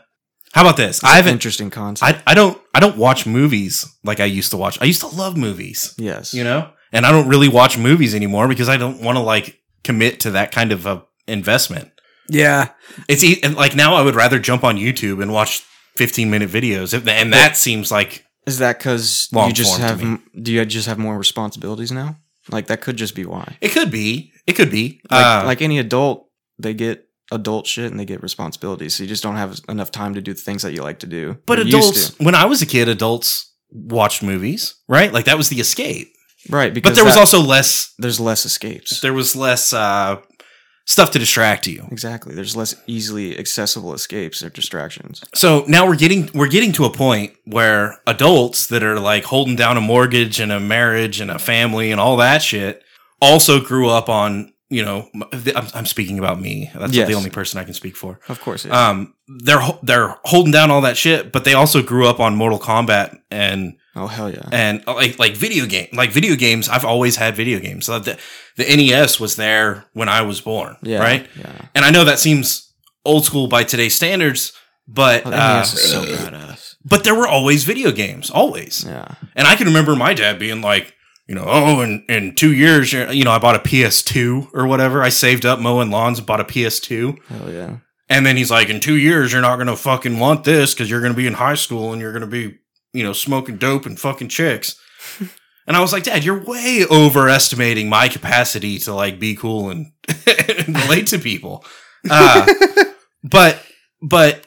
[SPEAKER 2] How about this? I haven't,
[SPEAKER 3] interesting concept.
[SPEAKER 2] I, I don't, I don't watch movies like I used to watch. I used to love movies,
[SPEAKER 3] yes.
[SPEAKER 2] you know, and I don't really watch movies anymore because I don't want to like commit to that kind of a investment.
[SPEAKER 1] Yeah,
[SPEAKER 2] It's e- and, like now I would rather jump on YouTube and watch 15 minute videos, If- and that seems like
[SPEAKER 3] Is that cuz
[SPEAKER 2] Long
[SPEAKER 3] you just
[SPEAKER 2] form to
[SPEAKER 3] have
[SPEAKER 2] me.
[SPEAKER 3] m- do you just have more responsibilities now? Like that could just be why.
[SPEAKER 2] it could be. It could be.
[SPEAKER 3] like,
[SPEAKER 2] Uh,
[SPEAKER 3] like any adult, they get adult shit and they get responsibilities. So you just don't have enough time to do the things that you like to do.
[SPEAKER 2] but
[SPEAKER 3] You're used
[SPEAKER 2] adults,
[SPEAKER 3] to.
[SPEAKER 2] when I was a kid, adults watched movies, right? Like that was the escape.
[SPEAKER 3] right? Because
[SPEAKER 2] But there was
[SPEAKER 3] that-
[SPEAKER 2] also less.
[SPEAKER 3] there's less escapes.
[SPEAKER 2] There was less uh, stuff to distract you.
[SPEAKER 3] exactly. There's less easily accessible escapes or distractions.
[SPEAKER 2] So now we're getting we're getting to a point where adults that are like holding down a mortgage and a marriage and a family and all that shit also grew up on you know m- I'm, I'm speaking about me. That's
[SPEAKER 3] Yes.
[SPEAKER 2] the only person I can speak for.
[SPEAKER 3] Of course, yeah.
[SPEAKER 2] um they're ho- they're holding down all that shit but they also grew up on mortal kombat and
[SPEAKER 3] oh hell yeah.
[SPEAKER 2] and uh, like like video game like video games i've always had video games so the, the nes was there when i was born
[SPEAKER 3] yeah,
[SPEAKER 2] right
[SPEAKER 3] Yeah.
[SPEAKER 2] and i know that seems old school by today's standards but
[SPEAKER 3] Oh, the
[SPEAKER 2] uh,
[SPEAKER 3] NES is so badass.
[SPEAKER 2] but there were always video games always
[SPEAKER 3] Yeah.
[SPEAKER 2] and i can remember my dad being like you know, oh, in, in two years, you're- you know, I bought a PS2 or whatever. I saved up mowing lawns, and bought a PS2.
[SPEAKER 3] Hell yeah.
[SPEAKER 2] And then he's like, in two years, you're not going to fucking want this because you're going to be in high school and you're going to be, you know, smoking dope and fucking chicks. and I was like, Dad, you're way overestimating my capacity to like be cool and, and relate to people. Uh, but, but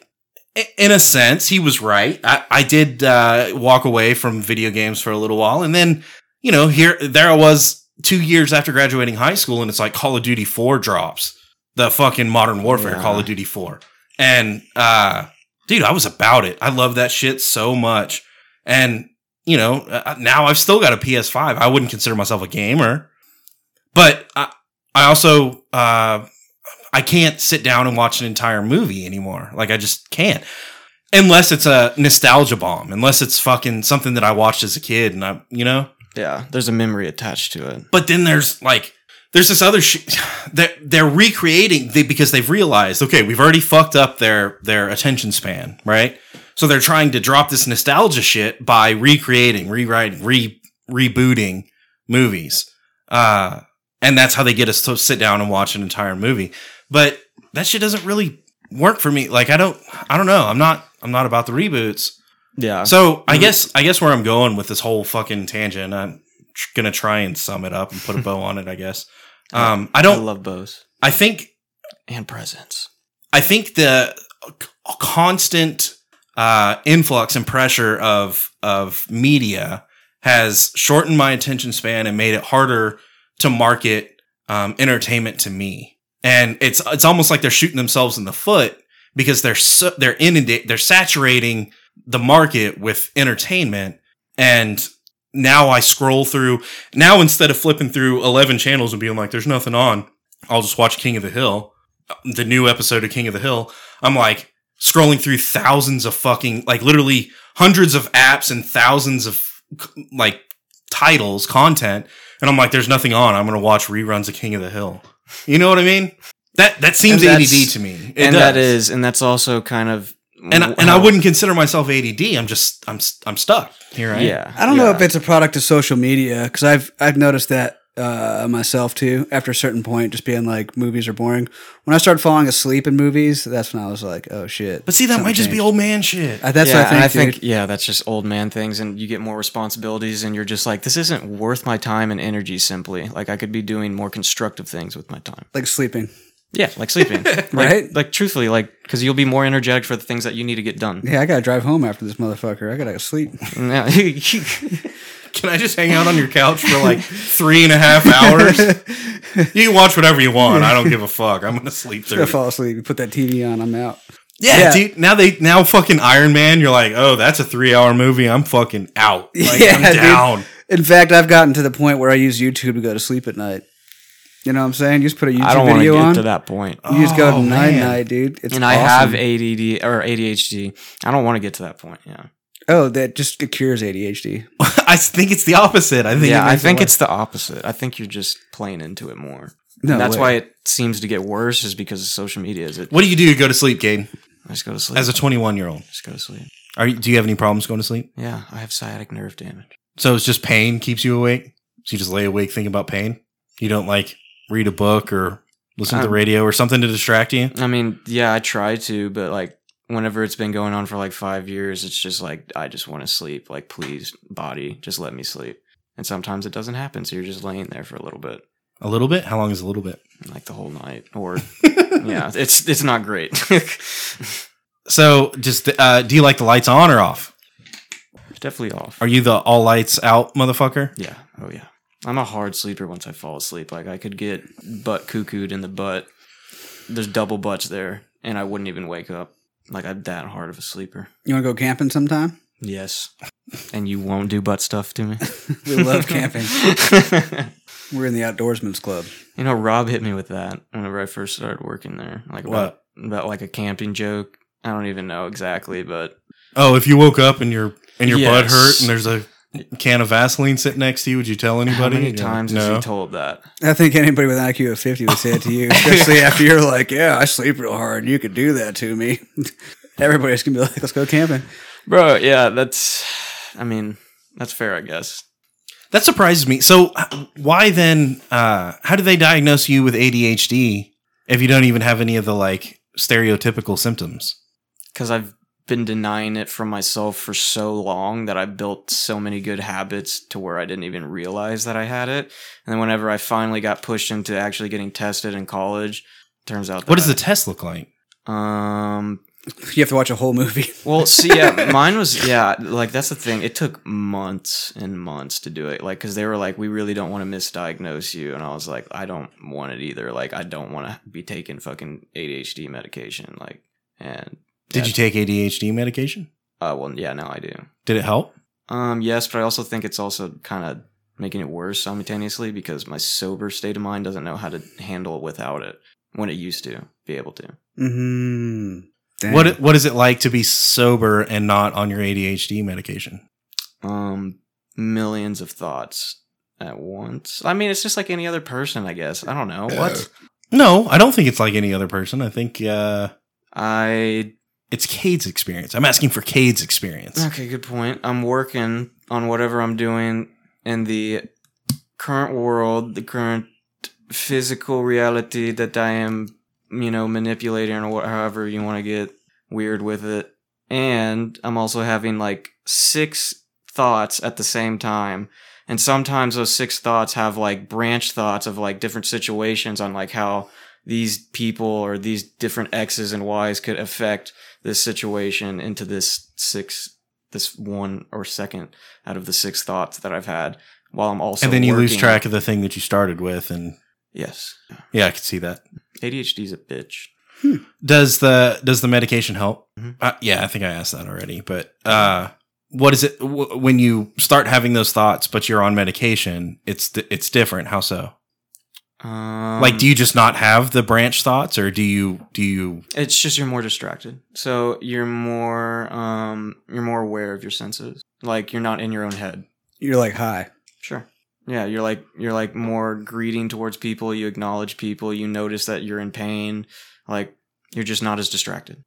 [SPEAKER 2] i- in a sense, he was right. I, I did uh, walk away from video games for a little while. And then, you know, here, there I was two years after graduating high school and it's like Call of Duty 4 drops. The fucking Modern Warfare
[SPEAKER 3] Yeah.
[SPEAKER 2] Call of Duty 4. And uh dude, I was about it. I love that shit so much. And you know, uh, now I've still got a PS5. I wouldn't consider myself a gamer, but I, I also uh I can't sit down and watch an entire movie anymore. Like I just can't. Unless it's a nostalgia bomb, unless it's fucking something that I watched as a kid and I, you know,
[SPEAKER 3] Yeah. There's a memory attached to it.
[SPEAKER 2] but then there's like there's this other shit they're, they're recreating they, because they've realized okay we've already fucked up their their attention span right so they're trying to drop this nostalgia shit by recreating rewriting re rebooting movies uh and that's how they get us to sit down and watch an entire movie but that shit doesn't really work for me like i don't i don't know i'm not i'm not about the reboots
[SPEAKER 3] Yeah.
[SPEAKER 2] so I guess I guess where I'm going with this whole fucking tangent, I'm tr- gonna try and sum it up and put a bow on it. I guess. Um, I
[SPEAKER 3] I
[SPEAKER 2] don't.
[SPEAKER 3] love bows
[SPEAKER 2] I think.
[SPEAKER 3] and presents.
[SPEAKER 2] I think the c- constant uh, influx and pressure of of media has shortened my attention span and made it harder to market um, entertainment to me. and it's it's almost like they're shooting themselves in the foot because they're so, they're inundate they're saturating the market with entertainment and now I scroll through now instead of flipping through 11 channels and being like there's nothing on I'll just watch King of the Hill the new episode of King of the Hill I'm like scrolling through thousands of fucking like literally hundreds of apps and thousands of like titles content and I'm like there's nothing on I'm going to watch reruns of King of the Hill you know what I mean that that seems
[SPEAKER 3] And
[SPEAKER 2] ADD
[SPEAKER 3] that's-
[SPEAKER 2] to me It
[SPEAKER 3] and that
[SPEAKER 2] does
[SPEAKER 3] is, and that's also kind of.
[SPEAKER 2] and I, and I wouldn't consider myself ADD. I'm just I'm st- I'm stuck here. I am.
[SPEAKER 3] Yeah.
[SPEAKER 1] I don't know
[SPEAKER 3] yeah.
[SPEAKER 1] if it's a product of social media because I've I've noticed that uh, myself too. After a certain point, just being like movies are boring. When I started falling asleep in movies, that's when I was like, oh shit.
[SPEAKER 2] But see, that
[SPEAKER 1] something
[SPEAKER 2] might just be
[SPEAKER 1] changed.
[SPEAKER 2] old man shit.
[SPEAKER 1] I, that's
[SPEAKER 3] yeah,
[SPEAKER 1] what I think.
[SPEAKER 3] and I
[SPEAKER 1] dude.
[SPEAKER 3] think yeah, that's just old man things, and you get more responsibilities, and you're just like, this isn't worth my time and energy. Simply, like I could be doing more constructive things with my time.
[SPEAKER 1] like sleeping.
[SPEAKER 3] Yeah, like sleeping, Like-
[SPEAKER 1] Right?
[SPEAKER 3] Like, truthfully, like because you'll be more energetic for the things that you need to get done.
[SPEAKER 1] Yeah, I gotta drive home after this motherfucker. I gotta sleep.
[SPEAKER 3] Yeah.
[SPEAKER 2] Can I just hang out on your couch for like three and a half hours? you can watch whatever you want. I don't give a fuck. I'm gonna sleep
[SPEAKER 1] I
[SPEAKER 2] through. it.
[SPEAKER 1] fall asleep. You put that TV on. I'm out.
[SPEAKER 2] Yeah,
[SPEAKER 1] Yeah.
[SPEAKER 2] dude. Now they now fucking Iron Man. You're like, oh, that's a three hour movie. I'm fucking out. Like,
[SPEAKER 1] Yeah,
[SPEAKER 2] I'm
[SPEAKER 1] dude.
[SPEAKER 2] down.
[SPEAKER 1] In fact, I've gotten to the point where I use YouTube to go to sleep at night. You know what I'm saying? You just put a YouTube
[SPEAKER 3] I don't want to
[SPEAKER 1] video
[SPEAKER 3] get
[SPEAKER 1] on.
[SPEAKER 3] to that point.
[SPEAKER 1] You just go to
[SPEAKER 2] Oh,
[SPEAKER 1] night
[SPEAKER 2] man.
[SPEAKER 1] night, dude. It's
[SPEAKER 3] and I
[SPEAKER 1] awesome.
[SPEAKER 3] have ADD or ADHD. I don't want to get to that point. Yeah,
[SPEAKER 1] oh that just cures ADHD.
[SPEAKER 2] I think it's the opposite. I think.
[SPEAKER 3] yeah.
[SPEAKER 2] it
[SPEAKER 3] I
[SPEAKER 2] makes it
[SPEAKER 3] think
[SPEAKER 2] worse.
[SPEAKER 3] it's the opposite. I think you're just playing into it more.
[SPEAKER 1] No,
[SPEAKER 3] and that's
[SPEAKER 1] way.
[SPEAKER 3] why it seems to get worse, is because of social media. Is it?
[SPEAKER 2] What do you do to go to sleep, Gabe?
[SPEAKER 3] I just go to sleep.
[SPEAKER 2] As a 21 year old,
[SPEAKER 3] just go to sleep.
[SPEAKER 2] are you, do you have any problems going to sleep?
[SPEAKER 3] Yeah, I have sciatic nerve damage.
[SPEAKER 2] So it's just pain keeps you awake. So you just lay awake thinking about pain. You don't like read a book or listen to the
[SPEAKER 3] Um,
[SPEAKER 2] radio or something to distract you.
[SPEAKER 3] I mean, yeah, I try to, but like whenever it's been going on for like five years, it's just like I just want to sleep. Like, please, body, just let me sleep. And sometimes it doesn't happen, so you're just laying there for a little bit,
[SPEAKER 2] A little bit. How long is a little bit?
[SPEAKER 3] like the whole night. Or yeah, it's it's not great.
[SPEAKER 2] So just uh, do you like the lights on or off?
[SPEAKER 3] Definitely off.
[SPEAKER 2] Are you the all lights out motherfucker?
[SPEAKER 3] yeah. Oh yeah. I'm a hard sleeper once I fall asleep. Like I could get butt cuckooed in the butt. There's double butts there, and I wouldn't even wake up. Like I'm that hard of a sleeper.
[SPEAKER 1] You want to go camping sometime?
[SPEAKER 3] Yes. And you won't do butt stuff to me.
[SPEAKER 1] We love camping.
[SPEAKER 3] you
[SPEAKER 1] We're in the outdoorsman's club.
[SPEAKER 3] know, Rob hit me with that whenever I first started working there. Like about, about like a camping joke. I don't even know exactly, but
[SPEAKER 2] Oh, if you woke up and your and your butt
[SPEAKER 3] Yes.
[SPEAKER 2] hurt and there's a can of Vaseline sitting next to you, would you tell anybody?
[SPEAKER 3] how many
[SPEAKER 2] Yeah.
[SPEAKER 3] times
[SPEAKER 2] no.
[SPEAKER 3] has he told that?
[SPEAKER 1] I think anybody with an IQ of 50 would say it to you, especially after you're like, yeah, I sleep real hard. You could do that to me. Everybody's going to be like, let's go camping.
[SPEAKER 3] Bro, yeah, that's I mean, that's fair, I guess.
[SPEAKER 2] that surprises me. So h- why then? Uh, how do they diagnose you with ADHD if you don't even have any of the like stereotypical symptoms?
[SPEAKER 3] Cuz I've been denying it from myself for so long that I built so many good habits to where I didn't even realize that I had it. And then whenever I finally got pushed into actually getting tested in college, turns out that
[SPEAKER 2] What does
[SPEAKER 3] I-
[SPEAKER 2] the test look like?
[SPEAKER 3] um
[SPEAKER 1] You have to watch a whole movie.
[SPEAKER 3] Well, see, yeah, mine was yeah, like that's the thing. It took months and months to do it, like because they were like, we really don't want to misdiagnose you, and I was like, I don't want it either. Like, I don't want to be taking fucking ADHD medication. Like, and
[SPEAKER 2] Did
[SPEAKER 3] yeah,
[SPEAKER 2] you take ADHD medication?
[SPEAKER 3] Uh, well, yeah, now I do.
[SPEAKER 2] Did it help?
[SPEAKER 3] Um, yes, but I also think it's also kind of making it worse simultaneously because my sober state of mind doesn't know how to handle it without it when it used to be able to.
[SPEAKER 1] Mm-hmm.
[SPEAKER 2] What What is it like to be sober and not on your ADHD medication?
[SPEAKER 3] um millions of thoughts at once. I mean, it's just like any other person, I guess. I don't know. What?
[SPEAKER 2] No, I don't think it's like any other person. I think uh,
[SPEAKER 3] I
[SPEAKER 2] it's Cade's experience. I'm asking for Cade's experience.
[SPEAKER 3] Okay, good point. I'm working on whatever I'm doing in the current world, the current physical reality that I am, you know, manipulating or wha- however you want to get weird with it. And I'm also having like six thoughts at the same time. And sometimes those six thoughts have like branch thoughts of like different situations on like how these people or these different X's and Y's could affect this situation into this six this one or second out of the six thoughts that I've had while I'm also
[SPEAKER 2] and then you lose
[SPEAKER 3] working.
[SPEAKER 2] track of the thing that you started with, and
[SPEAKER 3] Yes.
[SPEAKER 2] yeah, I could see that.
[SPEAKER 3] ADHD's a bitch.
[SPEAKER 2] Does the does the medication help?
[SPEAKER 3] Mhm.
[SPEAKER 2] Uh, yeah, I think I asked that already. But uh, what is it w- when you start having those thoughts, but you're on medication? It's di- it's different. How so?
[SPEAKER 3] Um,
[SPEAKER 2] like, do you just not have the branch thoughts, or do you do you?
[SPEAKER 3] It's just you're more distracted. So you're more um you're more aware of your senses. Like you're not in your own head.
[SPEAKER 1] You're like high.
[SPEAKER 3] Sure. Yeah, you're like you're like more greeting towards people, you acknowledge people, you notice that you're in pain, like you're just not as distracted.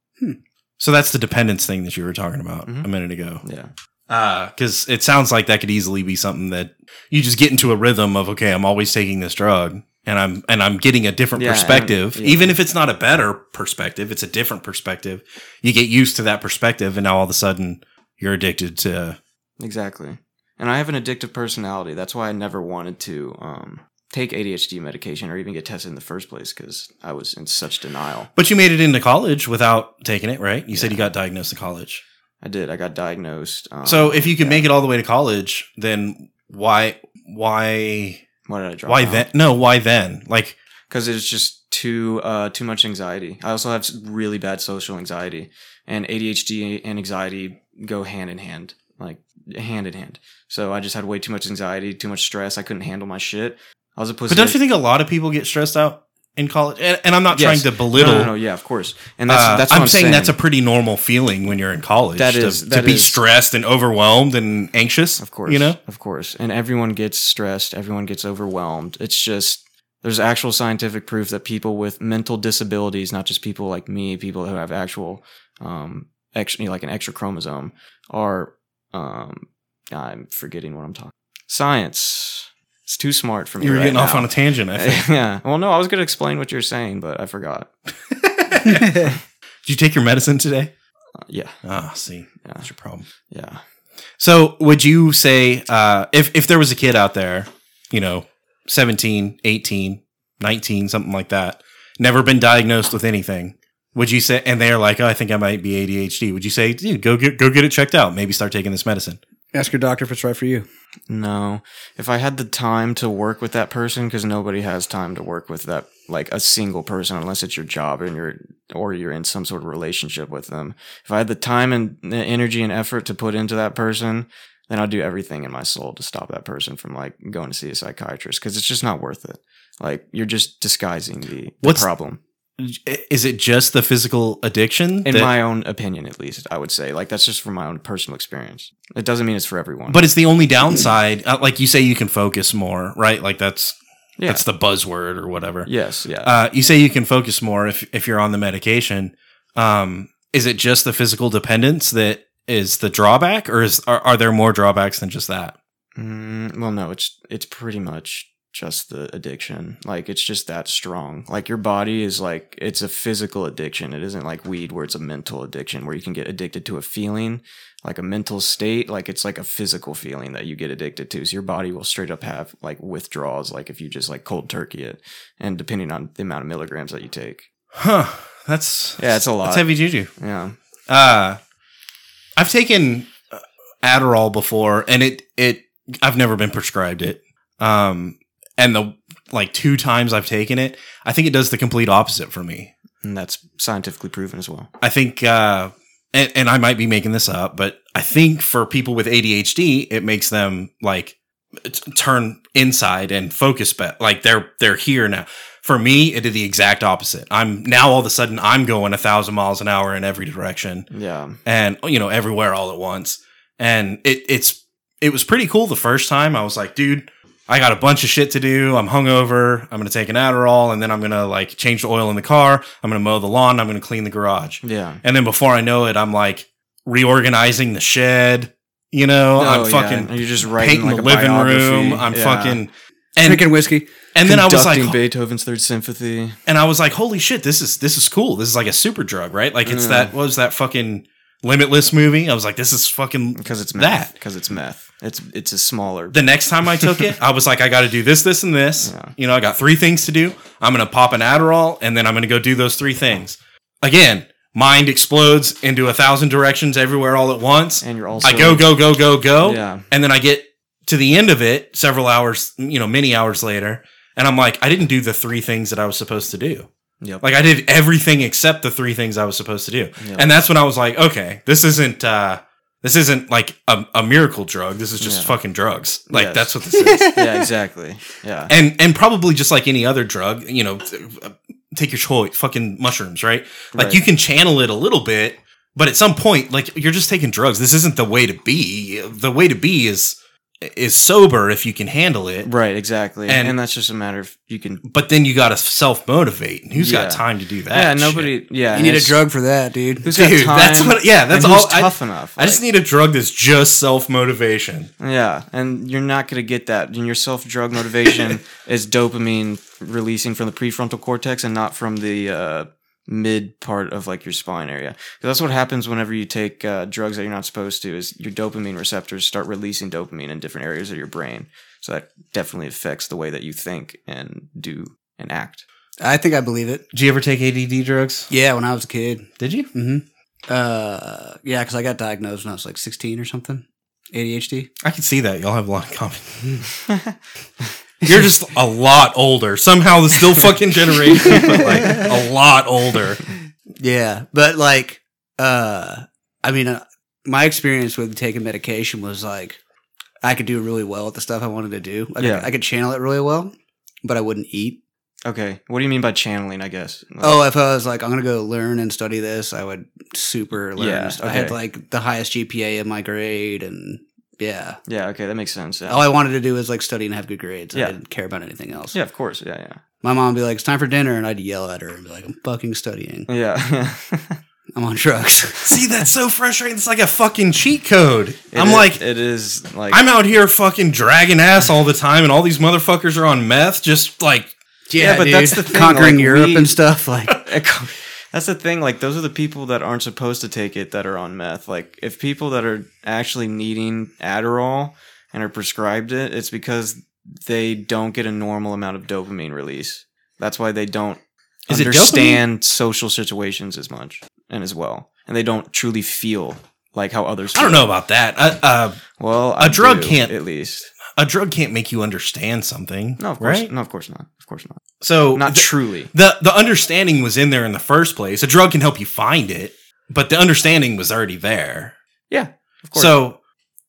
[SPEAKER 2] So that's the dependence thing that you were talking about
[SPEAKER 3] Mhm.
[SPEAKER 2] a minute ago.
[SPEAKER 3] Yeah.
[SPEAKER 2] Because it sounds like that could easily be something that you just get into a rhythm of. Okay, I'm always taking this drug, and I'm and I'm getting a different
[SPEAKER 3] Yeah, and-
[SPEAKER 2] perspective,
[SPEAKER 3] yeah.
[SPEAKER 2] even if it's not a better perspective. It's a different perspective. You get used to that perspective, and now all of a sudden you're addicted to.
[SPEAKER 3] Exactly. And I have an addictive personality. That's why I never wanted to um take ADHD medication or even get tested in the first place cuz I was in such denial.
[SPEAKER 2] But you made it into college without taking it, right? You said
[SPEAKER 3] Yeah.
[SPEAKER 2] you got diagnosed in college.
[SPEAKER 3] I did. I got diagnosed. Um,
[SPEAKER 2] so if you could
[SPEAKER 3] yeah.
[SPEAKER 2] make it all the way to college, then why why
[SPEAKER 3] why did I drop
[SPEAKER 2] why
[SPEAKER 3] out?
[SPEAKER 2] then? No, why then? Like
[SPEAKER 3] because it's just too uh, too much anxiety. I also have s- really bad social anxiety, and ADHD and anxiety go hand in hand, like hand in hand. So I just had way too much anxiety, too much stress. I couldn't handle my shit. I was a pussy.
[SPEAKER 2] But don't you think a lot of people get stressed out in college? And, and I'm not
[SPEAKER 3] Yes.
[SPEAKER 2] trying to
[SPEAKER 3] No,
[SPEAKER 2] belittle.
[SPEAKER 3] no, no, yeah, of course. And that's
[SPEAKER 2] uh,
[SPEAKER 3] that's what
[SPEAKER 2] I'm,
[SPEAKER 3] I'm,
[SPEAKER 2] saying, that's a pretty normal feeling when you're in college.
[SPEAKER 3] That
[SPEAKER 2] to-
[SPEAKER 3] is-
[SPEAKER 2] to,
[SPEAKER 3] that
[SPEAKER 2] be
[SPEAKER 3] is.
[SPEAKER 2] stressed and overwhelmed and anxious.
[SPEAKER 3] Of course.
[SPEAKER 2] you know.
[SPEAKER 3] Of course. And everyone gets stressed, everyone gets overwhelmed. It's just there's actual scientific proof that people with mental disabilities, not just people like me, people who have actual um ex- you know, like an extra chromosome are um I'm forgetting what I'm talking. Science. It's too smart for me.
[SPEAKER 2] You were
[SPEAKER 3] right
[SPEAKER 2] getting off
[SPEAKER 3] now.
[SPEAKER 2] on a tangent. I think.
[SPEAKER 3] yeah. Well, no, I was going to explain what you're saying, but I forgot.
[SPEAKER 2] Did you take your medicine today?
[SPEAKER 3] Uh, yeah.
[SPEAKER 2] Ah, see,
[SPEAKER 3] Yeah.
[SPEAKER 2] that's your problem.
[SPEAKER 3] Yeah.
[SPEAKER 2] So, would you say uh, if if there was a kid out there, you know, 17, 18, 19, something like that, never been diagnosed with anything, would you say and they're like, "Oh, I think I might be ADHD." Would you say, "Dude, go get go get it checked out. Maybe start taking this medicine."
[SPEAKER 1] Ask your doctor if it's right for you.
[SPEAKER 3] No. If I had the time to work with that person, because nobody has time to work with that, like a single person, unless it's your job and you're, or you're in some sort of relationship with them. If I had the time and the energy and effort to put into that person, then I'd do everything in my soul to stop that person from like going to see a psychiatrist because it's just not worth it. Like you're just disguising the, the
[SPEAKER 2] What's-
[SPEAKER 3] problem.
[SPEAKER 2] Is it just the physical addiction?
[SPEAKER 3] In
[SPEAKER 2] that-
[SPEAKER 3] my own opinion, at least, I would say. Like that's just from my own personal experience. It doesn't mean it's for everyone.
[SPEAKER 2] but it's the only downside. Uh, like you say, you can focus more, right? Like that's
[SPEAKER 3] yeah.
[SPEAKER 2] that's the buzzword or whatever.
[SPEAKER 3] yes, yeah.
[SPEAKER 2] Uh, you say you can focus more if if you're on the medication. Um, is it just the physical dependence that is the drawback, or is are, are there more drawbacks than just that?
[SPEAKER 3] Mm, well, no, it's it's pretty much just the addiction. Like it's just that strong. Like your body is like it's a physical addiction. It isn't like weed where it's a mental addiction where you can get addicted to a feeling, like a mental state. Like it's like a physical feeling that you get addicted to. So your body will straight up have like withdrawals. Like if you just like cold turkey it, and depending on the amount of milligrams that you take.
[SPEAKER 2] Huh. That's
[SPEAKER 3] Yeah, it's a lot.
[SPEAKER 2] That's heavy juju.
[SPEAKER 3] Yeah.
[SPEAKER 2] Uh, I've taken uh, Adderall before, and it it I've never been prescribed it. Um, and the like two times I've taken it, I think it does the complete opposite for me.
[SPEAKER 3] And that's scientifically proven as well.
[SPEAKER 2] I think, uh, and, and I might be making this up, but I think for people with ADHD, it makes them like t- turn inside and focus back. Like they're they're here now. For me, it did the exact opposite. I'm now all of a sudden I'm going a thousand miles an hour in every direction
[SPEAKER 3] Yeah.
[SPEAKER 2] and you know everywhere all at once. And it it's it was pretty cool the first time. I was like, dude, I got a bunch of shit to do. I'm hungover. I'm gonna take an Adderall, and then I'm gonna like change the oil in the car. I'm gonna mow the lawn. I'm gonna clean the garage.
[SPEAKER 3] Yeah.
[SPEAKER 2] And then before I know it, I'm like reorganizing the shed. You know,
[SPEAKER 3] Oh,
[SPEAKER 2] I'm
[SPEAKER 3] yeah,
[SPEAKER 2] fucking
[SPEAKER 3] and You're just writing
[SPEAKER 2] painting
[SPEAKER 3] like
[SPEAKER 2] the
[SPEAKER 3] a
[SPEAKER 2] living room.
[SPEAKER 3] biography.
[SPEAKER 2] I'm
[SPEAKER 3] Yeah.
[SPEAKER 2] fucking and
[SPEAKER 1] Drinking whiskey.
[SPEAKER 2] and then I was like,
[SPEAKER 3] Conducting Beethoven's Third Symphony.
[SPEAKER 2] and I was like, holy shit, this is this is cool. This is like a super drug, right? Like it's
[SPEAKER 3] Mm.
[SPEAKER 2] that what was that fucking Limitless movie. I was like, this is fucking
[SPEAKER 3] because it's
[SPEAKER 2] that.
[SPEAKER 3] meth. Because it's meth. It's it's a smaller.
[SPEAKER 2] The next time I took it, I was like, I got to do this, this, and this.
[SPEAKER 3] Yeah.
[SPEAKER 2] You know, I got three things to do. I'm gonna pop an Adderall, and then I'm gonna go do those three things. Again, mind explodes into a thousand directions everywhere all at once.
[SPEAKER 3] and you're also
[SPEAKER 2] I go, go, go, go, go.
[SPEAKER 3] Yeah.
[SPEAKER 2] And then I get to the end of it several hours, you know, many hours later, and I'm like, I didn't do the three things that I was supposed to do.
[SPEAKER 3] Yep.
[SPEAKER 2] Like I did everything except the three things I was supposed to do.
[SPEAKER 3] Yeah.
[SPEAKER 2] And that's when I was like, okay, this isn't uh this isn't like a, a miracle drug. This is just
[SPEAKER 3] Yeah.
[SPEAKER 2] fucking drugs. Like
[SPEAKER 3] Yes.
[SPEAKER 2] that's what this is.
[SPEAKER 3] yeah, exactly. Yeah.
[SPEAKER 2] and and probably just like any other drug, you know, t- uh, take your choice, fucking mushrooms, right? Like
[SPEAKER 3] Right.
[SPEAKER 2] you can channel it a little bit, but at some point, like you're just taking drugs. This isn't the way to be. The way to be is is sober if you can handle it.
[SPEAKER 3] Right, exactly.
[SPEAKER 2] And-
[SPEAKER 3] And, that's just a matter of you can.
[SPEAKER 2] But then you got to self motivate, and who's
[SPEAKER 3] Yeah.
[SPEAKER 2] got time to do that?
[SPEAKER 3] Yeah,
[SPEAKER 2] shit?
[SPEAKER 3] nobody. Yeah,
[SPEAKER 1] You need a
[SPEAKER 3] it's-
[SPEAKER 1] drug for that, dude.
[SPEAKER 3] Who's
[SPEAKER 2] Dude,
[SPEAKER 3] got time?
[SPEAKER 2] that's what. Yeah, that's
[SPEAKER 3] and who's
[SPEAKER 2] all. I-
[SPEAKER 3] tough enough.
[SPEAKER 2] I just need a drug that's just self motivation.
[SPEAKER 3] Yeah, and you're not gonna get that. And your self drug motivation is dopamine releasing from the prefrontal cortex and not from the uh, mid part of like your spine area. 'Cause that's what happens whenever you take uh, drugs that you're not supposed to. Is your dopamine receptors start releasing dopamine in different areas of your brain. So that definitely affects the way that you think and do and act.
[SPEAKER 1] I think I believe it.
[SPEAKER 2] Did you ever take ADD drugs?
[SPEAKER 1] Yeah, when I was a kid.
[SPEAKER 2] Did you?
[SPEAKER 1] hmm Uh, yeah, because I got diagnosed when I was like 16 or something. ADHD.
[SPEAKER 2] I can see that. Y'all have a lot in common. You're just a lot older. Somehow, the still fucking generation, but like a lot older.
[SPEAKER 1] Yeah, but like, uh, I mean, uh, my experience with taking medication was like, I could do really well at the stuff I wanted to do. Like,
[SPEAKER 3] Yeah.
[SPEAKER 1] I could channel it really well, but I wouldn't eat.
[SPEAKER 3] Okay, what do you mean by channeling? I guess. Like-
[SPEAKER 1] Oh, if I was like, I'm gonna go learn and study this, I would super learn.
[SPEAKER 3] Yeah,
[SPEAKER 1] Yeah, I had
[SPEAKER 3] okay.
[SPEAKER 1] like the highest GPA in my grade, and yeah,
[SPEAKER 3] yeah. Okay, that makes sense. Yeah.
[SPEAKER 1] all I wanted to do was like study and have good grades.
[SPEAKER 3] Yeah.
[SPEAKER 1] I didn't care about anything else.
[SPEAKER 3] yeah, of course. Yeah,
[SPEAKER 1] My mom would be like, "It's time for dinner," and I'd yell at her and be like, "I'm fucking studying.
[SPEAKER 3] yeah, yeah.
[SPEAKER 1] I'm on drugs."
[SPEAKER 2] See, that's so frustrating. It's like a fucking cheat code.
[SPEAKER 3] It
[SPEAKER 2] I'm
[SPEAKER 3] is-
[SPEAKER 2] like,
[SPEAKER 3] it is like
[SPEAKER 2] I'm out here fucking dragging ass all the time, and all these motherfuckers are on meth, just like
[SPEAKER 3] Yeah, but that's the thing,
[SPEAKER 1] conquering
[SPEAKER 3] like,
[SPEAKER 1] Europe
[SPEAKER 3] we-
[SPEAKER 1] and stuff. Like,
[SPEAKER 3] That's the thing. Like, those are the people that aren't supposed to take it that are on meth. Like, if people that are actually needing Adderall and are prescribed it, it's because they don't get a normal amount of dopamine release. That's why they don't
[SPEAKER 2] Is it
[SPEAKER 3] understand social situations as much and as well, and they don't truly feel like how others.
[SPEAKER 2] I don't
[SPEAKER 3] feel.
[SPEAKER 2] know about that. I, uh,
[SPEAKER 3] Well,
[SPEAKER 2] A drug can't-
[SPEAKER 3] at least.
[SPEAKER 2] a drug can't make you understand something.
[SPEAKER 3] No, of course,
[SPEAKER 2] right?
[SPEAKER 3] no, of course not, of course not,
[SPEAKER 2] So
[SPEAKER 3] not
[SPEAKER 2] th-
[SPEAKER 3] truly.
[SPEAKER 2] the the understanding was in there in the first place. A drug can help you find it, but the understanding was already there.
[SPEAKER 3] Yeah, of course.
[SPEAKER 2] So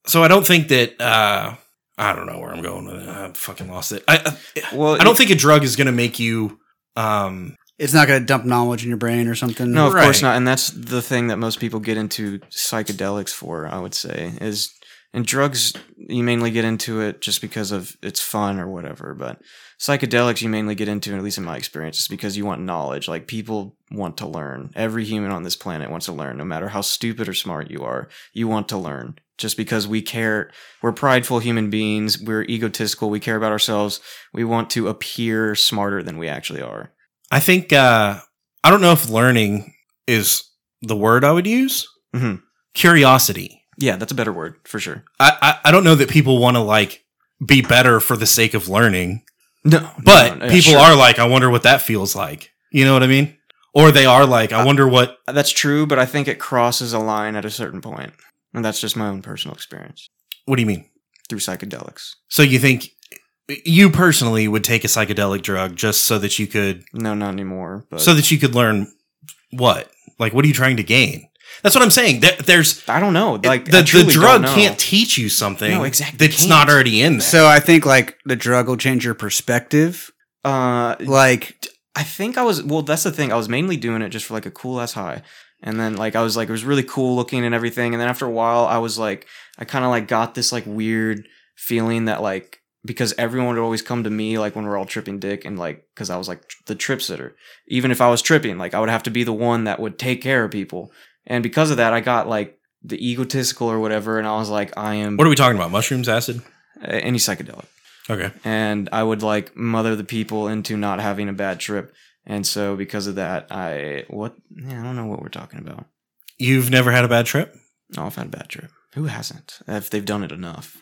[SPEAKER 2] so I don't think that uh I don't know where I'm going with it. I fucking lost it. I I,
[SPEAKER 3] well,
[SPEAKER 2] I don't think a drug is going to make you um
[SPEAKER 1] it's not going to dump knowledge in your brain or something.
[SPEAKER 3] No, of course
[SPEAKER 2] Right.
[SPEAKER 3] not. And that's the thing that most people get into psychedelics for, I would say, is and drugs you mainly get into it just because of it's fun or whatever, but psychedelics you mainly get into, at least in my experience, is because you want knowledge. Like people want to learn. Every human on this planet wants to learn, no matter how stupid or smart you are, you want to learn. Just because we care, we're prideful human beings, we're egotistical, we care about ourselves, we want to appear smarter than we actually are.
[SPEAKER 2] I think uh I don't know if learning is the word I would use.
[SPEAKER 3] Mhm.
[SPEAKER 2] Curiosity.
[SPEAKER 3] Yeah, that's a better word for sure.
[SPEAKER 2] I, I I don't know that people want to like be better for the sake of learning.
[SPEAKER 3] No,
[SPEAKER 2] But
[SPEAKER 3] no, no, yeah,
[SPEAKER 2] people
[SPEAKER 3] sure.
[SPEAKER 2] are like, I wonder what that feels like. You know what I mean? Or they are like,
[SPEAKER 3] Uh,
[SPEAKER 2] I wonder what.
[SPEAKER 3] That's true, but I think it crosses a line at a certain point, and that's just my own personal experience
[SPEAKER 2] What do you mean?
[SPEAKER 3] through psychedelics.
[SPEAKER 2] So you think you personally would take a psychedelic drug just so that you could,
[SPEAKER 3] No, not anymore. But
[SPEAKER 2] so that you could learn what? Like, what are you trying to gain? That's what I'm saying. There, there's
[SPEAKER 3] I don't know. Like
[SPEAKER 2] the,
[SPEAKER 3] I truly
[SPEAKER 2] the drug
[SPEAKER 3] don't know.
[SPEAKER 2] can't teach you something
[SPEAKER 3] No, exactly,
[SPEAKER 2] that's
[SPEAKER 3] can't.
[SPEAKER 2] not already in there.
[SPEAKER 1] So I think like the drug will change your perspective.
[SPEAKER 3] Uh,
[SPEAKER 1] Like,
[SPEAKER 3] I think I was well. That's the thing. I was mainly doing it just for like a cool ass high, and then like I was like it was really cool looking and everything. And then after a while, I was like I kind of like got this like weird feeling that like because everyone would always come to me like when we're all tripping dick and like because I was like tr- the trip sitter. Even if I was tripping, like I would have to be the one that would take care of people. And because of that, I got like the egotistical or whatever, and I was like I am
[SPEAKER 2] what are we talking about? Mushrooms, acid?
[SPEAKER 3] a- any psychedelic
[SPEAKER 2] Okay.
[SPEAKER 3] and I would like mother the people into not having a bad trip. And so because of that, I what yeah, I don't know what we're talking about.
[SPEAKER 2] You've never had a bad trip?
[SPEAKER 3] No, I've had a bad trip. Who hasn't? If they've done it enough.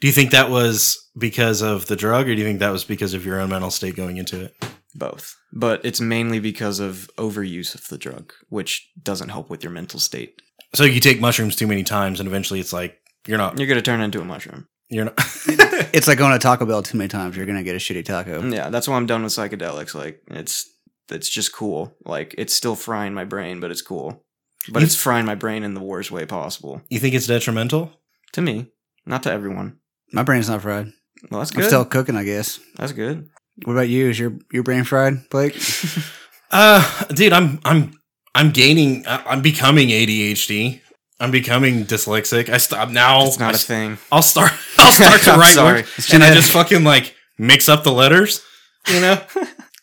[SPEAKER 2] Do you think that was because of the drug or do you think that was because of your own mental state going into it?
[SPEAKER 3] Both. But it's mainly because of overuse of the drug, which doesn't help with your mental state.
[SPEAKER 2] So you take mushrooms too many times and eventually it's like, you're not,
[SPEAKER 3] You're gonna turn into a mushroom.
[SPEAKER 2] you're not.
[SPEAKER 3] Mm.
[SPEAKER 1] it's like going to Taco Bell too many times. You're going to get a shitty taco.
[SPEAKER 3] Yeah, that's why I'm done with psychedelics. Like it's that's just cool. Like it's still frying my brain, but it's cool. But it's frying my brain in the worst way possible
[SPEAKER 2] You think it's detrimental?
[SPEAKER 3] to me, not to everyone.
[SPEAKER 1] My brain's not fried.
[SPEAKER 3] Well, that's
[SPEAKER 1] I'm
[SPEAKER 3] good.
[SPEAKER 1] still cooking, I guess.
[SPEAKER 3] that's good.
[SPEAKER 1] What about you? Is your your brain fried, Blake?
[SPEAKER 2] Uh, dude, I'm I'm I'm gaining. I- I'm becoming ADHD. I'm becoming dyslexic. I st- I'm now.
[SPEAKER 3] It's not
[SPEAKER 2] Oh, I
[SPEAKER 3] a thing.
[SPEAKER 2] will start. I'll start to
[SPEAKER 3] I'm
[SPEAKER 2] write
[SPEAKER 3] sorry.
[SPEAKER 2] words, and I just fucking like mix up the letters. You know.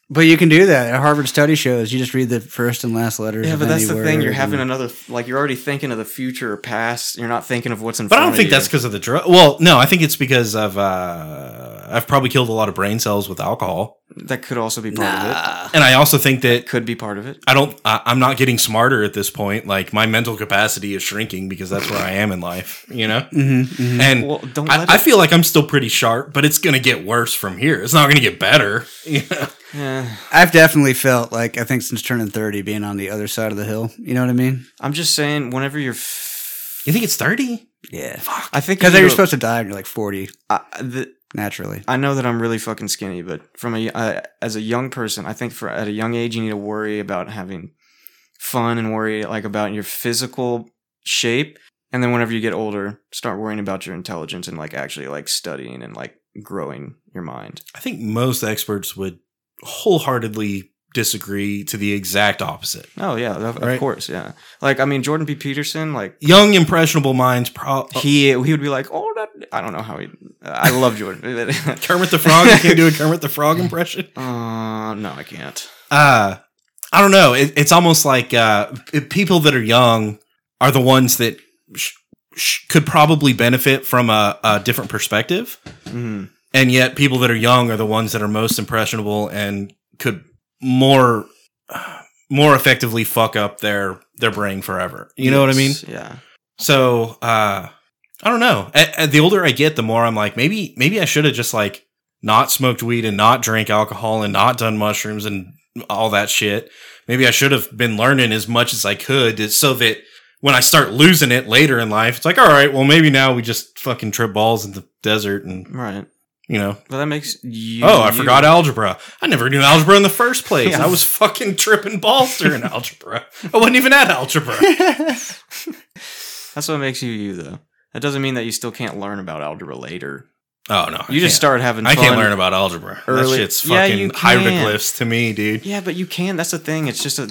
[SPEAKER 1] But you can do that at Harvard study shows. You just read the first and last letters.
[SPEAKER 3] Yeah,
[SPEAKER 1] of
[SPEAKER 3] but that's
[SPEAKER 1] any
[SPEAKER 3] the thing. You're
[SPEAKER 1] word
[SPEAKER 3] having
[SPEAKER 1] and-
[SPEAKER 3] another like you're already thinking of the future or past. You're not thinking of what's in
[SPEAKER 2] But I
[SPEAKER 3] front.
[SPEAKER 2] don't think
[SPEAKER 3] of
[SPEAKER 2] that's
[SPEAKER 3] you.
[SPEAKER 2] because of the drug. Well, no, I think it's because of uh, I've probably killed a lot of brain cells with alcohol,
[SPEAKER 3] that could also be part of
[SPEAKER 5] Nah.
[SPEAKER 2] and I also think that
[SPEAKER 3] it. Could be part of it.
[SPEAKER 2] I don't. I, I'm not getting smarter at this point. Like my mental capacity is shrinking because that's where I am in life. You know,
[SPEAKER 3] Mm-hmm,
[SPEAKER 1] Mhm, mhm.
[SPEAKER 2] and
[SPEAKER 3] Well, don't let
[SPEAKER 2] I, I
[SPEAKER 3] it.
[SPEAKER 2] feel like I'm still pretty sharp, but it's gonna get worse from here. It's not gonna get better. You know?
[SPEAKER 3] Yeah.
[SPEAKER 1] I've definitely felt like I think since turning thirty, being on the other side of the hill. You know what I mean?
[SPEAKER 3] I'm just saying. Whenever you're, f-
[SPEAKER 2] You think it's thirty?
[SPEAKER 1] Yeah.
[SPEAKER 3] I think
[SPEAKER 1] Because
[SPEAKER 3] you
[SPEAKER 1] you're
[SPEAKER 3] go-
[SPEAKER 1] supposed to die when you're like forty
[SPEAKER 3] I, the,
[SPEAKER 1] naturally.
[SPEAKER 3] I know that I'm really fucking skinny, but from a uh, as a young person, I think for at a young age you need to worry about having fun and worry like about your physical shape, and then whenever you get older, start worrying about your intelligence and like actually like studying and like growing your mind.
[SPEAKER 2] I think most experts would wholeheartedly disagree to the exact opposite.
[SPEAKER 3] Oh yeah, of, of
[SPEAKER 2] Right.
[SPEAKER 3] course, yeah. Like I mean, Jordan P. Peterson, like
[SPEAKER 2] Young impressionable minds. Pro-
[SPEAKER 3] he he would be like, oh, that, I don't know how he. I love Jordan.
[SPEAKER 2] Kermit the Frog. You can't do a Kermit the Frog impression.
[SPEAKER 3] Uh, no, I can't.
[SPEAKER 2] uh i don't know it, it's almost like uh p- people that are young are the ones that sh- sh- could probably benefit from a, a different perspective
[SPEAKER 3] Mm.
[SPEAKER 2] and yet people that are young are the ones that are most impressionable and could more more effectively fuck up their their brain forever you know what i mean
[SPEAKER 3] Yeah.
[SPEAKER 2] so uh I don't know. A- a- the older I get, the more I'm like, maybe maybe I should have just like not smoked weed and not drank alcohol and not done mushrooms and all that shit. Maybe I should have been learning as much as I could it's so that when I start losing it later in life, it's like, all right, well maybe now we just fucking trip balls in the desert and
[SPEAKER 3] Right.
[SPEAKER 2] you know.
[SPEAKER 3] But that makes you.
[SPEAKER 2] oh, I
[SPEAKER 3] you-
[SPEAKER 2] forgot algebra. I never knew algebra in the first place.
[SPEAKER 3] Yeah.
[SPEAKER 2] I was fucking tripping balls during algebra. I wasn't even at algebra.
[SPEAKER 3] That's what makes you you, though. That doesn't mean that you still can't learn about algebra later.
[SPEAKER 2] Oh no. I
[SPEAKER 3] You
[SPEAKER 2] can't.
[SPEAKER 3] just start having.
[SPEAKER 2] I can't
[SPEAKER 3] fun.
[SPEAKER 2] learn about algebra.
[SPEAKER 3] early-
[SPEAKER 2] That shit's
[SPEAKER 3] Yeah,
[SPEAKER 2] fucking
[SPEAKER 3] you can.
[SPEAKER 2] hieroglyphs to me, dude.
[SPEAKER 3] Yeah, but you can. That's the thing. It's just a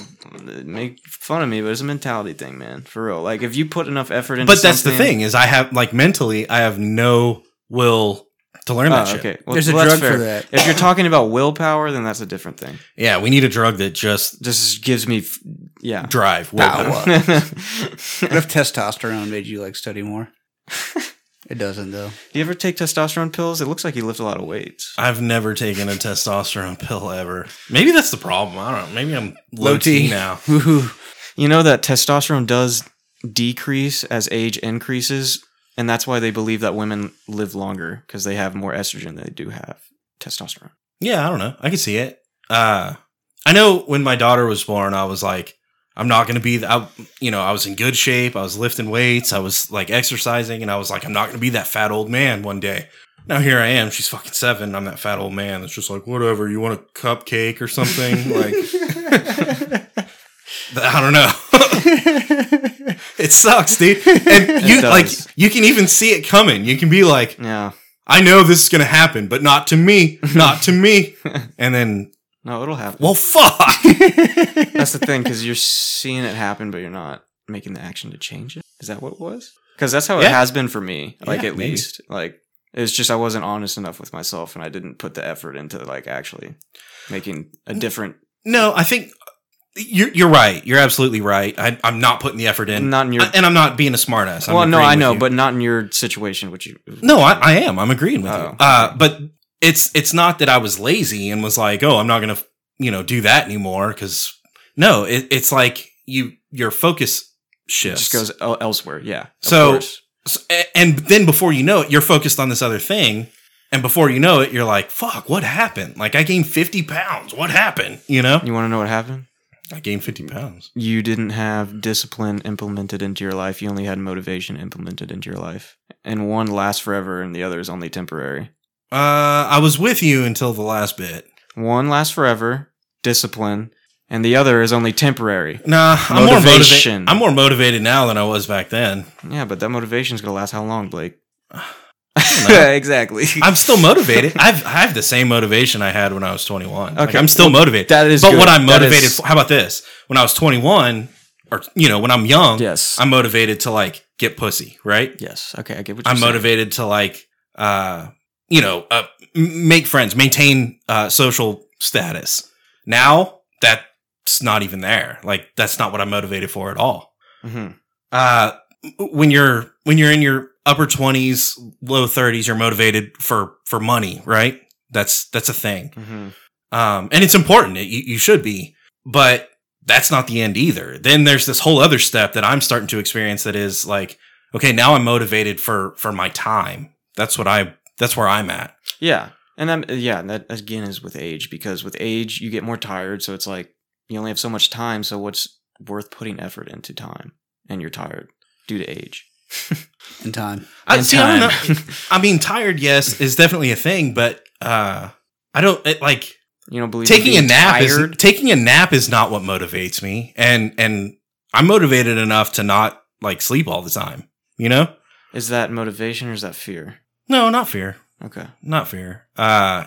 [SPEAKER 3] make fun of me, but it's a mentality thing, man. For real. Like if you put enough effort into.
[SPEAKER 2] But that's the
[SPEAKER 3] something-
[SPEAKER 2] thing is I have like mentally I have no will to learn that
[SPEAKER 3] Oh,
[SPEAKER 2] shit.
[SPEAKER 3] okay. Well,
[SPEAKER 1] There's a
[SPEAKER 3] well, that's
[SPEAKER 1] drug for
[SPEAKER 3] fair.
[SPEAKER 1] that.
[SPEAKER 3] If you're talking about willpower, then that's a different thing.
[SPEAKER 2] Yeah, we need a drug that just
[SPEAKER 3] Just gives me, f- yeah.
[SPEAKER 2] drive willpower.
[SPEAKER 3] Do
[SPEAKER 1] What if testosterone made you like study more? it doesn't though.
[SPEAKER 3] you ever take testosterone pills? It looks like you lift a lot of weights.
[SPEAKER 2] I've never taken a testosterone pill ever. Maybe that's the problem. I don't know. Maybe I'm low,
[SPEAKER 1] Low
[SPEAKER 2] T.
[SPEAKER 1] T.
[SPEAKER 2] now.
[SPEAKER 1] Woohoo.
[SPEAKER 3] You know that testosterone does decrease as age increases, and that's why they believe that women live longer because they have more estrogen than they do have testosterone.
[SPEAKER 2] Yeah, I don't know. I can see it. Uh, I know when my daughter was born, I was like, I'm not going to be, th- I, you know, I was in good shape. I was lifting weights. I was like exercising. And I was like, I'm not going to be that fat old man one day. Now here I am. She's fucking seven. I'm that fat old man. It's just like, whatever. You want a cupcake or something? like, I don't know. it sucks, dude. And you,
[SPEAKER 3] does.
[SPEAKER 2] like, you can even see it coming. You can be like,
[SPEAKER 3] Yeah.
[SPEAKER 2] I know this is going to happen, but not to me, not to me. And then
[SPEAKER 3] No, it'll happen.
[SPEAKER 2] well, fuck.
[SPEAKER 3] That's the thing because you're seeing it happen, but you're not making the action to change it. Is that what it was? Because that's how
[SPEAKER 2] Yeah.
[SPEAKER 3] it has been for me. Like
[SPEAKER 2] Yeah,
[SPEAKER 3] at
[SPEAKER 2] maybe.
[SPEAKER 3] least, like it's just I wasn't honest enough with myself, and I didn't put the effort into like actually making a different.
[SPEAKER 2] no, I think you're you're right. You're absolutely right. I, I'm not putting the effort in,
[SPEAKER 3] Not in your.
[SPEAKER 2] I- and I'm not being a smartass. I'm
[SPEAKER 3] well, no,
[SPEAKER 2] agreeing
[SPEAKER 3] I
[SPEAKER 2] with
[SPEAKER 3] know,
[SPEAKER 2] you.
[SPEAKER 3] but not in your situation, which you.
[SPEAKER 2] no, I, I am. I'm agreeing with
[SPEAKER 3] Oh,
[SPEAKER 2] you. Uh, but it's it's not that I was lazy and was like, oh, I'm not gonna you know do that anymore because no, it, it's like you your focus
[SPEAKER 3] It
[SPEAKER 2] shifts.
[SPEAKER 3] just goes el- elsewhere. Yeah. of
[SPEAKER 2] So-
[SPEAKER 3] course.
[SPEAKER 2] So- a- and then before you know it, you're focused on this other thing. And before you know it, you're like, fuck, what happened? Like, I gained 50 pounds. What happened? You know?
[SPEAKER 3] you want to know what happened?
[SPEAKER 2] I gained 50 pounds.
[SPEAKER 3] You didn't have discipline implemented into your life. You only had motivation implemented into your life, and one lasts forever, and the other is only temporary.
[SPEAKER 2] Uh, I was with you until the last bit.
[SPEAKER 3] One lasts forever. Discipline. and the other is only temporary.
[SPEAKER 2] Nah, I'm more,
[SPEAKER 3] Motivation.
[SPEAKER 2] motiva- I'm more motivated now than I was back then.
[SPEAKER 3] Yeah, but that motivation's gonna last how long, Blake?
[SPEAKER 2] know.
[SPEAKER 3] exactly.
[SPEAKER 2] I'm still motivated. I've I have the same motivation I had when I was 21. Like,
[SPEAKER 3] Okay.
[SPEAKER 2] I'm still motivated.
[SPEAKER 3] that is
[SPEAKER 2] But
[SPEAKER 3] good.
[SPEAKER 2] what I'm
[SPEAKER 3] That
[SPEAKER 2] motivated
[SPEAKER 3] is-
[SPEAKER 2] for, how about this? When I was 21 or you know, when I'm young,
[SPEAKER 3] Yes.
[SPEAKER 2] I'm motivated to like get pussy, right?
[SPEAKER 3] yes. Okay, I get what you're
[SPEAKER 2] I'm
[SPEAKER 3] saying.
[SPEAKER 2] motivated to like uh you know, uh, m- make friends, maintain uh social status. Now, that's not even there. Like that's not what I'm motivated for at all
[SPEAKER 3] Mhm.
[SPEAKER 2] uh, when you're when you're in your upper twenties, low thirties, you're motivated for for money, right? That's that's a thing,
[SPEAKER 3] Mhm.
[SPEAKER 2] um, and it's important. It, you, you should be, but that's not the end either. Then there's this whole other step that I'm starting to experience that is like, okay, now I'm motivated for for my time. That's what I. That's where I'm at.
[SPEAKER 3] Yeah, and I'm yeah. and That again is with age because with age you get more tired, so it's like you only have so much time. So what's worth putting effort into time? And you're tired due to age.
[SPEAKER 1] in time.
[SPEAKER 2] I,
[SPEAKER 3] And
[SPEAKER 2] see, I don't
[SPEAKER 3] time.
[SPEAKER 2] know. I mean, tired, yes, is definitely a thing, but uh, I don't it, like.
[SPEAKER 3] You don't believe in
[SPEAKER 2] taking a
[SPEAKER 3] being
[SPEAKER 2] nap
[SPEAKER 3] tired?
[SPEAKER 2] is taking a nap is not what motivates me and and i'm motivated enough to not like sleep all the time you know
[SPEAKER 3] Is that motivation or is that fear?
[SPEAKER 2] no not fear
[SPEAKER 3] Okay.
[SPEAKER 2] not fear uh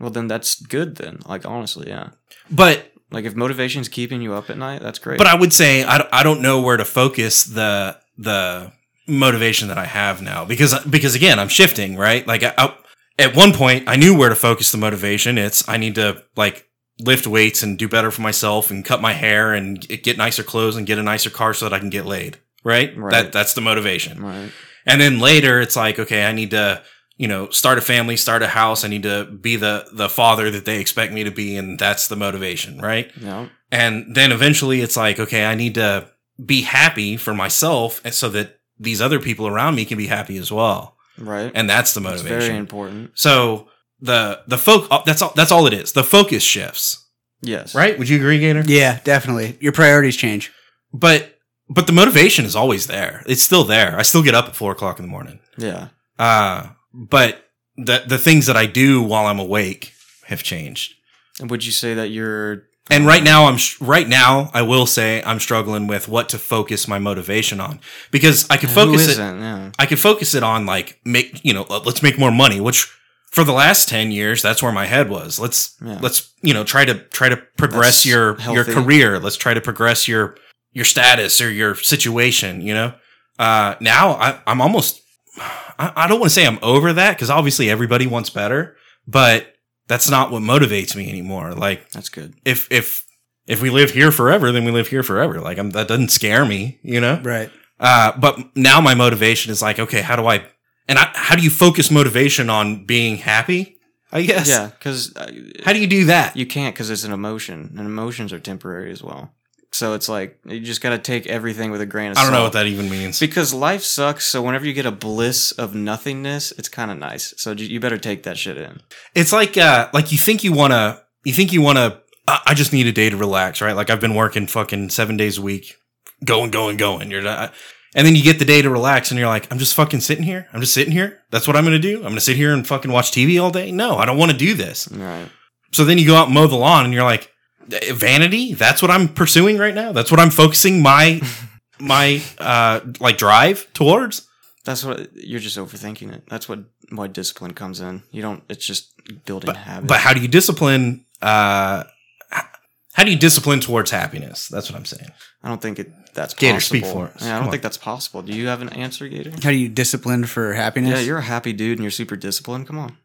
[SPEAKER 3] Well, then that's good then. Like honestly, yeah.
[SPEAKER 2] but
[SPEAKER 3] Like if motivation's keeping you up at night, that's great.
[SPEAKER 2] but i would say i, don't- I don't know where to focus the the motivation that i have now because because again i'm shifting right like I, I, at one point i knew where to focus the motivation it's i need to like lift weights and do better for myself and cut my hair and get nicer clothes and get a nicer car so that i can get laid right,
[SPEAKER 3] Right.
[SPEAKER 2] that that's the motivation
[SPEAKER 3] right.
[SPEAKER 2] And then later it's like, okay, I need to, you know, start a family, start a house. I need to be the the father that they expect me to be, and that's the motivation, right?
[SPEAKER 3] No.
[SPEAKER 2] And then eventually it's like, okay, I need to be happy for myself and so that these other people around me can be happy as well.
[SPEAKER 3] Right.
[SPEAKER 2] And that's the
[SPEAKER 3] it's
[SPEAKER 2] motivation.
[SPEAKER 3] very important.
[SPEAKER 2] so the the folk that's all that's all it is. The focus shifts,
[SPEAKER 3] Yes.
[SPEAKER 2] right? Would you agree, Gator?
[SPEAKER 1] Yeah, definitely. Your priorities change.
[SPEAKER 2] But but the motivation is always there. It's still there. I still get up at four o'clock in the morning.
[SPEAKER 3] Yeah.
[SPEAKER 2] Uh, but the the things that I do while I'm awake have changed.
[SPEAKER 3] And would you say that you're
[SPEAKER 2] And right now I'm sh- right now I will say I'm struggling with what to focus my motivation on because I could
[SPEAKER 3] Who
[SPEAKER 2] focus it
[SPEAKER 3] isn't? Yeah.
[SPEAKER 2] I could focus it on like make you know uh, let's make more money which for the last 10 years that's where my head was. Let's
[SPEAKER 3] Yeah.
[SPEAKER 2] let's you know try to try to progress
[SPEAKER 3] That's
[SPEAKER 2] your your
[SPEAKER 3] healthy.
[SPEAKER 2] career. Let's try to progress your your status or your situation, you know? Uh now I I'm almost I, I don't want to say I'm over that cuz obviously everybody wants better, but that's not what motivates me anymore. Like
[SPEAKER 3] That's good.
[SPEAKER 2] if if if we live here forever, then we live here forever. Like I'm that doesn't scare me, you know?
[SPEAKER 1] Right.
[SPEAKER 2] Uh, but now my motivation is like, okay, how do I, and I, how do you focus motivation on being happy? I guess.
[SPEAKER 3] Yeah, uh, because
[SPEAKER 2] How do you do that?
[SPEAKER 3] you can't because it's an emotion, and emotions are temporary as well. So it's like you just got to take everything with a grain of
[SPEAKER 2] I
[SPEAKER 3] salt.
[SPEAKER 2] don't know what that even means.
[SPEAKER 3] Because life sucks, so whenever you get a bliss of nothingness, it's kind of nice. So you you better take that shit in.
[SPEAKER 2] It's like, uh, like you think you want to, you think you want to, I I just need a day to relax, right? Like I've been working fucking seven days a week, going, going, going. You're not, and then you get the day to relax and you're like, I'm just fucking sitting here. I'm just sitting here. That's what I'm going to do. I'm going to sit here and fucking watch TV all day. No, I don't want to do this.
[SPEAKER 3] Right.
[SPEAKER 2] So then you go out and mow the lawn, and you're like, "Eh, vanity. That's what I'm pursuing right now. That's what I'm focusing my my uh like drive towards.
[SPEAKER 3] That's what you're just overthinking it. That's what why discipline comes in. You don't. It's just building habits.
[SPEAKER 2] But how do you discipline? uh h- How do you discipline towards happiness? That's what I'm saying.
[SPEAKER 3] I don't think it. That's
[SPEAKER 2] Gator,
[SPEAKER 3] possible.
[SPEAKER 2] speak for us.
[SPEAKER 3] Yeah, I
[SPEAKER 2] Come
[SPEAKER 3] don't
[SPEAKER 2] on.
[SPEAKER 3] think that's possible. Do you have an answer, Gator?
[SPEAKER 1] How do you discipline for happiness?
[SPEAKER 3] Yeah, you're a happy dude and you're super disciplined. Come on.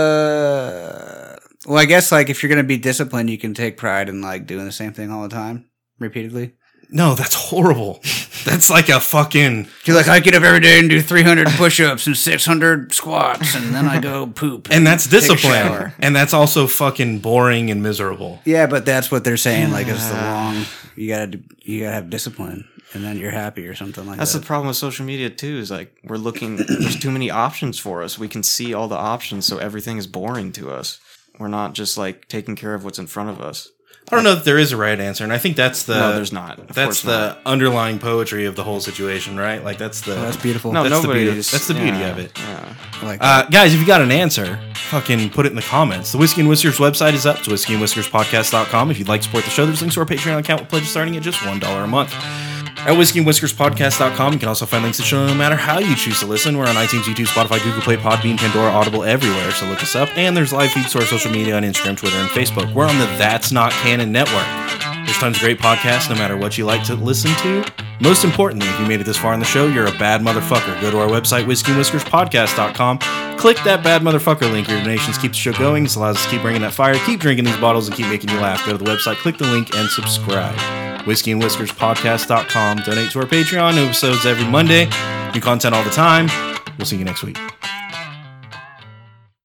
[SPEAKER 1] Uh, well, I guess like if you're gonna be disciplined, you can take pride in like doing the same thing all the time, repeatedly.
[SPEAKER 2] No, that's horrible. That's like a fucking.
[SPEAKER 1] You're like, I get up every day and do 300 push-ups and 600 squats, and then I go poop.
[SPEAKER 2] And that's
[SPEAKER 1] take a
[SPEAKER 2] discipline.
[SPEAKER 1] shower.
[SPEAKER 2] And that's also fucking boring and miserable.
[SPEAKER 1] Yeah, but that's what they're saying. Like, it's the long. You gotta do- you gotta have discipline, and then you're happy or something like
[SPEAKER 3] That's the
[SPEAKER 1] that.
[SPEAKER 3] problem with social media too. Is like we're looking. There's too many options for us. We can see all the options, so everything is boring to us. We're not just like taking care of what's in front of us.
[SPEAKER 2] I don't know that there is a right answer, and I think that's the
[SPEAKER 3] no, there's not. Of
[SPEAKER 2] Uh, that's
[SPEAKER 3] course not.
[SPEAKER 2] the underlying poetry of the whole situation, right? Like that's the
[SPEAKER 1] Oh, that's beautiful.
[SPEAKER 3] No,
[SPEAKER 2] That's the beauty-
[SPEAKER 3] nobody's.
[SPEAKER 2] that's the beauty of it.
[SPEAKER 3] Yeah.
[SPEAKER 1] I like that.
[SPEAKER 2] Uh, guys, if you got an answer fucking put it in the comments. The Whiskey and Whiskers website is up. It's whiskeyandwhiskerspodcast.com. If you'd like to support the show, there's links to our Patreon account with pledges starting at just $1 a month. At whiskeyandwhiskerspodcast.com, you can also find links to the show no matter how you choose to listen. We're on iTunes, YouTube, Spotify, Google Play, Podbean, Pandora, Audible, everywhere, so look us up. And there's live feeds to our social media on Instagram, Twitter, and Facebook. We're on the That's Not Canon Network. There's tons of great podcasts, no matter what you like to listen to. Most importantly, if you made it this far in the show, you're a bad motherfucker. Go to our website, whiskeyandwhiskerspodcast.com, click that bad motherfucker link. Your donations keep the show going. This allows us to keep bringing that fire, keep drinking these bottles, and keep making you laugh. Go to the website, click the link, and subscribe. Whiskey and Whiskers Podcast.com. Donate to our Patreon. New episodes every Monday. New content all the time. We'll see you next week.